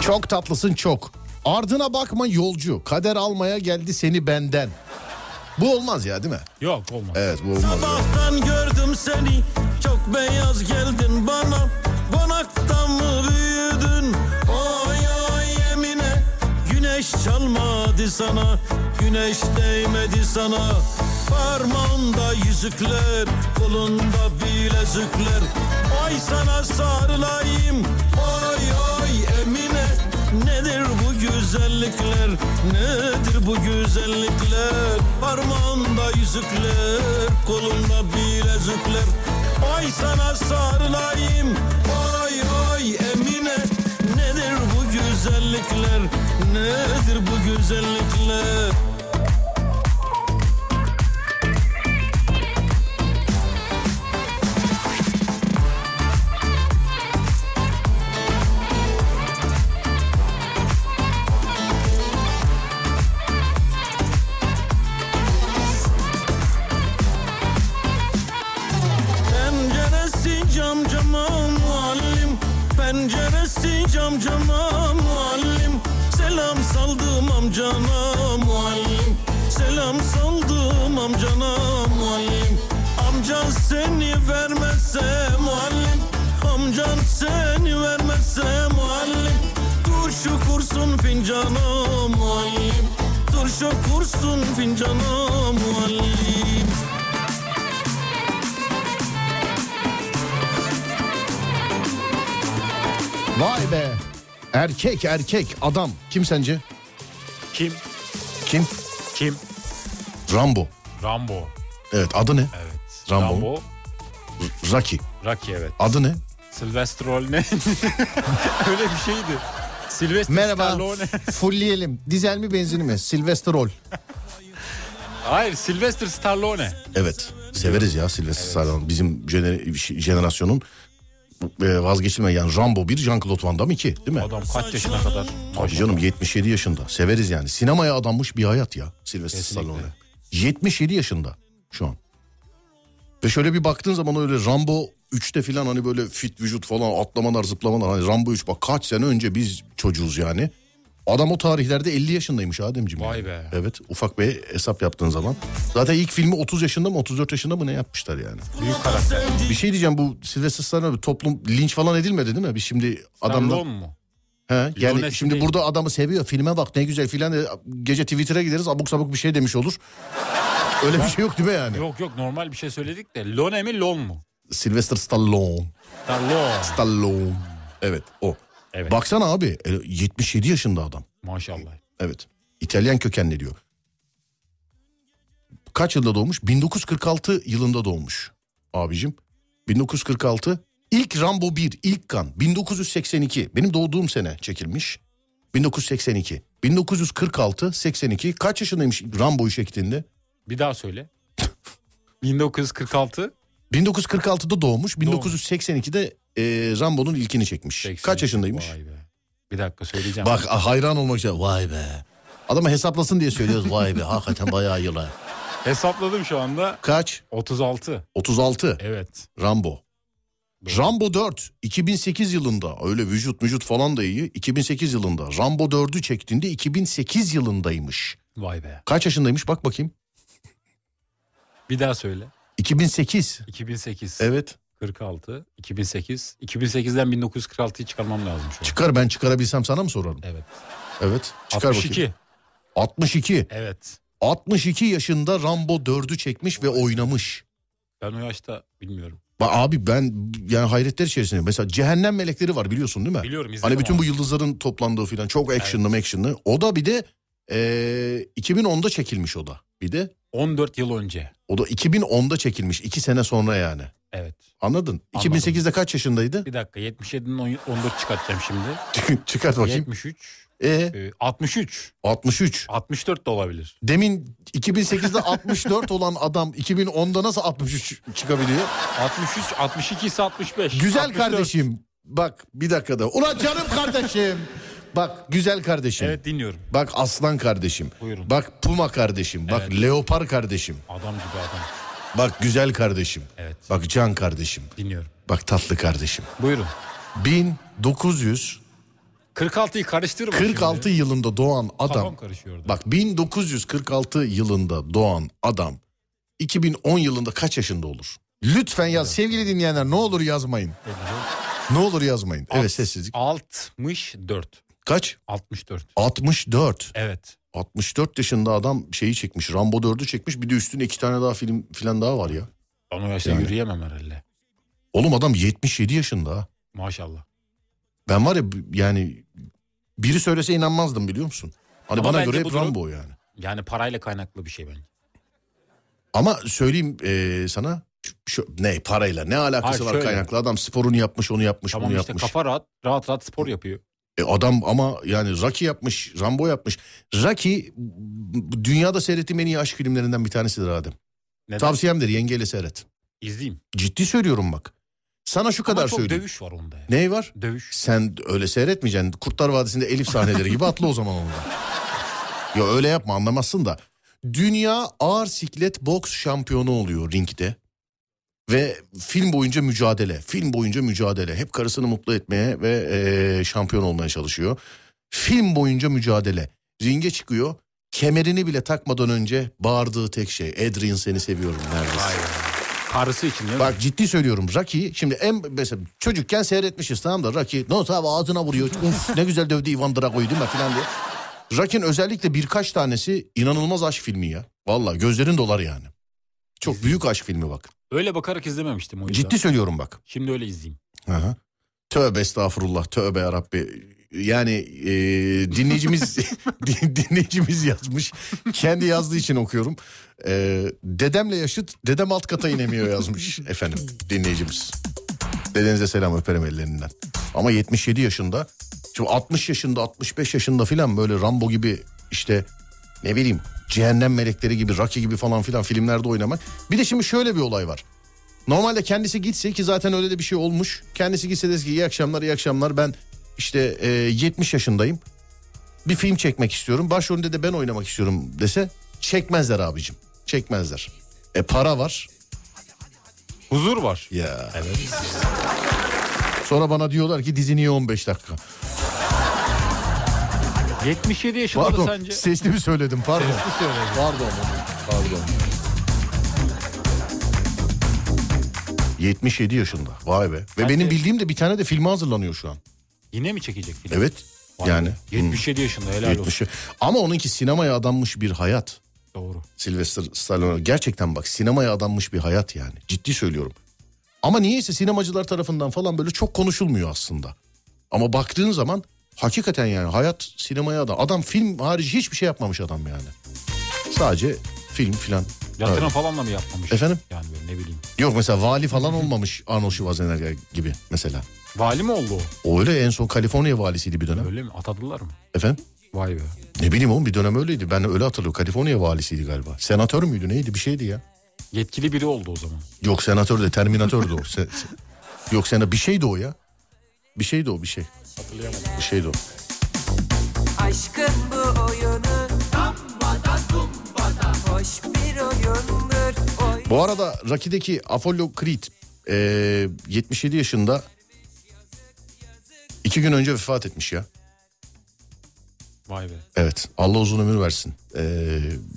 [SPEAKER 1] Çok tatlısın çok. Ardına bakma yolcu. Kader almaya geldi seni benden. Bu olmaz ya değil mi?
[SPEAKER 2] Yok olmaz.
[SPEAKER 1] Evet bu olmaz. ya.
[SPEAKER 7] Sabahtan gördüm seni Çok beyaz geldin bana Bonaktan mı büyüdün Oy oy yemine Güneş çalmadı sana Güneş değmedi sana Parmağında yüzükler Kolunda bilezükler Ay sana sarılayım Oy oy emine Nedir bu güzellikler Nedir bu güzellikler Parmağında yüzükler Kolunda bilezükler Ay sana sarılayım Oy oy Emine Nedir bu güzellikler Nedir bu güzellikler Penceresi cam cama muallim Penceresi cam cama muallim Selam saldım amcana muallim Selam saldım amcana muallim Amcan seni vermezse muallim Amcan seni vermezse muallim Turşu kursun fincana muallim Turşu kursun fincana muallim
[SPEAKER 1] Vay be. Erkek erkek adam. Kim sence?
[SPEAKER 2] Kim?
[SPEAKER 1] Kim?
[SPEAKER 2] Kim?
[SPEAKER 1] Rambo.
[SPEAKER 2] Rambo.
[SPEAKER 1] Evet adı ne?
[SPEAKER 2] Evet.
[SPEAKER 1] Rambo.
[SPEAKER 2] Rambo.
[SPEAKER 1] Rocky.
[SPEAKER 2] Rocky evet.
[SPEAKER 1] Adı ne?
[SPEAKER 2] Sylvester Stallone. Öyle bir şeydi. Sylvester Stallone.
[SPEAKER 1] Fulleyelim. Dizel mi benzin mi? Silvester Rol.
[SPEAKER 2] Hayır Sylvester Stallone.
[SPEAKER 1] Evet. Severiz ya Sylvester Stallone. Bizim jene- jenerasyonun e, vazgeçilme yani Rambo 1, Jean-Claude Van Damme 2 değil mi?
[SPEAKER 2] Adam kaç yaşına kadar?
[SPEAKER 1] Abi canım 77 yaşında. Severiz yani. Sinemaya adanmış bir hayat ya Sylvester
[SPEAKER 2] Kesinlikle.
[SPEAKER 1] Stallone. 77 yaşında şu an. Ve şöyle bir baktığın zaman öyle Rambo 3'te falan hani böyle fit vücut falan atlamalar zıplamalar. Hani Rambo 3 bak kaç sene önce biz çocuğuz yani. Adam o tarihlerde 50 yaşındaymış Ademciğim.
[SPEAKER 2] Vay
[SPEAKER 1] yani.
[SPEAKER 2] be.
[SPEAKER 1] Evet ufak bir hesap yaptığın zaman. Zaten ilk filmi 30 yaşında mı 34 yaşında mı ne yapmışlar yani.
[SPEAKER 2] Büyük karakter.
[SPEAKER 1] Bir şey diyeceğim bu Sylvester Stallone toplum linç falan edilmedi değil mi? Biz şimdi adamla...
[SPEAKER 2] Stallone mu?
[SPEAKER 1] He, yani
[SPEAKER 2] Leonesi
[SPEAKER 1] şimdi
[SPEAKER 2] değil.
[SPEAKER 1] burada adamı seviyor filme bak ne güzel filan de gece Twitter'a gideriz abuk sabuk bir şey demiş olur. Öyle bir şey yok değil mi yani?
[SPEAKER 2] Yok yok normal bir şey söyledik de Lone mi Lon mu?
[SPEAKER 1] Sylvester Stallone.
[SPEAKER 2] Stallone.
[SPEAKER 1] Stallone. Evet o.
[SPEAKER 2] Evet.
[SPEAKER 1] Baksana abi e, 77 yaşında adam.
[SPEAKER 2] Maşallah.
[SPEAKER 1] Evet. İtalyan kökenli diyor. Kaç yılda doğmuş? 1946 yılında doğmuş abicim. 1946 ilk Rambo 1, ilk kan 1982. Benim doğduğum sene çekilmiş. 1982. 1946 82 kaç yaşındaymış Rambo'yu çektiğinde?
[SPEAKER 2] Bir daha söyle. 1946
[SPEAKER 1] 1946'da doğmuş. 1982'de e, Rambo'nun ilkini çekmiş.
[SPEAKER 2] 80.
[SPEAKER 1] Kaç yaşındaymış?
[SPEAKER 2] Vay be. Bir dakika söyleyeceğim.
[SPEAKER 1] Bak ah, hayran olmak için vay be. Adama hesaplasın diye söylüyoruz vay be hakikaten bayağı yıla.
[SPEAKER 2] Hesapladım şu anda.
[SPEAKER 1] Kaç?
[SPEAKER 2] 36.
[SPEAKER 1] 36.
[SPEAKER 2] Evet.
[SPEAKER 1] Rambo.
[SPEAKER 2] Doğru.
[SPEAKER 1] Rambo 4 2008 yılında öyle vücut vücut falan da iyi 2008 yılında Rambo 4'ü çektiğinde 2008 yılındaymış.
[SPEAKER 2] Vay be.
[SPEAKER 1] Kaç yaşındaymış bak bakayım.
[SPEAKER 2] Bir daha söyle.
[SPEAKER 1] 2008.
[SPEAKER 2] 2008.
[SPEAKER 1] Evet
[SPEAKER 2] 46. 2008. 2008'den 1946'yı çıkarmam lazım şu an.
[SPEAKER 1] çıkar ben çıkarabilsem sana mı sorarım?
[SPEAKER 2] Evet.
[SPEAKER 1] Evet çıkar
[SPEAKER 2] 62.
[SPEAKER 1] bakayım. 62.
[SPEAKER 2] Evet.
[SPEAKER 1] 62 yaşında Rambo 4'ü çekmiş ve oynamış.
[SPEAKER 2] Ben o yaşta bilmiyorum.
[SPEAKER 1] Bak abi ben yani hayretler içerisinde mesela Cehennem Melekleri var biliyorsun değil mi?
[SPEAKER 2] Biliyorum izledim.
[SPEAKER 1] Hani bütün
[SPEAKER 2] ama.
[SPEAKER 1] bu yıldızların toplandığı filan çok actionlı actionlı. O da bir de eee, 2010'da çekilmiş o da. Bir de
[SPEAKER 2] 14 yıl önce.
[SPEAKER 1] o da 2010'da çekilmiş. 2 sene sonra yani.
[SPEAKER 2] Evet.
[SPEAKER 1] Anladın? 2008'de kaç yaşındaydı?
[SPEAKER 2] Bir dakika 77'den 14 çıkartacağım şimdi.
[SPEAKER 1] Çıkart bakayım.
[SPEAKER 2] 73.
[SPEAKER 1] E
[SPEAKER 2] e, 63.
[SPEAKER 1] 63.
[SPEAKER 2] 64 da olabilir.
[SPEAKER 1] Demin 2008'de 64 olan adam 2010'da nasıl 63 çıkabiliyor?
[SPEAKER 2] 63, 62 ise 65.
[SPEAKER 1] Güzel
[SPEAKER 2] 64.
[SPEAKER 1] kardeşim. Bak bir dakikada. Ulan canım kardeşim. Bak güzel kardeşim.
[SPEAKER 2] Evet dinliyorum.
[SPEAKER 1] Bak aslan kardeşim.
[SPEAKER 2] Buyurun.
[SPEAKER 1] Bak puma kardeşim. Bak leopar kardeşim.
[SPEAKER 2] Adam gibi adam.
[SPEAKER 1] Bak güzel kardeşim.
[SPEAKER 2] Evet.
[SPEAKER 1] Bak can kardeşim.
[SPEAKER 2] Dinliyorum.
[SPEAKER 1] Bak tatlı kardeşim.
[SPEAKER 2] Buyurun.
[SPEAKER 1] 1946
[SPEAKER 2] 46'yı karıştırma. şimdi.
[SPEAKER 1] yılında doğan adam.
[SPEAKER 2] Kafam karışıyor orada.
[SPEAKER 1] Bak 1946 yılında doğan adam 2010 yılında kaç yaşında olur? Lütfen yaz sevgili dinleyenler ne olur yazmayın. Ne olur yazmayın. Evet sessizlik.
[SPEAKER 2] 64.
[SPEAKER 1] Kaç?
[SPEAKER 2] 64.
[SPEAKER 1] 64.
[SPEAKER 2] Evet.
[SPEAKER 1] 64 yaşında adam şeyi çekmiş. Rambo 4'ü çekmiş. Bir de üstüne iki tane daha film filan daha var ya.
[SPEAKER 2] Ben o yaşta
[SPEAKER 1] Yani.
[SPEAKER 2] yürüyemem herhalde.
[SPEAKER 1] Oğlum adam 77 yaşında ha.
[SPEAKER 2] Maşallah.
[SPEAKER 1] Ben var ya b- yani biri söylese inanmazdım biliyor musun? Hani
[SPEAKER 2] Ama
[SPEAKER 1] bana
[SPEAKER 2] bence
[SPEAKER 1] göre hep
[SPEAKER 2] bu durum-
[SPEAKER 1] Rambo yani.
[SPEAKER 2] Yani parayla kaynaklı bir şey bence.
[SPEAKER 1] Ama söyleyeyim eee, sana şu- şu, ne parayla ne alakası
[SPEAKER 2] Hayır,
[SPEAKER 1] var
[SPEAKER 2] şöyle.
[SPEAKER 1] kaynaklı adam sporunu yapmış onu yapmış
[SPEAKER 2] Tamam
[SPEAKER 1] bunu
[SPEAKER 2] işte
[SPEAKER 1] yapmış.
[SPEAKER 2] kafa rahat, rahat rahat spor yapıyor.
[SPEAKER 1] E, adam ama yani Rocky yapmış Rambo yapmış. Rocky bu dünyada seyrettiğim en iyi aşk filmlerinden bir tanesidir Adem.
[SPEAKER 2] Neden?
[SPEAKER 1] Tavsiyemdir yengeyle seyret.
[SPEAKER 2] İzleyeyim.
[SPEAKER 1] Ciddi söylüyorum bak. Sana şu kadar
[SPEAKER 2] Ama çok
[SPEAKER 1] söyleyeyim.
[SPEAKER 2] dövüş var onda ya.
[SPEAKER 1] Ney var?
[SPEAKER 2] Dövüş.
[SPEAKER 1] Sen öyle seyretmeyeceksin. Kurtlar Vadisi'nde Elif sahneleri gibi atla o zaman onu. Ya öyle yapma anlamazsın da. Dünya ağır siklet boks şampiyonu oluyor ringde. Ve film boyunca mücadele. Film boyunca mücadele. Hep karısını mutlu etmeye ve eee, şampiyon olmaya çalışıyor. Film boyunca mücadele. Ringe çıkıyor. Kemerini bile takmadan önce bağırdığı tek şey. Adrian seni seviyorum neredeyse.
[SPEAKER 2] Karısı için değil mi?
[SPEAKER 1] Bak ciddi söylüyorum Rocky şimdi en mesela çocukken seyretmişiz tamam da Rocky ne olsa abi ağzına vuruyor. Uf, ne güzel dövdü Ivan Drago'yu değil mi falan diye. Rocky'nin özellikle birkaç tanesi inanılmaz aşk filmi ya. Valla gözlerin dolar yani. Çok büyük aşk filmi bak.
[SPEAKER 2] Öyle bakarak izlememiştim o yüzden.
[SPEAKER 1] Ciddi söylüyorum bak.
[SPEAKER 2] Şimdi öyle izleyeyim.
[SPEAKER 1] Aha. Tövbe estağfurullah tövbe yarabbi. Yani e, dinleyicimiz din- dinleyicimiz yazmış. Kendi yazdığı için okuyorum. E, dedemle yaşıt dedem alt kata inemiyor yazmış efendim dinleyicimiz. Dedenize selam öperim ellerinden. Ama 77 yaşında şimdi 60 yaşında 65 yaşında filan böyle Rambo gibi işte ne bileyim cehennem melekleri gibi Rocky gibi falan filan filmlerde oynamak. Bir de şimdi şöyle bir olay var. Normalde kendisi gitse ki zaten öyle de bir şey olmuş. Kendisi gitse dese ki iyi akşamlar iyi akşamlar ben işte e, 70 yaşındayım. Bir film çekmek istiyorum. Başrolünde de ben oynamak istiyorum dese çekmezler abicim. Çekmezler. E para var.
[SPEAKER 2] Huzur var.
[SPEAKER 1] Ya. Sonra bana diyorlar ki dizi niye 15 dakika?
[SPEAKER 2] 77 yaşında da
[SPEAKER 1] Pardon
[SPEAKER 2] sence...
[SPEAKER 1] sesli mi söyledim pardon.
[SPEAKER 2] Sesli söyledim.
[SPEAKER 1] Pardon. Pardon. 77 yaşında. Vay be. Ve benim bildiğim de bir tane de filme hazırlanıyor şu an.
[SPEAKER 2] Yine mi çekecek film?
[SPEAKER 1] Evet.
[SPEAKER 2] Vay be.
[SPEAKER 1] yani.
[SPEAKER 2] 77 yaşında
[SPEAKER 1] hmm,
[SPEAKER 2] helal
[SPEAKER 1] 70
[SPEAKER 2] olsun.
[SPEAKER 1] Ama onunki sinemaya adanmış bir hayat.
[SPEAKER 2] Doğru.
[SPEAKER 1] Sylvester Stallone. Gerçekten bak sinemaya adanmış bir hayat yani. Ciddi söylüyorum. Ama niyeyse sinemacılar tarafından falan böyle çok konuşulmuyor aslında. Ama baktığın zaman hakikaten yani hayat sinemaya da adam film harici hiçbir şey yapmamış adam yani. Sadece film filan.
[SPEAKER 2] Yatırım
[SPEAKER 1] Evet.
[SPEAKER 2] falan da mı yapmamış?
[SPEAKER 1] Efendim?
[SPEAKER 2] Yani böyle ne bileyim.
[SPEAKER 1] Yok mesela vali falan olmamış Arnold Schwarzenegger gibi mesela.
[SPEAKER 2] Vali mi oldu o?
[SPEAKER 1] O öyle en son Kaliforniya valisiydi bir dönem.
[SPEAKER 2] Öyle mi? Atadılar mı?
[SPEAKER 1] Efendim?
[SPEAKER 2] Vay be.
[SPEAKER 1] Ne bileyim oğlum bir dönem öyleydi. Ben öyle hatırlıyorum. Kaliforniya valisiydi galiba. Senatör müydü neydi bir şeydi ya.
[SPEAKER 2] Yetkili biri oldu o zaman.
[SPEAKER 1] Yok senatör de terminatördü o. Se- se- Yok sena bir şeydi o ya. Bir şeydi o bir şey. Bir şeydi o.
[SPEAKER 9] Aşkın bu oyunu Hoş bir oyundur oy
[SPEAKER 1] Bu arada Raki'deki Apollo Creed e, 77 yaşında iki gün önce vefat etmiş ya.
[SPEAKER 2] Vay be.
[SPEAKER 1] Evet Allah uzun ömür versin. E,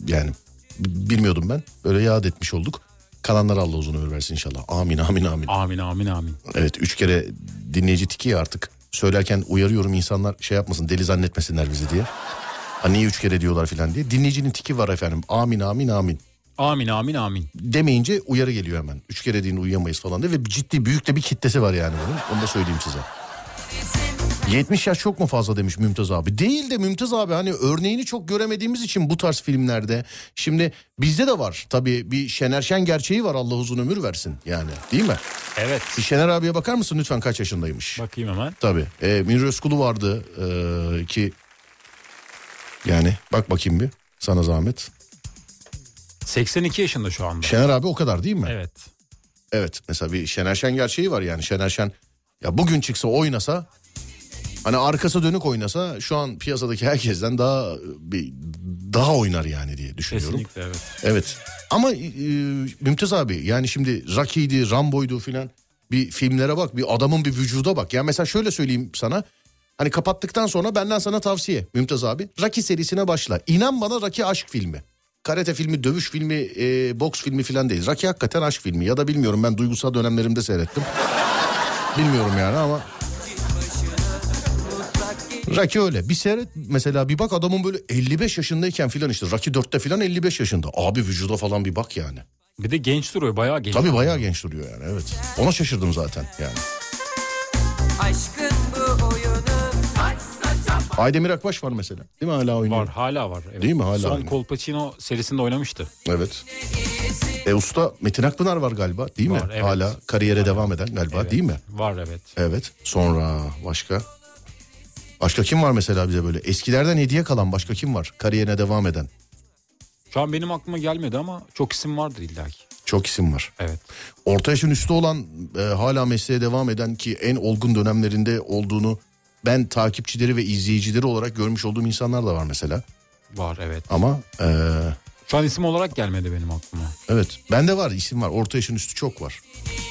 [SPEAKER 1] yani b- bilmiyordum ben. Böyle yad etmiş olduk. Kalanlara Allah uzun ömür versin inşallah. Amin amin amin.
[SPEAKER 2] Amin amin amin.
[SPEAKER 1] Evet üç kere dinleyici tiki ya artık. Söylerken uyarıyorum insanlar şey yapmasın deli zannetmesinler bizi diye. Hani niye üç kere diyorlar filan diye. Dinleyicinin tiki var efendim. Amin amin amin.
[SPEAKER 2] Amin amin amin.
[SPEAKER 1] Demeyince uyarı geliyor hemen. Üç kere deyin uyuyamayız falan diye. Ve ciddi büyük de bir kitlesi var yani bunun. Onu da söyleyeyim size. 70 yaş çok mu fazla demiş Mümtaz abi. Değil de Mümtaz abi hani örneğini çok göremediğimiz için bu tarz filmlerde. Şimdi bizde de var tabii bir Şener Şen gerçeği var Allah uzun ömür versin yani değil mi?
[SPEAKER 2] Evet.
[SPEAKER 1] Bir Şener abiye bakar mısın lütfen kaç yaşındaymış?
[SPEAKER 2] Bakayım hemen.
[SPEAKER 1] Tabii. E, Münir Özkulu vardı e, ki yani bak bakayım bir sana zahmet.
[SPEAKER 2] 82 yaşında şu anda.
[SPEAKER 1] Şener abi o kadar değil mi?
[SPEAKER 2] Evet.
[SPEAKER 1] Evet. Mesela bir Şener Şen gerçeği var yani Şener Şen ya bugün çıksa oynasa hani arkası dönük oynasa şu an piyasadaki herkesten daha bir daha oynar yani diye düşünüyorum.
[SPEAKER 2] Kesinlikle evet.
[SPEAKER 1] Evet. Ama e, Mümtaz abi yani şimdi Rocky'ydi, Rambo'ydu filan bir filmlere bak, bir adamın bir vücuda bak. Yani mesela şöyle söyleyeyim sana. Hani kapattıktan sonra benden sana tavsiye Mümtaz abi. Rocky serisine başla. İnan bana Rocky aşk filmi. Karate filmi, dövüş filmi, e, boks filmi filan değil. Rocky hakikaten aşk filmi. Ya da bilmiyorum ben duygusal dönemlerimde seyrettim. bilmiyorum yani ama... Rocky öyle. Bir seyret mesela bir bak adamın böyle 55 yaşındayken filan işte. Rocky 4'te filan 55 yaşında. Abi vücuda falan bir bak yani.
[SPEAKER 2] Bir de genç duruyor bayağı genç.
[SPEAKER 1] Tabii bayağı genç duruyor yani evet. Ona şaşırdım zaten yani.
[SPEAKER 9] Aşkın bu oyunu
[SPEAKER 1] Aydemir Akbaş var mesela. Değil mi hala oynuyor?
[SPEAKER 2] Var hala var. Evet.
[SPEAKER 1] Değil mi? Hala
[SPEAKER 2] Son
[SPEAKER 1] aynı.
[SPEAKER 2] Colpacino serisinde oynamıştı.
[SPEAKER 1] Evet. E usta Metin Akpınar var galiba değil mi?
[SPEAKER 2] Var, evet.
[SPEAKER 1] Hala kariyere devam eden galiba değil mi?
[SPEAKER 2] Var evet.
[SPEAKER 1] Evet. Sonra başka? Başka kim var mesela bize böyle? Eskilerden hediye kalan başka kim var? Kariyerine devam eden.
[SPEAKER 2] Şu an benim aklıma gelmedi ama çok isim vardır illaki.
[SPEAKER 1] Çok isim var.
[SPEAKER 2] Evet.
[SPEAKER 1] Orta yaşın üstü olan e, hala mesleğe devam eden ki en olgun dönemlerinde olduğunu ben takipçileri ve izleyicileri olarak görmüş olduğum insanlar da var mesela.
[SPEAKER 2] Var evet.
[SPEAKER 1] Ama e,
[SPEAKER 2] Şu an isim olarak gelmedi benim aklıma.
[SPEAKER 1] Evet. Bende var isim var. Orta yaşın üstü çok var.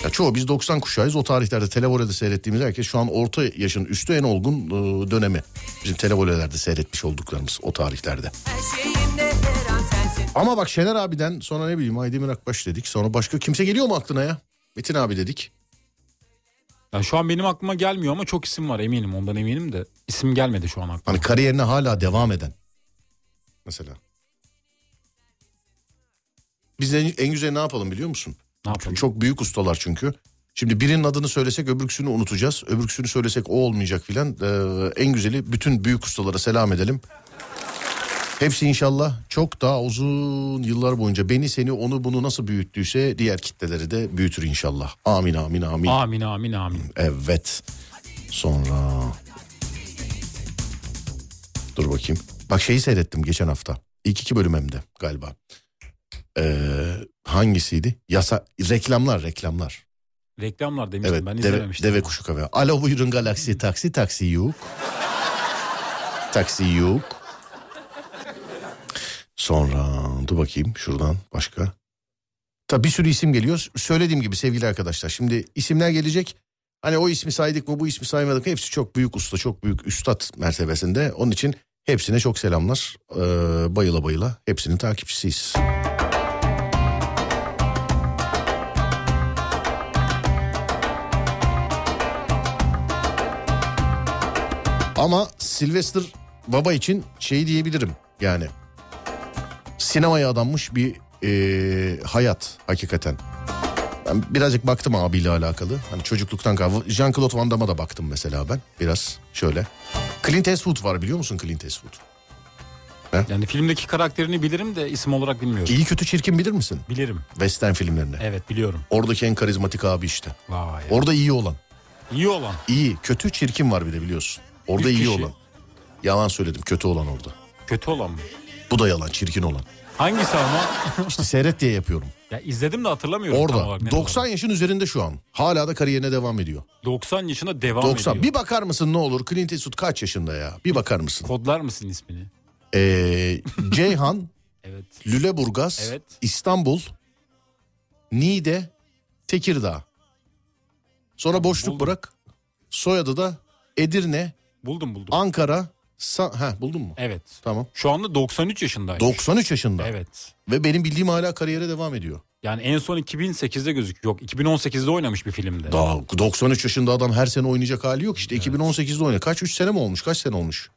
[SPEAKER 1] Ya çoğu biz 90 kuşağıyız. O tarihlerde televolede seyrettiğimiz herkes şu an orta yaşın üstü en olgun e, dönemi. Bizim televolelerde seyretmiş olduklarımız o tarihlerde.
[SPEAKER 9] her şeyimde her an sensin
[SPEAKER 1] Ama bak Şener abiden sonra ne bileyim Aydemir Akbaş dedik. Sonra başka kimse geliyor mu aklına ya? Metin abi dedik.
[SPEAKER 2] Yani şu an benim aklıma gelmiyor ama çok isim var eminim ondan eminim de. isim gelmedi şu an aklıma.
[SPEAKER 1] Hani kariyerine hala devam eden. Mesela. Biz en, en güzel ne yapalım biliyor musun?
[SPEAKER 2] Ne yapalım?
[SPEAKER 1] Çok büyük ustalar çünkü. Şimdi birinin adını söylesek öbürküsünü unutacağız. Öbürküsünü söylesek o olmayacak filan. Ee, en güzeli bütün büyük ustalara selam edelim. Hepsi inşallah çok daha uzun yıllar boyunca beni seni onu bunu nasıl büyüttüyse diğer kitleleri de büyütür inşallah. Amin amin amin.
[SPEAKER 2] Amin amin amin.
[SPEAKER 1] Evet. Sonra... Dur bakayım. Bak şeyi seyrettim geçen hafta. İlk iki bölüm hem de galiba. Ee, hangisiydi? Yasa reklamlar reklamlar.
[SPEAKER 2] Reklamlar demiştim
[SPEAKER 1] Evet.
[SPEAKER 2] ben
[SPEAKER 1] deve,
[SPEAKER 2] izlememiştim.
[SPEAKER 1] deve kuşu kafe. Alo buyurun galaksi taksi taksi yok. taksi yok. Sonra dur bakayım şuradan başka. Tabii bir sürü isim geliyor. Söylediğim gibi sevgili arkadaşlar şimdi isimler gelecek. Hani o ismi saydık mı bu ismi saymadık mı hepsi çok büyük usta çok büyük üstad mertebesinde. Onun için Hepsine çok selamlar. Ee, bayıla bayıla hepsinin takipçisiyiz. Ama Sylvester Baba için şey diyebilirim yani. Sinemaya adanmış bir e, hayat hakikaten. Ben birazcık baktım abiyle alakalı. Hani çocukluktan kalma. Jean-Claude Van Damme'a da baktım mesela ben. Biraz şöyle. Clint Eastwood var biliyor musun Clint Eastwood?
[SPEAKER 2] Yani filmdeki karakterini bilirim de isim olarak bilmiyorum.
[SPEAKER 1] İyi kötü çirkin bilir misin?
[SPEAKER 2] Bilirim.
[SPEAKER 1] Western filmlerinde.
[SPEAKER 2] Evet biliyorum.
[SPEAKER 1] Oradaki en karizmatik abi işte.
[SPEAKER 2] Vay.
[SPEAKER 1] Orada iyi olan.
[SPEAKER 2] İyi olan.
[SPEAKER 1] İyi. Kötü çirkin var bir de biliyorsun. Orada
[SPEAKER 2] Bir
[SPEAKER 1] iyi
[SPEAKER 2] kişi.
[SPEAKER 1] olan. Yalan söyledim. Kötü olan orada.
[SPEAKER 2] Kötü olan mı?
[SPEAKER 1] Bu da yalan. Çirkin olan.
[SPEAKER 2] Hangisi ama?
[SPEAKER 1] İşte seyret diye yapıyorum.
[SPEAKER 2] ya izledim de hatırlamıyorum. tam olarak
[SPEAKER 1] Orada.
[SPEAKER 2] ne
[SPEAKER 1] 90
[SPEAKER 2] olarak.
[SPEAKER 1] yaşın üzerinde şu an. Hala da kariyerine devam ediyor.
[SPEAKER 2] 90 yaşında devam
[SPEAKER 1] 90.
[SPEAKER 2] ediyor.
[SPEAKER 1] Bir bakar mısın ne olur? Clint Eastwood kaç yaşında ya? Bir bakar mısın?
[SPEAKER 2] Kodlar mısın ismini?
[SPEAKER 1] Ee, Ceyhan,
[SPEAKER 2] Evet.
[SPEAKER 1] Lüleburgaz,
[SPEAKER 2] Evet.
[SPEAKER 1] İstanbul, Niğde, Tekirdağ. Sonra boşluk
[SPEAKER 2] buldum.
[SPEAKER 1] bırak. Soyadı da Edirne,
[SPEAKER 2] Buldum buldum.
[SPEAKER 1] Ankara, Sa- ha buldun mu?
[SPEAKER 2] evet.
[SPEAKER 1] Tamam.
[SPEAKER 2] Şu anda 93 yaşındaymış.
[SPEAKER 1] 93 yaşında
[SPEAKER 2] Evet.
[SPEAKER 1] ve benim bildiğim hala kariyere devam ediyor.
[SPEAKER 2] Yani en son 2008'de gözüküyor. Yok 2018'de oynamış bir filmde.
[SPEAKER 1] Daha 93 yaşında adam her sene oynayacak hali yok işte. 2018'de oynuyor. Kaç 3 sene mi olmuş? Kaç sene olmuş?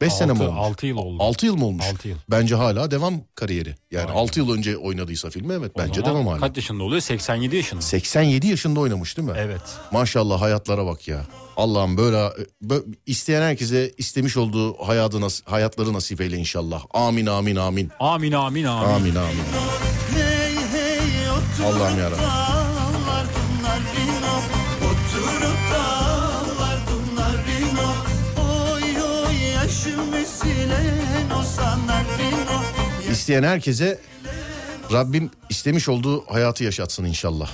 [SPEAKER 1] 5 sene mi
[SPEAKER 2] Altı-
[SPEAKER 1] olmuş?
[SPEAKER 2] altı yıl oldu.
[SPEAKER 1] 6 yıl mı olmuş?
[SPEAKER 2] Altı yıl.
[SPEAKER 1] Bence hala devam kariyeri. Yani
[SPEAKER 2] Aynen.
[SPEAKER 1] 6 yıl önce oynadıysa filmi evet
[SPEAKER 2] O
[SPEAKER 1] bence
[SPEAKER 2] zaman
[SPEAKER 1] devam hala.
[SPEAKER 2] Kaç yaşında oluyor? 87 yaşında.
[SPEAKER 1] 87 yaşında oynamış değil mi?
[SPEAKER 2] Evet.
[SPEAKER 1] Maşallah hayatlara bak ya. Allah'ım böyle, bö- isteyen herkese istemiş olduğu hayatı nas- hayatları nasip eyle inşallah. Amin amin amin.
[SPEAKER 2] Amin amin amin.
[SPEAKER 1] Amin amin.
[SPEAKER 7] Hey hey oturup
[SPEAKER 1] Allah'ım yarabbim.
[SPEAKER 7] dağlar bunlar vino Oturup dağlar bunlar vino Oy oy yaşım esilen o sanar vino
[SPEAKER 1] İsteyen herkese Rabbim istemiş olduğu hayatı yaşatsın inşallah.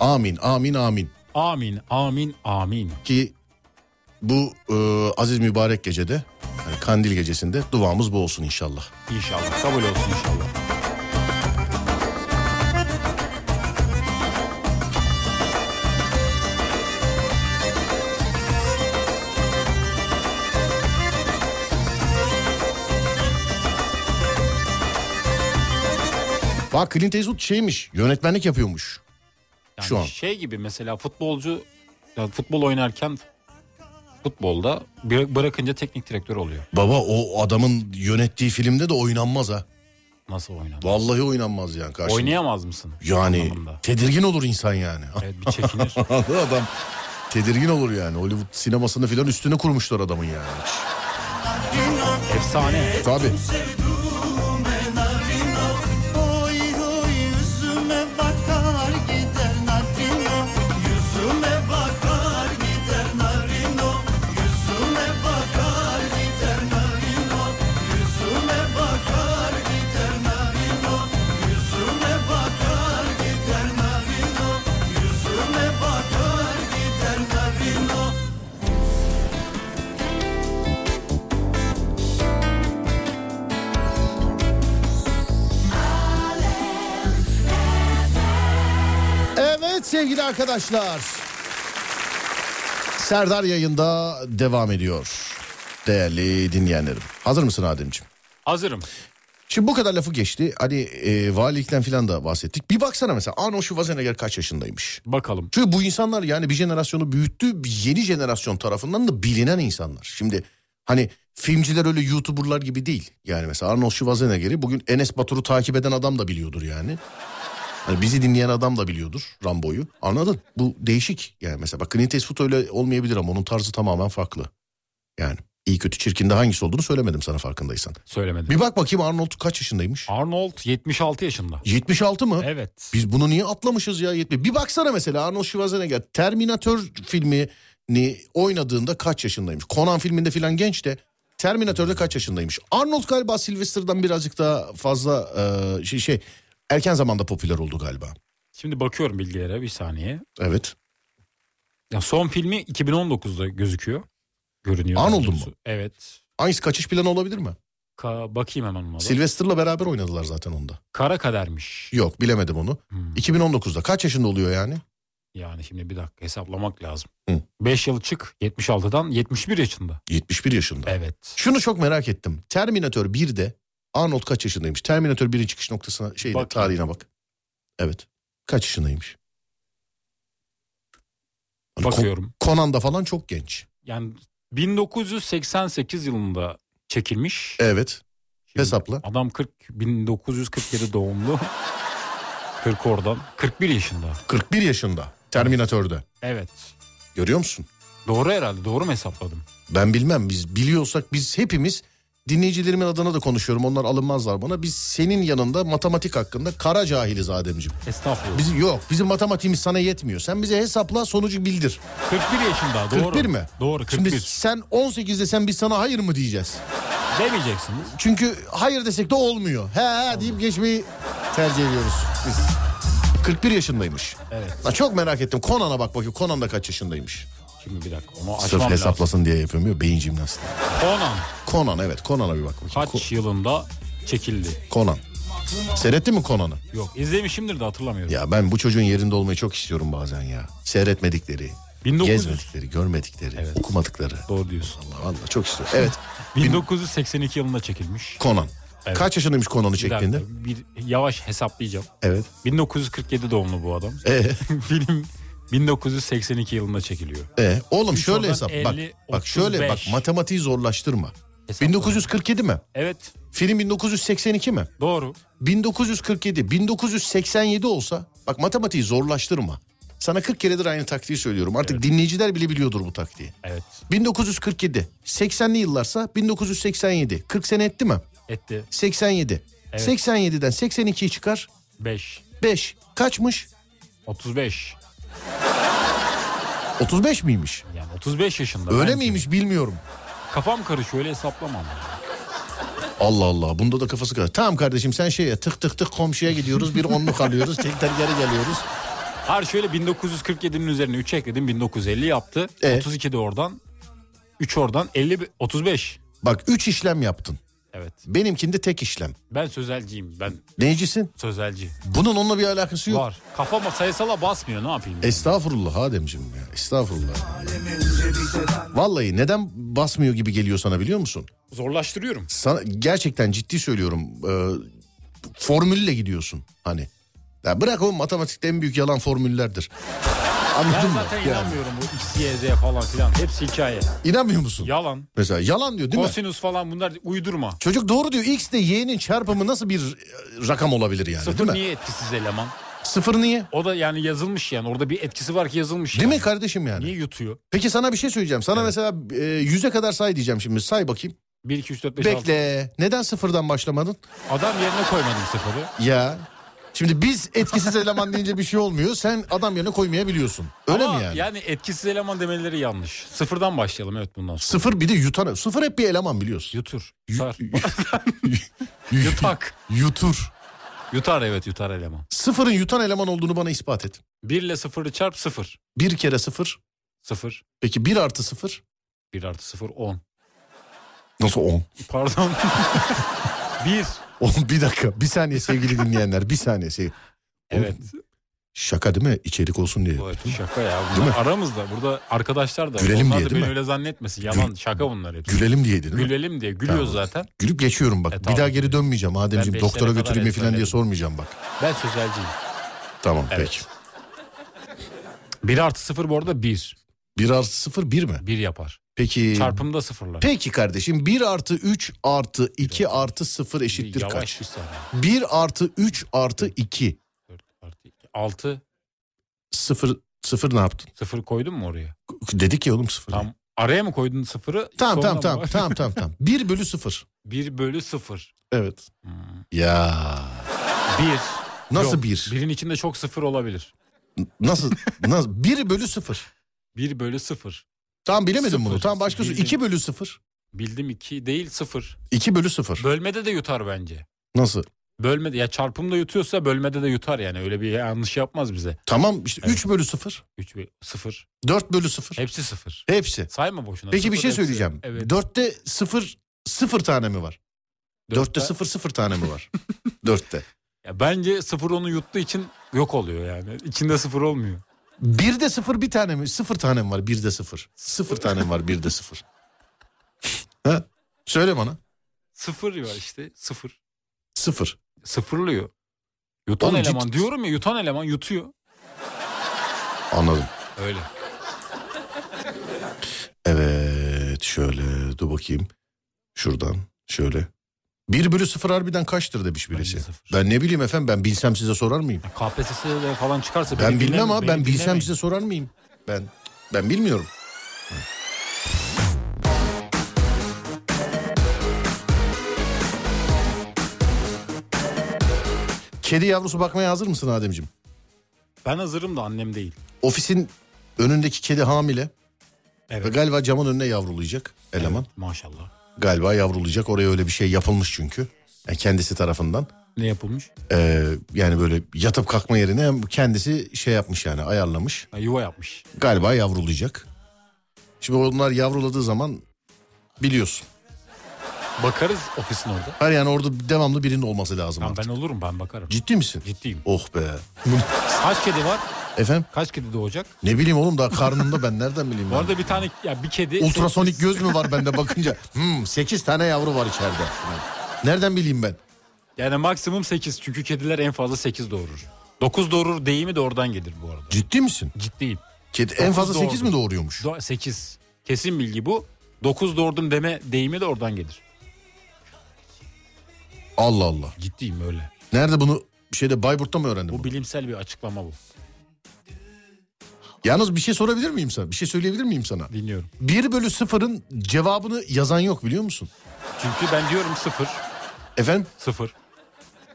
[SPEAKER 1] Amin amin amin.
[SPEAKER 2] Amin amin amin.
[SPEAKER 1] Ki bu e, aziz mübarek gecede yani kandil gecesinde duamız bu olsun inşallah.
[SPEAKER 2] İnşallah. Kabul olsun inşallah.
[SPEAKER 1] Bak Clint Eastwood şeymiş yönetmenlik yapıyormuş.
[SPEAKER 2] Yani
[SPEAKER 1] Şu an.
[SPEAKER 2] şey gibi mesela futbolcu ya futbol oynarken futbolda bıra- bırakınca teknik direktör oluyor.
[SPEAKER 1] Baba o adamın yönettiği filmde de oynanmaz ha.
[SPEAKER 2] Nasıl oynar?
[SPEAKER 1] Vallahi oynanmaz yani karşı.
[SPEAKER 2] Oynayamaz mısın?
[SPEAKER 1] yani
[SPEAKER 2] Anlamında.
[SPEAKER 1] tedirgin olur insan yani.
[SPEAKER 2] Evet bir çekinir.
[SPEAKER 1] Adam tedirgin olur yani. Hollywood sinemasını filan üstüne kurmuşlar adamın yani.
[SPEAKER 2] Efsane.
[SPEAKER 1] Tabii.
[SPEAKER 7] Oy oy yüzüme bakar gider narino Yüzüme bakar gider narino Yüzüme bakar gider narino Yüzüme bakar gider narino Yüzüme bakar gider narino Yüzüme bakar gider narino
[SPEAKER 1] Evet sevgili arkadaşlar. Serdar yayında devam ediyor. Değerli dinleyenlerim. Hazır mısın Ademciğim?
[SPEAKER 2] Hazırım.
[SPEAKER 1] Şimdi bu kadar lafı geçti. Hani e, valilikten filan da bahsettik. Bir baksana mesela Arnold Schwarzenegger kaç yaşındaymış?
[SPEAKER 2] Bakalım.
[SPEAKER 1] Çünkü bu insanlar yani bir jenerasyonu büyüttü. bir Yeni jenerasyon tarafından da bilinen insanlar. Şimdi hani filmciler öyle YouTuber'lar gibi değil. Yani mesela Arnold Schwarzenegger'i bugün Enes Batur'u takip eden adam da biliyordur yani. Hani bizi dinleyen adam da biliyordur Rambo'yu. Anladın? Bu değişik. Yani mesela bak Clint Eastwood öyle olmayabilir ama onun tarzı tamamen farklı. Yani iyi kötü çirkinde hangisi olduğunu söylemedim sana farkındaysan.
[SPEAKER 2] Söylemedim.
[SPEAKER 1] Bir bak bakayım Arnold kaç yaşındaymış?
[SPEAKER 2] Arnold 76 yaşında.
[SPEAKER 1] 76 mı?
[SPEAKER 2] Evet.
[SPEAKER 1] Biz bunu niye atlamışız ya yetmiyor. Bir baksana mesela Arnold Schwarzenegger Terminator filmini oynadığında kaç yaşındaymış? Conan filminde filan genç de Terminator'da kaç yaşındaymış? Arnold galiba Sylvester'dan birazcık daha fazla e, şey, şey erken zamanda popüler oldu galiba.
[SPEAKER 2] Şimdi bakıyorum bilgilere bir saniye.
[SPEAKER 1] Evet.
[SPEAKER 2] Ya son filmi 2019'da gözüküyor. Görünüyor.
[SPEAKER 1] Arnold'un mu?
[SPEAKER 2] Doğrusu. Evet.
[SPEAKER 1] Aynısı kaçış planı olabilir mi?
[SPEAKER 2] Ka- bakayım hemen ona. da.
[SPEAKER 1] Sylvester'la beraber oynadılar zaten onda.
[SPEAKER 2] Kara kadermiş.
[SPEAKER 1] Yok bilemedim onu.
[SPEAKER 2] Hmm.
[SPEAKER 1] 2019'da kaç yaşında oluyor yani?
[SPEAKER 2] Yani şimdi bir dakika hesaplamak lazım.
[SPEAKER 1] Hı.
[SPEAKER 2] 5 yıl çık 76'dan 71 yaşında.
[SPEAKER 1] 71 yaşında.
[SPEAKER 2] Evet.
[SPEAKER 1] Şunu çok merak ettim. Terminator 1'de Arnold kaç yaşındaymış? Terminator 1'in çıkış noktasına şey
[SPEAKER 2] Bakayım.
[SPEAKER 1] tarihine bak. Evet. Kaç yaşındaymış? Hani Kon-
[SPEAKER 2] Bakıyorum.
[SPEAKER 1] Conan'da falan çok genç.
[SPEAKER 2] Yani 1988 yılında çekilmiş.
[SPEAKER 1] Evet.
[SPEAKER 2] Şimdi
[SPEAKER 1] hesapla.
[SPEAKER 2] Adam 40 1947 doğumlu. 40 oradan 41 yaşında.
[SPEAKER 1] 41 yaşında Terminatör'de.
[SPEAKER 2] Evet.
[SPEAKER 1] Görüyor musun?
[SPEAKER 2] Doğru herhalde. Doğru mu hesapladım?
[SPEAKER 1] Ben bilmem biz biliyorsak biz hepimiz dinleyicilerimin adına da konuşuyorum. Onlar alınmazlar bana. Biz senin yanında matematik hakkında kara cahiliz Ademciğim.
[SPEAKER 2] Estağfurullah.
[SPEAKER 1] Bizim yok. Bizim matematiğimiz sana yetmiyor. Sen bize hesapla sonucu bildir.
[SPEAKER 2] 41 yaşında. Doğru.
[SPEAKER 1] 41 mi?
[SPEAKER 2] Doğru 41.
[SPEAKER 1] Şimdi sen 18 desen biz sana hayır mı diyeceğiz?
[SPEAKER 2] Demeyeceksiniz.
[SPEAKER 1] Çünkü hayır desek de olmuyor. He he deyip geçmeyi tercih ediyoruz biz. 41 yaşındaymış.
[SPEAKER 2] Evet.
[SPEAKER 1] Lan çok merak ettim. Conan'a bak bakayım. Conan da kaç yaşındaymış?
[SPEAKER 2] Şimdi bir dakika. Onu açmam
[SPEAKER 1] Sırf
[SPEAKER 2] lazım.
[SPEAKER 1] hesaplasın diye yapamıyor. Beyin jimnastiği.
[SPEAKER 2] Conan
[SPEAKER 1] Conan evet. Conan'a bir bak bakayım.
[SPEAKER 2] kaç
[SPEAKER 1] Ko-
[SPEAKER 2] yılında çekildi?
[SPEAKER 1] Conan. Seyrettin mi Conan'ı?
[SPEAKER 2] Yok izlemişimdir de hatırlamıyorum.
[SPEAKER 1] Ya ben bu çocuğun yerinde olmayı çok istiyorum bazen ya. Seyretmedikleri,
[SPEAKER 2] 1900.
[SPEAKER 1] gezmedikleri, görmedikleri,
[SPEAKER 2] Evet.
[SPEAKER 1] okumadıkları.
[SPEAKER 2] Doğru diyorsun.
[SPEAKER 1] Allah Allah çok istiyorum. Evet
[SPEAKER 2] 1982 yılında çekilmiş.
[SPEAKER 1] Conan.
[SPEAKER 2] Evet.
[SPEAKER 1] Kaç yaşındaymış Conan'ı
[SPEAKER 2] Bir
[SPEAKER 1] çektiğinde?
[SPEAKER 2] dakika, bir yavaş hesaplayacağım.
[SPEAKER 1] Evet.
[SPEAKER 2] 1947 doğumlu bu adam.
[SPEAKER 1] Ee,
[SPEAKER 2] Film 1982 yılında çekiliyor.
[SPEAKER 1] ee, oğlum şöyle
[SPEAKER 2] oradan
[SPEAKER 1] hesap. bak,
[SPEAKER 2] 50,
[SPEAKER 1] bak şöyle bak
[SPEAKER 2] 35.
[SPEAKER 1] matematiği zorlaştırma.
[SPEAKER 2] Hesapla.
[SPEAKER 1] 1947 mi?
[SPEAKER 2] Evet
[SPEAKER 1] Film 1982 mi?
[SPEAKER 2] doğru.
[SPEAKER 1] 1947, 1987 olsa bak matematiği zorlaştırma. Sana 40 keredir aynı taktiği söylüyorum. Artık dinleyiciler bile biliyordur bu taktiği.
[SPEAKER 2] Evet
[SPEAKER 1] 1947, 80'li yıllarsa 1987. 40 sene etti mi?
[SPEAKER 2] etti
[SPEAKER 1] 87.
[SPEAKER 2] Evet.
[SPEAKER 1] 87'den 82'yi çıkar.
[SPEAKER 2] 5.
[SPEAKER 1] 5. Kaçmış?
[SPEAKER 2] 35.
[SPEAKER 1] 35 miymiş?
[SPEAKER 2] Yani 35 yaşında.
[SPEAKER 1] Öyle
[SPEAKER 2] Ben-
[SPEAKER 1] miymiş bilmiyorum.
[SPEAKER 2] Kafam karışıyor öyle hesaplamam.
[SPEAKER 1] Allah Allah bunda da kafası kadar. Tamam kardeşim sen şeye tık tık tık komşuya gidiyoruz bir onluk alıyoruz tekrar geri geliyoruz.
[SPEAKER 2] Hayır şöyle 1947'nin üzerine 3 ekledim 1950 yaptı.
[SPEAKER 1] E?
[SPEAKER 2] 32 de oradan 3 oradan 50 bi- 35.
[SPEAKER 1] Bak 3 işlem yaptın.
[SPEAKER 2] Evet.
[SPEAKER 1] Benimkinde tek işlem.
[SPEAKER 2] Ben sözelciyim. Ben
[SPEAKER 1] Neycisin?
[SPEAKER 2] sözelci.
[SPEAKER 1] Bunun onunla bir alakası yok. E,
[SPEAKER 2] Var. Kafama sayısala basmıyor ne yapayım?
[SPEAKER 1] Estağfurullah Ademciğim ya estağfurullah. Vallahi neden basmıyor gibi geliyor sana biliyor musun?
[SPEAKER 2] Zorlaştırıyorum.
[SPEAKER 1] Sana, gerçekten ciddi söylüyorum. e, formülle gidiyorsun hani. Ya bırak o matematikte en büyük yalan formüllerdir.
[SPEAKER 2] Ben
[SPEAKER 1] Anladın mı?
[SPEAKER 2] zaten
[SPEAKER 1] Yani.
[SPEAKER 2] inanmıyorum bu X, Y, Z falan filan. Hepsi hikaye.
[SPEAKER 1] İnanmıyor musun?
[SPEAKER 2] Yalan.
[SPEAKER 1] Mesela yalan diyor değil mi?
[SPEAKER 2] Kosinüs falan bunlar uydurma.
[SPEAKER 1] Çocuk doğru diyor. X ile Y'nin çarpımı nasıl bir e, rakam olabilir yani
[SPEAKER 2] Sıfır
[SPEAKER 1] değil mi?
[SPEAKER 2] niye etkisiz eleman?
[SPEAKER 1] Sıfır niye?
[SPEAKER 2] O da yani yazılmış yani. Orada bir etkisi var ki yazılmış.
[SPEAKER 1] Değil
[SPEAKER 2] yani.
[SPEAKER 1] mi kardeşim yani?
[SPEAKER 2] Niye yutuyor?
[SPEAKER 1] Peki sana bir şey söyleyeceğim. Sana mesela e, yüze kadar say diyeceğim şimdi. Say bakayım.
[SPEAKER 2] 1, 2, 3, 4, 5, 6.
[SPEAKER 1] Bekle. Neden sıfırdan başlamadın?
[SPEAKER 2] Adam yerine koymadım sıfırı.
[SPEAKER 1] Ya. Şimdi biz etkisiz eleman deyince bir şey olmuyor. Sen adam yerine koymayabiliyorsun. Öyle
[SPEAKER 2] Ama
[SPEAKER 1] mi yani?
[SPEAKER 2] Yani etkisiz eleman demeleri yanlış. Sıfırdan başlayalım evet bundan sonra.
[SPEAKER 1] Sıfır bir de yutan. Sıfır hep bir eleman biliyorsun.
[SPEAKER 2] Yutur. Yutar.
[SPEAKER 1] Yutar.
[SPEAKER 2] Yutak.
[SPEAKER 1] Yutur.
[SPEAKER 2] Yutar evet yutar eleman.
[SPEAKER 1] Sıfırın yutan eleman olduğunu bana ispat et.
[SPEAKER 2] 1 ile sıfırı çarp sıfır.
[SPEAKER 1] Bir kere sıfır.
[SPEAKER 2] Sıfır.
[SPEAKER 1] Peki bir artı sıfır.
[SPEAKER 2] 1 artı sıfır 10.
[SPEAKER 1] Nasıl on?
[SPEAKER 2] Pardon. 1.
[SPEAKER 1] Oğlum bir dakika bir saniye sevgili dinleyenler bir saniye sevgili.
[SPEAKER 2] Evet.
[SPEAKER 1] Şaka değil mi? İçerik olsun diye.
[SPEAKER 2] Bu şaka ya. Bunlar
[SPEAKER 1] Değil mi?
[SPEAKER 2] aramızda. Burada arkadaşlar da.
[SPEAKER 1] Gülelim
[SPEAKER 2] onlar
[SPEAKER 1] diye,
[SPEAKER 2] da
[SPEAKER 1] değil
[SPEAKER 2] beni
[SPEAKER 1] mi?
[SPEAKER 2] öyle zannetmesin. Yalan şaka bunlar hepsi.
[SPEAKER 1] Gülelim diye değil mi?
[SPEAKER 2] Gülelim diye. Gülüyoruz
[SPEAKER 1] Tamam.
[SPEAKER 2] zaten.
[SPEAKER 1] Gülüp geçiyorum bak.
[SPEAKER 2] E,
[SPEAKER 1] Bir
[SPEAKER 2] tamam.
[SPEAKER 1] daha geri dönmeyeceğim Ademciğim.
[SPEAKER 2] beşlere
[SPEAKER 1] Doktora
[SPEAKER 2] kadar
[SPEAKER 1] götüreyim mi falan diye
[SPEAKER 2] ezberledim.
[SPEAKER 1] sormayacağım bak.
[SPEAKER 2] Ben sözelciyim.
[SPEAKER 1] Tamam
[SPEAKER 2] Evet.
[SPEAKER 1] peki.
[SPEAKER 2] 1 artı sıfır bu arada 1.
[SPEAKER 1] Bir artı sıfır bir mi?
[SPEAKER 2] 1 yapar.
[SPEAKER 1] Peki.
[SPEAKER 2] Çarpımda sıfırlar.
[SPEAKER 1] Peki kardeşim 1 artı 3 artı 2 artı 0 eşittir
[SPEAKER 2] Yavaş
[SPEAKER 1] kaç?
[SPEAKER 2] bir saniye.
[SPEAKER 1] 1 artı 3 artı 2.
[SPEAKER 2] 4 artı 2. 6.
[SPEAKER 1] 0 0 ne yaptın?
[SPEAKER 2] Sıfır koydun mu oraya?
[SPEAKER 1] Dedik ya oğlum 0.
[SPEAKER 2] Tam araya mı koydun sıfırı?
[SPEAKER 1] Tamam
[SPEAKER 2] Sonra
[SPEAKER 1] tamam tamam,
[SPEAKER 2] mı?
[SPEAKER 1] tamam tamam tamam. 1 bölü 0.
[SPEAKER 2] 1 bölü 0.
[SPEAKER 1] Evet. Ya
[SPEAKER 2] 1.
[SPEAKER 1] Nasıl
[SPEAKER 2] Hmm. Yok,
[SPEAKER 1] bir?
[SPEAKER 2] Birin içinde çok sıfır olabilir.
[SPEAKER 1] nasıl nasıl 1 bölü 0.
[SPEAKER 2] 1 bölü 0.
[SPEAKER 1] Tamam bilemedim bunu.
[SPEAKER 2] Sıfır.
[SPEAKER 1] Tamam başkası
[SPEAKER 2] Bildim.
[SPEAKER 1] 2 bölü 0.
[SPEAKER 2] Bildim 2 değil 0.
[SPEAKER 1] 2 bölü 0.
[SPEAKER 2] Bölmede de yutar bence.
[SPEAKER 1] Nasıl?
[SPEAKER 2] Bölmede ya çarpımda yutuyorsa bölmede de yutar yani öyle bir yanlış yapmaz bize.
[SPEAKER 1] Tamam işte
[SPEAKER 2] Evet.
[SPEAKER 1] 3 bölü 0.
[SPEAKER 2] 3 0.
[SPEAKER 1] 4 bölü 0.
[SPEAKER 2] Hepsi 0.
[SPEAKER 1] Hepsi.
[SPEAKER 2] Sayma boşuna.
[SPEAKER 1] Peki bir
[SPEAKER 2] sıfır
[SPEAKER 1] şey
[SPEAKER 2] hepsi.
[SPEAKER 1] söyleyeceğim.
[SPEAKER 2] Evet.
[SPEAKER 1] 4'te 0 0 tane mi var?
[SPEAKER 2] Dörtte-
[SPEAKER 1] 4'te 0 0 tane mi var? 4'te.
[SPEAKER 2] Ya bence 0 onu yuttuğu için yok oluyor yani. İçinde 0 olmuyor.
[SPEAKER 1] Bir de sıfır bir tane mi? Sıfır tane mi var? Bir de sıfır. Sıfır tane mi var? Bir de sıfır. ha? Söyle bana.
[SPEAKER 2] Sıfır var işte sıfır.
[SPEAKER 1] Sıfır.
[SPEAKER 2] Sıfırlıyor. Yutan
[SPEAKER 1] Oğlum
[SPEAKER 2] eleman
[SPEAKER 1] ciddi-
[SPEAKER 2] diyorum ya yutan eleman yutuyor.
[SPEAKER 1] Anladım.
[SPEAKER 2] Öyle.
[SPEAKER 1] Evet şöyle dur bakayım. Şuradan şöyle. 1 bölü 0 harbiden kaçtır demiş birisi.
[SPEAKER 2] Bence sıfır.
[SPEAKER 1] Ben ne bileyim efendim ben bilsem size sorar mıyım?
[SPEAKER 2] KPSS'de de falan çıkarsa
[SPEAKER 1] Ben
[SPEAKER 2] beni
[SPEAKER 1] bilmem
[SPEAKER 2] dinleme-
[SPEAKER 1] ama
[SPEAKER 2] beni
[SPEAKER 1] ben bilsem
[SPEAKER 2] dinlemeyin.
[SPEAKER 1] size sorar mıyım? Ben ben bilmiyorum. Kedi yavrusu bakmaya hazır mısın Ademciğim?
[SPEAKER 2] Ben hazırım da annem değil.
[SPEAKER 1] Ofisin önündeki kedi hamile ve
[SPEAKER 2] Evet.
[SPEAKER 1] galiba camın önüne yavrulayacak eleman.
[SPEAKER 2] Maşallah.
[SPEAKER 1] Galiba yavrulayacak oraya öyle bir şey yapılmış çünkü. Yani kendisi tarafından.
[SPEAKER 2] Ne yapılmış?
[SPEAKER 1] Ee, yani böyle yatıp kalkma yerine hem kendisi şey yapmış yani ayarlamış.
[SPEAKER 2] Ha, yuva yapmış.
[SPEAKER 1] galiba yavrulayacak. Şimdi onlar yavruladığı zaman biliyorsun.
[SPEAKER 2] Bakarız ofisin orada.
[SPEAKER 1] Her yani orada devamlı birinin olması lazım
[SPEAKER 2] Tamam
[SPEAKER 1] artık.
[SPEAKER 2] ben olurum ben bakarım.
[SPEAKER 1] Ciddi misin?
[SPEAKER 2] Ciddiyim.
[SPEAKER 1] Oh be.
[SPEAKER 2] Kaç kedi var?
[SPEAKER 1] Efendim?
[SPEAKER 2] Kaç kedi doğacak?
[SPEAKER 1] Ne bileyim oğlum daha karnımda ben nereden bileyim?
[SPEAKER 2] Bu
[SPEAKER 1] ben?
[SPEAKER 2] arada bir tane ya bir kedi
[SPEAKER 1] Ultrasonik göz mü var bende bakınca? Hmm 8 tane yavru var içeride. Nereden bileyim ben?
[SPEAKER 2] yani maksimum 8 çünkü kediler en fazla 8 doğurur. 9 doğurur deyimi de oradan gelir bu arada.
[SPEAKER 1] Ciddi misin?
[SPEAKER 2] Ciddiyim.
[SPEAKER 1] Kedi en
[SPEAKER 2] Dokuz
[SPEAKER 1] fazla 8
[SPEAKER 2] doğurdu.
[SPEAKER 1] mi doğuruyormuş?
[SPEAKER 2] 8 kesin bilgi bu. 9 doğurdum deme deyimi de oradan gelir.
[SPEAKER 1] Allah Allah.
[SPEAKER 2] Ciddiyim öyle.
[SPEAKER 1] Nerede bunu bir şeyde Bayburt'ta mı öğrendin?
[SPEAKER 2] Bu
[SPEAKER 1] bunu?
[SPEAKER 2] bilimsel bir açıklama bu.
[SPEAKER 1] Yalnız bir şey sorabilir miyim sana? Bir şey söyleyebilir miyim sana?
[SPEAKER 2] Dinliyorum.
[SPEAKER 1] 1 bölü 0'ın cevabını yazan yok biliyor musun?
[SPEAKER 2] Çünkü ben diyorum 0
[SPEAKER 1] Efendim?
[SPEAKER 2] 0.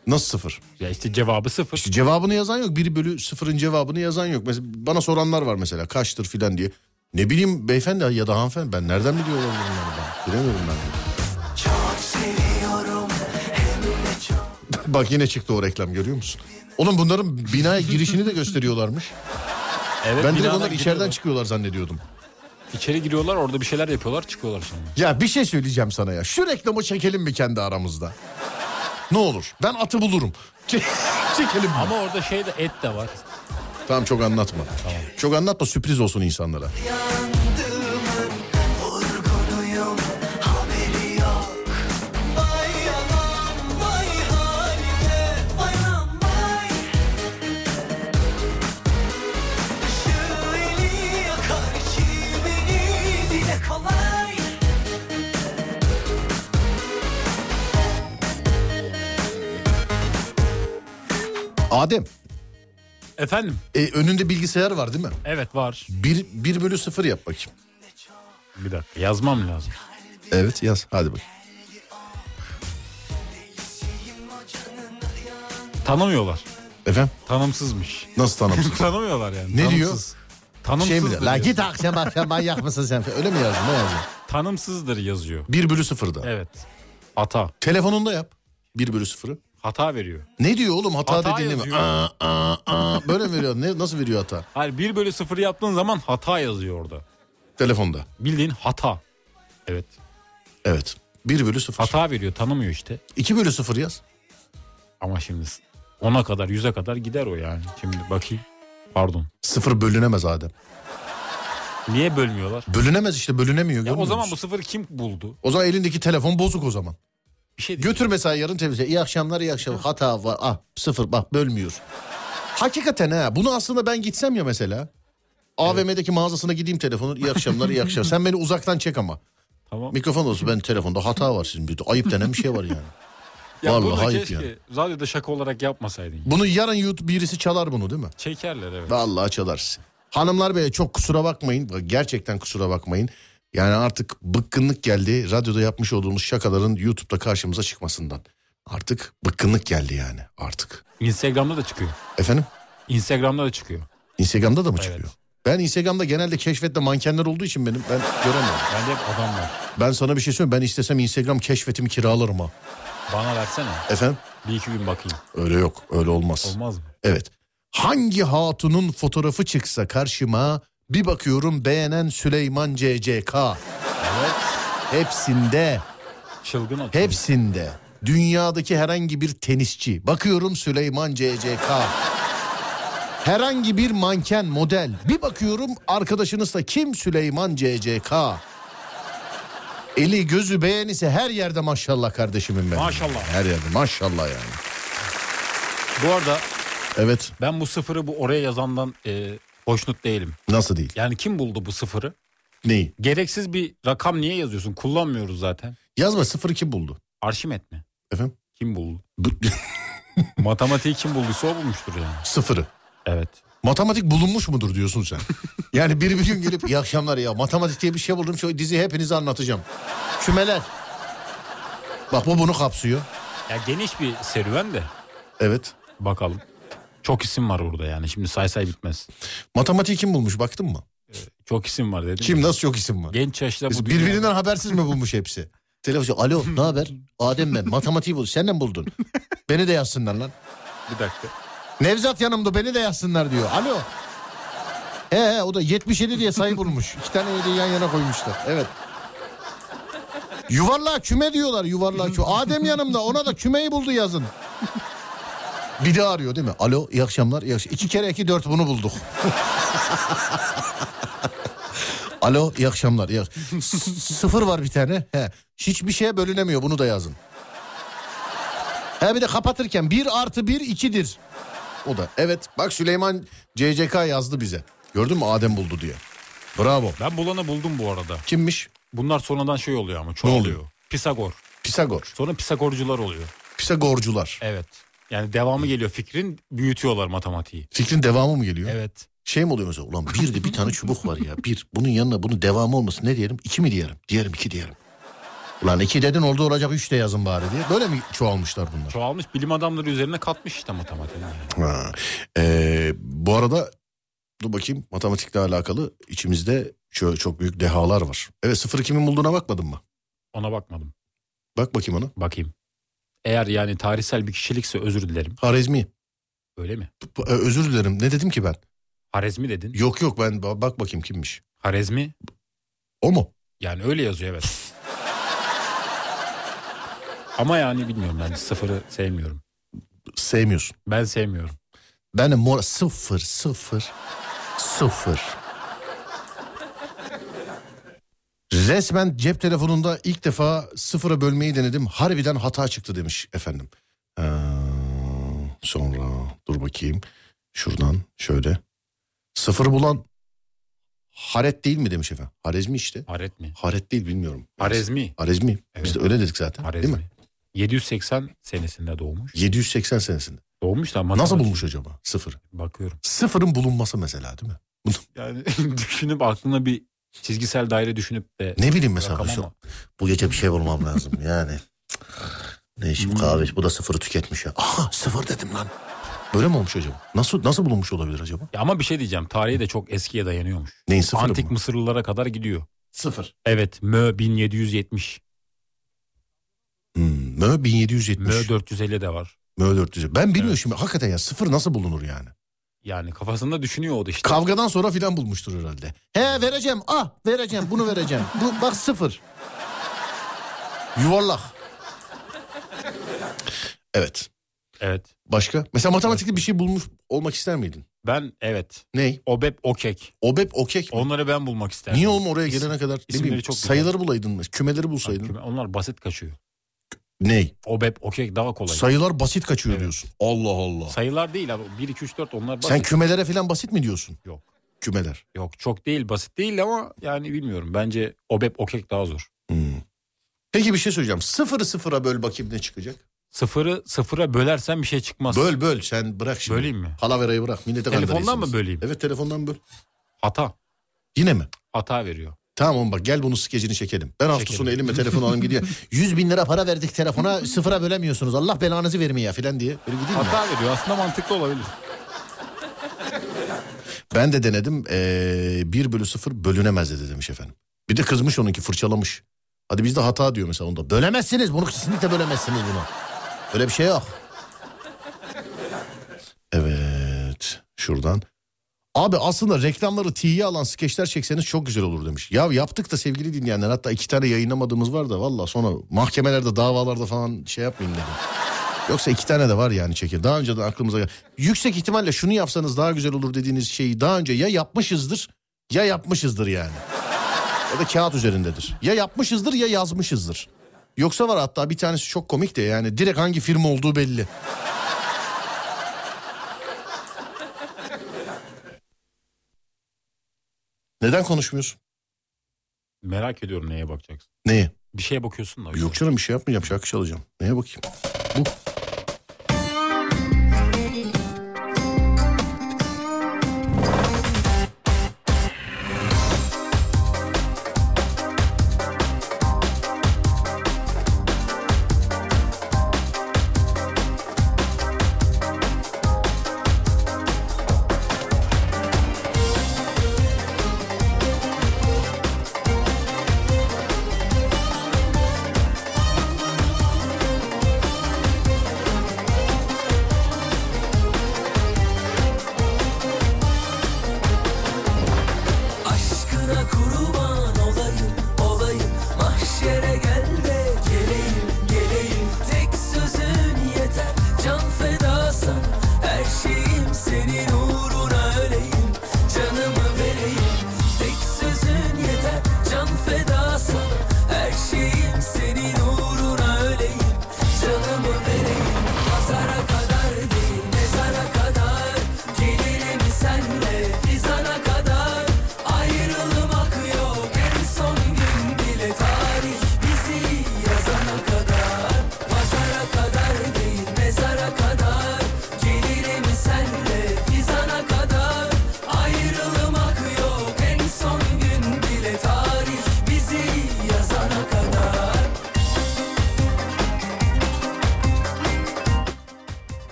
[SPEAKER 1] Nasıl sıfır?
[SPEAKER 2] Ya işte cevabı 0.
[SPEAKER 1] İşte cevabını yazan yok. 1 bölü sıfırın cevabını yazan yok. Mesela bana soranlar var mesela kaçtır filan diye. Ne bileyim beyefendi ya da hanımefendi ben nereden biliyor olabilirim yani ben? Bilemiyorum ben. Bak yine çıktı o reklam görüyor musun? Oğlum bunların binaya girişini de gösteriyorlarmış.
[SPEAKER 2] Evet,
[SPEAKER 1] Ben direkt
[SPEAKER 2] binadan
[SPEAKER 1] onlar içeriden
[SPEAKER 2] giriyorlar.
[SPEAKER 1] çıkıyorlar zannediyordum.
[SPEAKER 2] İçeri giriyorlar orada bir şeyler yapıyorlar çıkıyorlar sonra.
[SPEAKER 1] Ya bir şey söyleyeceğim sana ya. Şu reklamı çekelim mi kendi aramızda? Ne olur. Ben atı bulurum. çekelim mi?
[SPEAKER 2] Ama orada şey de et de var.
[SPEAKER 1] Tamam çok anlatma. Çok anlatma sürpriz olsun insanlara.
[SPEAKER 7] Vay anam vay halime vay anam vay Şu eli yakar ki beni dile kolay
[SPEAKER 1] Adem
[SPEAKER 2] Efendim?
[SPEAKER 1] e, önünde bilgisayar var değil mi?
[SPEAKER 2] Evet var.
[SPEAKER 1] 1, 1 bölü 0 yap bakayım.
[SPEAKER 2] Bir dakika yazmam lazım.
[SPEAKER 1] Evet yaz hadi bakayım.
[SPEAKER 2] Tanımıyorlar.
[SPEAKER 1] Efendim
[SPEAKER 2] Tanımsızmış.
[SPEAKER 1] nasıl tanımsın?
[SPEAKER 2] Tanımıyorlar yani.
[SPEAKER 1] Ne
[SPEAKER 2] tanımsız. Tanımsızdır.
[SPEAKER 1] şey mi? diyor? La
[SPEAKER 2] yazıyor.
[SPEAKER 1] git akşam akşam manyak mısın sen? Öyle mi yazdın? Ne yazdın?
[SPEAKER 2] Tanımsızdır yazıyor.
[SPEAKER 1] 1 bölü 0'da.
[SPEAKER 2] Evet. Hata.
[SPEAKER 1] Telefonunda yap. 1 bölü 0'ı.
[SPEAKER 2] Hata veriyor.
[SPEAKER 1] Ne diyor oğlum hata,
[SPEAKER 2] Hata
[SPEAKER 1] dediğini mi?
[SPEAKER 2] yazıyor.
[SPEAKER 1] Aa, aa, aa. Böyle mi veriyor? Ne, nasıl veriyor hata?
[SPEAKER 2] Hayır 1 bölü 0 yaptığın zaman hata yazıyor orada.
[SPEAKER 1] Telefonda.
[SPEAKER 2] Bildiğin hata. Evet.
[SPEAKER 1] Evet. 1 bölü 0.
[SPEAKER 2] Hata veriyor tanımıyor işte.
[SPEAKER 1] 2 bölü 0 yaz.
[SPEAKER 2] Ama şimdi ona kadar yüze kadar gider o yani. Şimdi bakayım. Pardon.
[SPEAKER 1] 0 bölünemez Adem.
[SPEAKER 2] Niye bölmüyorlar?
[SPEAKER 1] Bölünemez işte bölünemiyor.
[SPEAKER 2] Ya o
[SPEAKER 1] görmüyor
[SPEAKER 2] zaman bu
[SPEAKER 1] musun?
[SPEAKER 2] sıfırı kim buldu?
[SPEAKER 1] O zaman elindeki telefon bozuk o zaman.
[SPEAKER 2] Bir şey değil.
[SPEAKER 1] Götür mesela yarın temizle. İyi akşamlar, iyi akşamlar. Hata var. Ah sıfır bak bölmüyor. Hakikaten ha. Bunu aslında ben gitsem ya mesela. AVM'deki mağazasına gideyim telefonun. İyi akşamlar, iyi akşamlar. Sen beni uzaktan çek ama.
[SPEAKER 2] Tamam.
[SPEAKER 1] Mikrofon olsun ben telefonda hata var sizin. Bir de Ayıp denen bir şey var yani.
[SPEAKER 2] Ya bunu
[SPEAKER 1] Vallahi ayıp
[SPEAKER 2] keşke
[SPEAKER 1] yani.
[SPEAKER 2] radyoda şaka olarak yapmasaydın.
[SPEAKER 1] Bunu yarın YouTube birisi çalar bunu değil mi?
[SPEAKER 2] Çekerler evet.
[SPEAKER 1] Vallahi çalar. Hanımlar beyler çok kusura bakmayın. Bak, Gerçekten kusura bakmayın. Yani artık bıkkınlık geldi. Radyoda yapmış olduğumuz şakaların YouTube'da karşımıza çıkmasından. Artık bıkkınlık geldi yani artık.
[SPEAKER 2] Instagram'da da çıkıyor.
[SPEAKER 1] Efendim?
[SPEAKER 2] Instagram'da da çıkıyor.
[SPEAKER 1] Instagram'da da mı
[SPEAKER 2] Evet.
[SPEAKER 1] çıkıyor? Ben Instagram'da genelde keşfette mankenler olduğu için benim ben göremiyorum.
[SPEAKER 2] Bende hep adam var.
[SPEAKER 1] Ben sana bir şey söyleyeyim. Ben istesem Instagram keşfetimi kiralarım ha.
[SPEAKER 2] Bana versene.
[SPEAKER 1] Efendim?
[SPEAKER 2] Bir iki gün bakayım.
[SPEAKER 1] Öyle yok. Öyle olmaz.
[SPEAKER 2] Olmaz mı?
[SPEAKER 1] Evet. Hangi hatunun fotoğrafı çıksa karşıma bir bakıyorum beğenen Süleyman CCK. Hepsinde,
[SPEAKER 2] Çılgın o.
[SPEAKER 1] hepsinde. Dünyadaki herhangi bir tenisçi. Bakıyorum Süleyman CCK. Herhangi bir manken model. Bir bakıyorum arkadaşınızsa kim Süleyman CCK. Eli gözü beğenisi her yerde maşallah kardeşimin benim.
[SPEAKER 2] Maşallah.
[SPEAKER 1] Her yerde maşallah yani.
[SPEAKER 2] Bu arada
[SPEAKER 1] Evet
[SPEAKER 2] ben bu sıfırı bu oraya yazandan e, hoşnut değilim.
[SPEAKER 1] nasıl değil?
[SPEAKER 2] Yani kim buldu bu sıfırı?
[SPEAKER 1] Neyi?
[SPEAKER 2] Gereksiz bir rakam niye yazıyorsun? Kullanmıyoruz zaten.
[SPEAKER 1] Yazma sıfırı kim buldu?
[SPEAKER 2] Arşimet mi?
[SPEAKER 1] Efendim?
[SPEAKER 2] Kim buldu?
[SPEAKER 1] Bu-
[SPEAKER 2] Matematiği kim bulduysa o bulmuştur yani.
[SPEAKER 1] sıfırı.
[SPEAKER 2] Evet.
[SPEAKER 1] Matematik bulunmuş mudur diyorsun sen? Yani biri bir gün gelip iyi akşamlar ya matematik diye bir şey buldum. Şu dizi hepinize anlatacağım. Kümeler. Bak bu bunu kapsıyor.
[SPEAKER 2] Ya geniş bir serüven de
[SPEAKER 1] Evet.
[SPEAKER 2] bakalım. Çok isim var burada yani. Şimdi say say bitmez.
[SPEAKER 1] Matematiği kim bulmuş baktın mı?
[SPEAKER 2] Çok isim var dedim.
[SPEAKER 1] Kim nasıl çok isim var?
[SPEAKER 2] Genç yaşta
[SPEAKER 1] Biz
[SPEAKER 2] bu dünya-
[SPEAKER 1] birbirinden habersiz mi bulmuş hepsi? Telefon alo ne haber? Adem ben matematiği bul. Sen de mi buldun? Beni de yazsınlar lan.
[SPEAKER 2] Bir dakika.
[SPEAKER 1] Nevzat yanımda beni de yazsınlar diyor. Alo. He he o da 77 diye sayı bulmuş. İki tane yediği yan yana koymuşlar. Evet. Yuvarlağa küme diyorlar yuvarlağa küme. Adem yanımda ona da kümeyi buldu yazın. Bir de arıyor değil mi? Alo iyi akşamlar. Iyi akşamlar. İki kere iki dört bunu bulduk. Alo iyi akşamlar. iyi ak- S- Sıfır var bir tane. He. Hiçbir şeye bölünemiyor bunu da yazın. He bir de kapatırken bir artı bir ikidir. O da evet bak Süleyman CCK yazdı bize. Gördün mü Adem buldu diye. Bravo.
[SPEAKER 2] Ben bulanı buldum bu arada.
[SPEAKER 1] Kimmiş?
[SPEAKER 2] Bunlar sonradan şey oluyor ama çoğalıyor. Pisagor.
[SPEAKER 1] Pisagor.
[SPEAKER 2] Sonra Pisagorcular oluyor.
[SPEAKER 1] Pisagorcular.
[SPEAKER 2] Evet. Yani devamı geliyor fikrin büyütüyorlar matematiği.
[SPEAKER 1] Fikrin devamı mı geliyor?
[SPEAKER 2] Evet.
[SPEAKER 1] Şey mi oluyor mesela ulan bir de bir tane çubuk var ya bir bunun yanına bunun devamı olmasın ne diyelim iki mi diyelim diyelim iki diyelim. Ulan iki dedin oldu olacak üç de yazın bari diye. Böyle mi çoğalmışlar bunlar?
[SPEAKER 2] Çoğalmış bilim adamları üzerine katmış işte matematiği. yani.
[SPEAKER 1] Ha. Ee, bu arada dur bakayım matematikle alakalı içimizde şöyle çok büyük dehalar var. Evet sıfırı kimin bulduğuna bakmadın mı?
[SPEAKER 2] Ona bakmadım.
[SPEAKER 1] Bak bakayım ona.
[SPEAKER 2] Bakayım. Eğer yani tarihsel bir kişilikse özür dilerim.
[SPEAKER 1] Harezmi.
[SPEAKER 2] Öyle mi?
[SPEAKER 1] P- e, Özür dilerim ne dedim ki ben?
[SPEAKER 2] Harezmi dedin.
[SPEAKER 1] Yok yok ben ba- bak bakayım kimmiş.
[SPEAKER 2] Harezmi
[SPEAKER 1] O mu?
[SPEAKER 2] yani öyle yazıyor evet. Ama yani bilmiyorum ben sıfırı sevmiyorum.
[SPEAKER 1] Sevmiyorsun.
[SPEAKER 2] Ben sevmiyorum.
[SPEAKER 1] Ben de mor sıfır sıfır sıfır. Resmen cep telefonunda ilk defa sıfıra bölmeyi denedim. Harbiden hata çıktı demiş efendim. Ee, sonra dur bakayım. Şuradan şöyle. Sıfır bulan Haret değil mi demiş efendim. Harezmi işte.
[SPEAKER 2] Haret mi?
[SPEAKER 1] Haret değil bilmiyorum.
[SPEAKER 2] Harezmi.
[SPEAKER 1] Harezmi. Biz
[SPEAKER 2] Evet.
[SPEAKER 1] de öyle dedik zaten değil
[SPEAKER 2] Harezmi.
[SPEAKER 1] mi?
[SPEAKER 2] 780 senesinde doğmuş.
[SPEAKER 1] 780 senesinde.
[SPEAKER 2] Doğmuş da
[SPEAKER 1] Nasıl
[SPEAKER 2] matematik-
[SPEAKER 1] bulmuş acaba sıfır?
[SPEAKER 2] Bakıyorum.
[SPEAKER 1] Sıfırın bulunması mesela değil mi?
[SPEAKER 2] Yani düşünüp aklına bir çizgisel daire düşünüp de
[SPEAKER 1] Ne bileyim mesela
[SPEAKER 2] rakam
[SPEAKER 1] şu,
[SPEAKER 2] ama.
[SPEAKER 1] bu gece bir şey bulmam lazım yani. Cık, Ne
[SPEAKER 2] Hmm.
[SPEAKER 1] işim kahve bu da sıfırı tüketmiş ya. Aha sıfır dedim lan. Böyle mi olmuş acaba? Nasıl nasıl bulunmuş olabilir acaba?
[SPEAKER 2] Ya ama bir şey diyeceğim. Tarihi de çok eskiye dayanıyormuş.
[SPEAKER 1] Neyin sıfırı
[SPEAKER 2] Antik
[SPEAKER 1] mı?
[SPEAKER 2] Mısırlılara kadar gidiyor.
[SPEAKER 1] Sıfır.
[SPEAKER 2] Evet. Mö 1770.
[SPEAKER 1] Hmm, Mö 1770.
[SPEAKER 2] Mö
[SPEAKER 1] Mö,
[SPEAKER 2] 450 de var.
[SPEAKER 1] 400. Ben bilmiyorum
[SPEAKER 2] Evet.
[SPEAKER 1] şimdi hakikaten ya sıfır nasıl bulunur yani?
[SPEAKER 2] Yani kafasında düşünüyor o da işte.
[SPEAKER 1] Kavgadan sonra filan bulmuştur herhalde. He vereceğim ah vereceğim bunu vereceğim. Bu bak sıfır. Yuvarlak. Evet.
[SPEAKER 2] evet.
[SPEAKER 1] Başka? Mesela matematikte bir şey bulmuş olmak ister miydin?
[SPEAKER 2] Ben evet.
[SPEAKER 1] Ney?
[SPEAKER 2] Obep Okek.
[SPEAKER 1] Obep, okek mi?
[SPEAKER 2] Onları ben bulmak isterdim.
[SPEAKER 1] Niye oğlum oraya
[SPEAKER 2] İsim-
[SPEAKER 1] gelene kadar? Ne
[SPEAKER 2] isimleri
[SPEAKER 1] bileyim,
[SPEAKER 2] çok güzel.
[SPEAKER 1] sayıları bulaydın mı? Kümeleri bulsaydın.
[SPEAKER 2] Sanki Onlar basit kaçıyor.
[SPEAKER 1] Ney?
[SPEAKER 2] Obep Okek daha kolay.
[SPEAKER 1] Sayılar basit kaçıyor
[SPEAKER 2] Evet.
[SPEAKER 1] diyorsun. Allah Allah.
[SPEAKER 2] Sayılar değil abi. 1 2 3 4 onlar basit.
[SPEAKER 1] Sen kümelere filan basit mi diyorsun?
[SPEAKER 2] Yok.
[SPEAKER 1] Kümeler.
[SPEAKER 2] Yok çok değil basit değil ama yani bilmiyorum. Bence Obep Okek daha zor.
[SPEAKER 1] Hmm. Peki bir şey söyleyeceğim. Sıfırı sıfıra böl bakayım ne çıkacak?
[SPEAKER 2] Sıfırı sıfıra bölersen bir şey çıkmaz.
[SPEAKER 1] Böl şey. böl sen bırak şimdi.
[SPEAKER 2] Böleyim mi?
[SPEAKER 1] Palaverayı bırak. Millete
[SPEAKER 2] Telefondan
[SPEAKER 1] kandıraysınız.
[SPEAKER 2] mı böleyim?
[SPEAKER 1] Evet telefondan böl.
[SPEAKER 2] Hata.
[SPEAKER 1] Yine mi?
[SPEAKER 2] Hata veriyor.
[SPEAKER 1] Tamam oğlum bak gel bunun skecini çekelim. Ben hafta
[SPEAKER 2] Çekelim.
[SPEAKER 1] sonu elime telefon alayım gidiyor. 100 bin lira para verdik telefona sıfıra bölemiyorsunuz. Allah belanızı vermeye ya filan diye. Böyle gideyim mi?
[SPEAKER 2] Hata veriyor. Aslında mantıklı olabilir.
[SPEAKER 1] Ben de denedim. Ee, 1 bölü 0 bölünemez dedi demiş efendim. Bir de kızmış onunki fırçalamış. Hadi bizde hata diyor mesela onda. Bölemezsiniz bunu kesinlikle bölemezsiniz bunu. Böyle bir şey yok. Evet şuradan. Abi aslında reklamları tiye alan skeçler çekseniz çok güzel olur demiş. Ya yaptık da sevgili dinleyenler hatta iki tane yayınlamadığımız var da valla sonra mahkemelerde davalarda falan şey yapmayayım dedim. Yoksa iki tane de var yani çekir. Daha önceden aklımıza gel- yüksek ihtimalle şunu yapsanız daha güzel olur dediğiniz şeyi daha önce ya yapmışızdır ya yapmışızdır yani. Ya da kağıt üzerindedir. Ya yapmışızdır ya yazmışızdır. Yoksa var hatta bir tanesi çok komik de yani direkt hangi firma olduğu belli. Neden konuşmuyorsun?
[SPEAKER 2] Merak ediyorum neye bakacaksın.
[SPEAKER 1] Neyi?
[SPEAKER 2] Bir şeye bakıyorsun da.
[SPEAKER 1] Yok canım bir şey yapmayacağım şarkı çalacağım. Neye bakayım? Bu.
[SPEAKER 4] Aşkına kurban olayım, olayım Mahşere gel de geleyim, geleyim Tek sözün yeter, can fedasa Her şeyim senin uğruna öleyim Canımı vereyim Tek sözün yeter, can fedasa Her şeyim senin uğruna öleyim Canımı vereyim Pazara kadar değil, mezara kadar Gelirim senle fizana kadar Ayrılmak yok en son gün bile Tarih bizi yazana kadar Pazara kadar değil mezara kadar Gelirim senle fizana kadar Ayrılmak yok en son gün bile Tarih bizi yazana kadar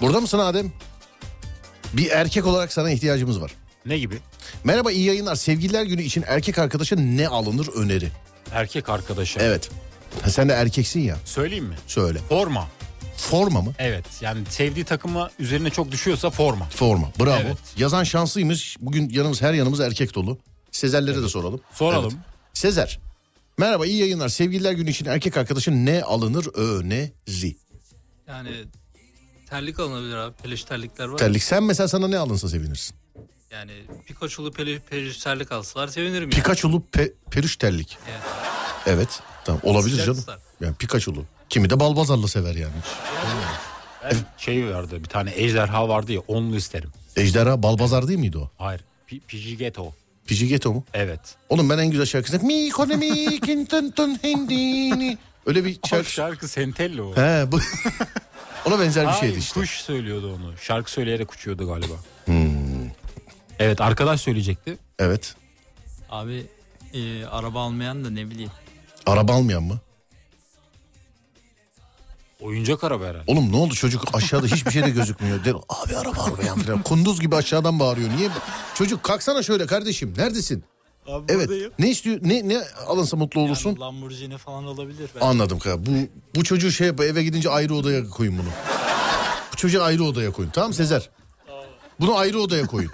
[SPEAKER 1] Burada mısın Adem? Bir erkek olarak sana ihtiyacımız var.
[SPEAKER 2] Ne gibi?
[SPEAKER 1] Merhaba iyi yayınlar. Sevgililer günü için erkek arkadaşa ne alınır öneri?
[SPEAKER 2] Erkek arkadaşa.
[SPEAKER 1] Evet. Ha, sen de erkeksin ya.
[SPEAKER 2] Söyleyeyim mi?
[SPEAKER 1] Söyle.
[SPEAKER 2] Forma.
[SPEAKER 1] Forma mı?
[SPEAKER 2] Evet. Yani sevdiği takıma üzerine çok düşüyorsa forma.
[SPEAKER 1] Forma. Bravo.
[SPEAKER 2] Evet.
[SPEAKER 1] Yazan şanslıymış. Bugün yanımız her yanımız erkek dolu. Sezerlere de soralım.
[SPEAKER 2] Soralım.
[SPEAKER 1] Evet. Sezer. Merhaba iyi yayınlar. Sevgililer günü için erkek arkadaşa ne alınır öneri?
[SPEAKER 8] Yani terlik alınabilir abi. Peleş terlikler var.
[SPEAKER 1] Terlik. Sen mesela sana ne alınsa sevinirsin.
[SPEAKER 8] Yani Pikachu'lu pele, peleş terlik alsalar sevinirim yani.
[SPEAKER 1] Pikachu'lu pe- perüş terlik.
[SPEAKER 8] Evet.
[SPEAKER 1] Evet. Tamam olabilir
[SPEAKER 8] Sıcak
[SPEAKER 1] canım.
[SPEAKER 8] tutar.
[SPEAKER 1] Yani Pikachu'lu. Kimi de balbazarlı sever yani.
[SPEAKER 2] Şey vardı bir tane ejderha vardı ya onlu isterim.
[SPEAKER 1] Ejderha balbazar değil miydi o?
[SPEAKER 2] Hayır. Pi- Pijigeto.
[SPEAKER 1] Pijigeto mu?
[SPEAKER 2] Evet.
[SPEAKER 1] Oğlum ben en güzel şarkısını... Mi konemi kintentun hindini. Öyle bir
[SPEAKER 2] Şarkı,
[SPEAKER 1] şarkı.
[SPEAKER 2] Sentello.
[SPEAKER 1] He bu. Ona benzer bir
[SPEAKER 2] Ay,
[SPEAKER 1] şeydi işte.
[SPEAKER 2] Kuş söylüyordu onu. Şarkı söyleyerek uçuyordu galiba.
[SPEAKER 1] Hmm.
[SPEAKER 2] Evet arkadaş söyleyecekti.
[SPEAKER 1] Evet.
[SPEAKER 10] Abi e, araba almayan da ne bileyim.
[SPEAKER 1] Araba almayan mı?
[SPEAKER 2] Oyuncak araba herhalde.
[SPEAKER 1] Oğlum ne oldu çocuk aşağıda hiçbir şey de gözükmüyor. Der, abi araba almayan falan. Kunduz gibi aşağıdan bağırıyor. Niye? Çocuk kalksana şöyle kardeşim. Neredesin?
[SPEAKER 10] Abi
[SPEAKER 1] Evet. Ne istiyor? Ne, ne alınsa mutlu olursun?
[SPEAKER 10] Yani Lamborghini falan olabilir. Ben.
[SPEAKER 1] Anladım kanka. Bu bu çocuğu şey eve gidince ayrı odaya koyun bunu. Bu çocuğu ayrı odaya koyun. Tamam Sezer. Bunu ayrı odaya koyun.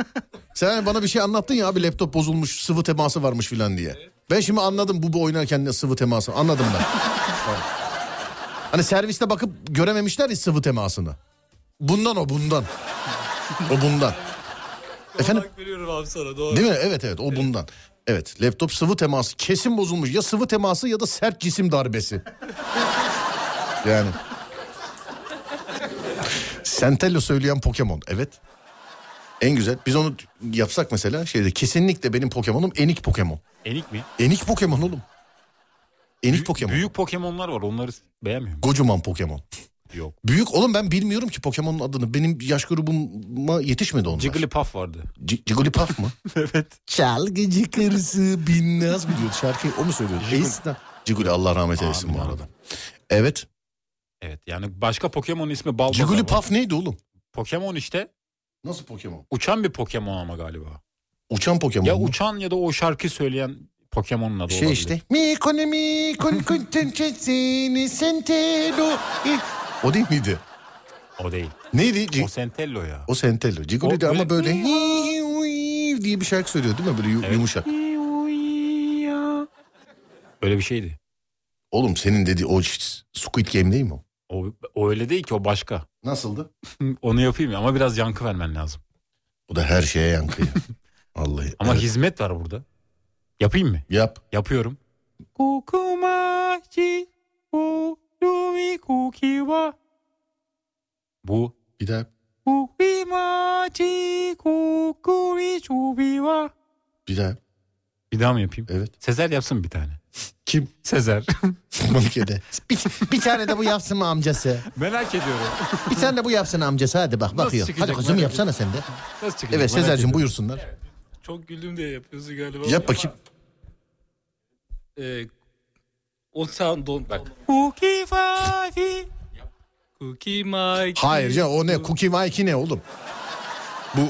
[SPEAKER 1] Sen hani bana bir şey anlattın ya abi laptop bozulmuş sıvı teması varmış filan diye. Ben şimdi anladım bu, bu oynarken ne sıvı teması anladım ben. Tamam. hani serviste bakıp görememişler ya sıvı temasını. Bundan o bundan. O bundan. Efendim?
[SPEAKER 10] veriyorum abi sana doğru.
[SPEAKER 1] Değil mi? Evet evet o bundan. Evet laptop sıvı teması kesin bozulmuş. Ya sıvı teması ya da sert cisim darbesi. yani. Sentello söyleyen Pokemon evet. En güzel. Biz onu yapsak mesela şeyde kesinlikle benim Pokemon'um enik Pokemon.
[SPEAKER 2] Enik mi?
[SPEAKER 1] Enik Pokemon oğlum. Enik
[SPEAKER 2] Büyük-
[SPEAKER 1] Pokemon.
[SPEAKER 2] Büyük Pokemon'lar var onları beğenmiyorum.
[SPEAKER 1] Kocaman Pokemon.
[SPEAKER 2] Yok.
[SPEAKER 1] Büyük oğlum ben bilmiyorum ki Pokemon'un adını. Benim yaş grubuma yetişmedi onlar.
[SPEAKER 2] Jigglypuff vardı.
[SPEAKER 1] C- Jigglypuff mı? evet. Çalgıcı karısı binnaz mı diyordu şarkıyı o mu söylüyordu?
[SPEAKER 2] Jiggly.
[SPEAKER 1] Esna. Jiggly Allah rahmet eylesin bu
[SPEAKER 2] Amin,
[SPEAKER 1] arada. Evet.
[SPEAKER 2] Evet yani başka Pokemon ismi Balbazar. var.
[SPEAKER 1] Jigglypuff neydi oğlum?
[SPEAKER 2] Pokemon işte
[SPEAKER 1] Nasıl Pokemon?
[SPEAKER 2] uçan bir Pokemon ama galiba.
[SPEAKER 1] Uçan Pokemon
[SPEAKER 2] Ya
[SPEAKER 1] mu?
[SPEAKER 2] uçan ya da o şarkı söyleyen Pokemon'un adı
[SPEAKER 1] Hmm. Şey
[SPEAKER 2] olabilir.
[SPEAKER 1] işte. Mikone mikon kuntun çesini sentelo. i- O değil miydi?
[SPEAKER 2] O değil.
[SPEAKER 1] Neydi?
[SPEAKER 2] O
[SPEAKER 1] Jig-
[SPEAKER 2] Sentello ya.
[SPEAKER 1] O sentello. Jiggly
[SPEAKER 2] O
[SPEAKER 1] de ama
[SPEAKER 2] böyle-
[SPEAKER 1] böyle hi- hi- diye bir şarkı söylüyor değil mi? Böyle yu-
[SPEAKER 2] Evet.
[SPEAKER 1] yumuşak.
[SPEAKER 2] Öyle bir şeydi.
[SPEAKER 1] Oğlum senin dediği o ş- Squid Game değil mi o?
[SPEAKER 2] O, o öyle değil ki o başka.
[SPEAKER 1] Nasıldı?
[SPEAKER 2] Onu yapayım ya, ama biraz yankı vermen lazım.
[SPEAKER 1] Bu da her şeye yankı. ya. Vallahi.
[SPEAKER 2] Ama
[SPEAKER 1] evet.
[SPEAKER 2] hizmet var burada. Yapayım mı?
[SPEAKER 1] Yap.
[SPEAKER 2] Yapıyorum. Bu
[SPEAKER 1] Bir daha. Bir daha.
[SPEAKER 2] bir daha mı yapayım?
[SPEAKER 1] Evet.
[SPEAKER 2] Sezer yapsın bir tane.
[SPEAKER 1] Kim?
[SPEAKER 2] Sezer.
[SPEAKER 1] Malikede. bir, bir tane de bu yapsın mı amcası?
[SPEAKER 2] Merak ediyorum.
[SPEAKER 1] Bir tane de bu yapsın amcası. Hadi bak bakıyor.
[SPEAKER 2] çıkacak
[SPEAKER 1] Hadi kızım
[SPEAKER 2] merak
[SPEAKER 1] yapsana sen de.
[SPEAKER 2] Nasıl çıkacak?
[SPEAKER 1] Evet
[SPEAKER 2] Merak
[SPEAKER 1] Sezer'cim
[SPEAKER 2] ediyorum.
[SPEAKER 1] buyursunlar.
[SPEAKER 8] Çok güldüm diye yapıyorsun galiba.
[SPEAKER 1] Yap bakayım.
[SPEAKER 8] Ee, o sound don bak.
[SPEAKER 2] Cookie Fafi.
[SPEAKER 8] Cookie Mike.
[SPEAKER 1] Hayır ya o ne? Cookie Mikey ne oğlum? Bu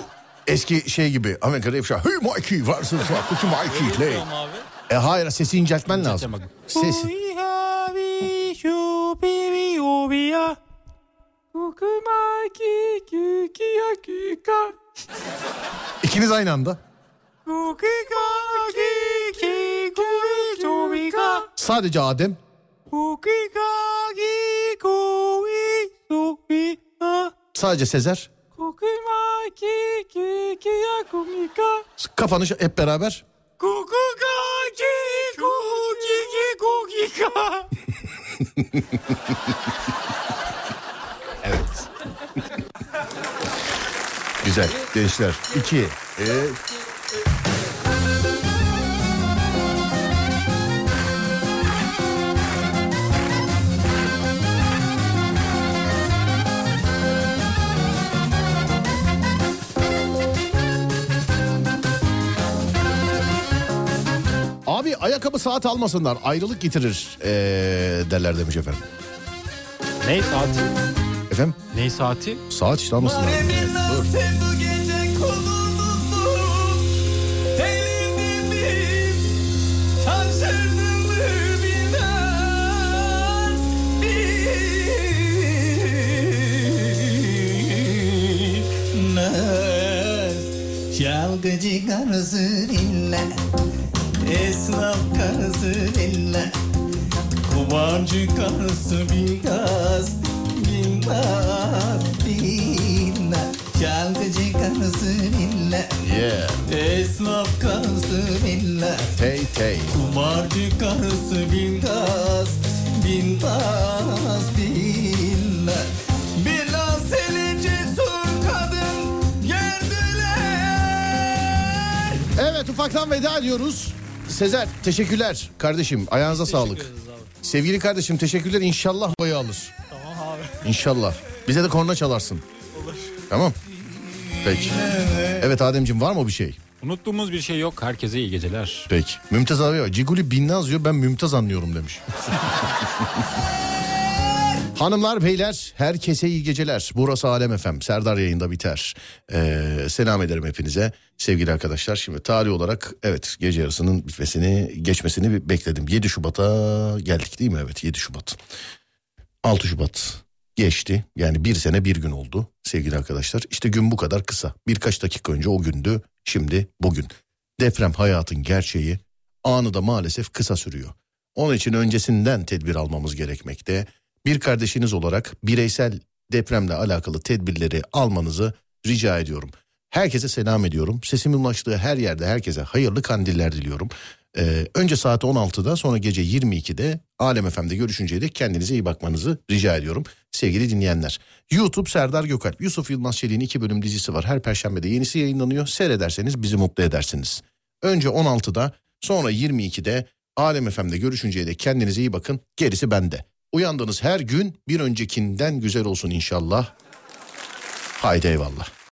[SPEAKER 1] eski şey gibi Amerika'da ifşa. Hey Mikey varsın şu an, Cookie Mikey lay.
[SPEAKER 8] Tamam abi.
[SPEAKER 1] E hayır sesi inceltmen lazım.
[SPEAKER 2] bak.
[SPEAKER 1] Sesi. İkiniz aynı anda. Sadece Adem. Sadece Sezer. Kafanı şa- hep beraber.
[SPEAKER 2] Evet.
[SPEAKER 1] Güzel gençler. İki. E, Abi ayakkabı saat almasınlar ayrılık getirir ee, derler demiş efendim.
[SPEAKER 2] Ney saati?
[SPEAKER 1] Efendim
[SPEAKER 2] Ney saati?
[SPEAKER 1] saat işte almasınlar. Dur.
[SPEAKER 7] Çalgıcı karısı dinle Esnaf karısı dinle Kumarcı karısı biraz Bilmez dinle Çalgıcı karısı dinle
[SPEAKER 1] Yeah.
[SPEAKER 7] Esnaf karısı dinle
[SPEAKER 1] Tey tey.
[SPEAKER 7] Kumarcı karısı bilmez Bilmez bilmez Bilal seni cesur kadın Gördüler
[SPEAKER 1] Evet ufaktan veda ediyoruz. Sezer teşekkürler kardeşim ayağınıza sağlık. Sevgili kardeşim teşekkürler inşallah boyu alır. Tamam abi. İnşallah. Bize de korna çalarsın. Olur. Tamam. Peki. Evet Ademciğim var mı bir şey?
[SPEAKER 2] Unuttuğumuz bir şey yok. Herkese iyi geceler.
[SPEAKER 1] Peki. Mümtaz abi var. Ciguli Binnaz diyor ben Mümtaz anlıyorum demiş. Hanımlar beyler herkese iyi geceler. Burası Alem FM. Serdar yayında biter. Ee, selam ederim hepinize sevgili arkadaşlar. Şimdi tarih olarak evet gece yarısının bitmesini geçmesini bir bekledim. 7 Şubat'a geldik değil mi? Evet 7 Şubat. 6 Şubat geçti. Yani bir sene bir gün oldu sevgili arkadaşlar. İşte gün bu kadar kısa. Birkaç dakika önce o gündü. Şimdi bugün. Deprem hayatın gerçeği anı da maalesef kısa sürüyor. Onun için öncesinden tedbir almamız gerekmekte. Bir kardeşiniz olarak bireysel depremle alakalı tedbirleri almanızı rica ediyorum. Herkese selam ediyorum. Sesimin ulaştığı her yerde herkese hayırlı kandiller diliyorum. Ee, önce saat 16'da sonra gece 22'de Alem FM'de görüşünceye dek kendinize iyi bakmanızı rica ediyorum. Sevgili dinleyenler. YouTube Serdar Gökalp. Yusuf Yılmaz Çelik'in iki bölüm dizisi var. Her perşembede yenisi yayınlanıyor. Seyrederseniz bizi mutlu edersiniz. Önce 16'da sonra 22'de Alem FM'de görüşünceye dek kendinize iyi bakın. Gerisi bende. Uyandığınız her gün bir öncekinden güzel olsun inşallah. Haydi eyvallah.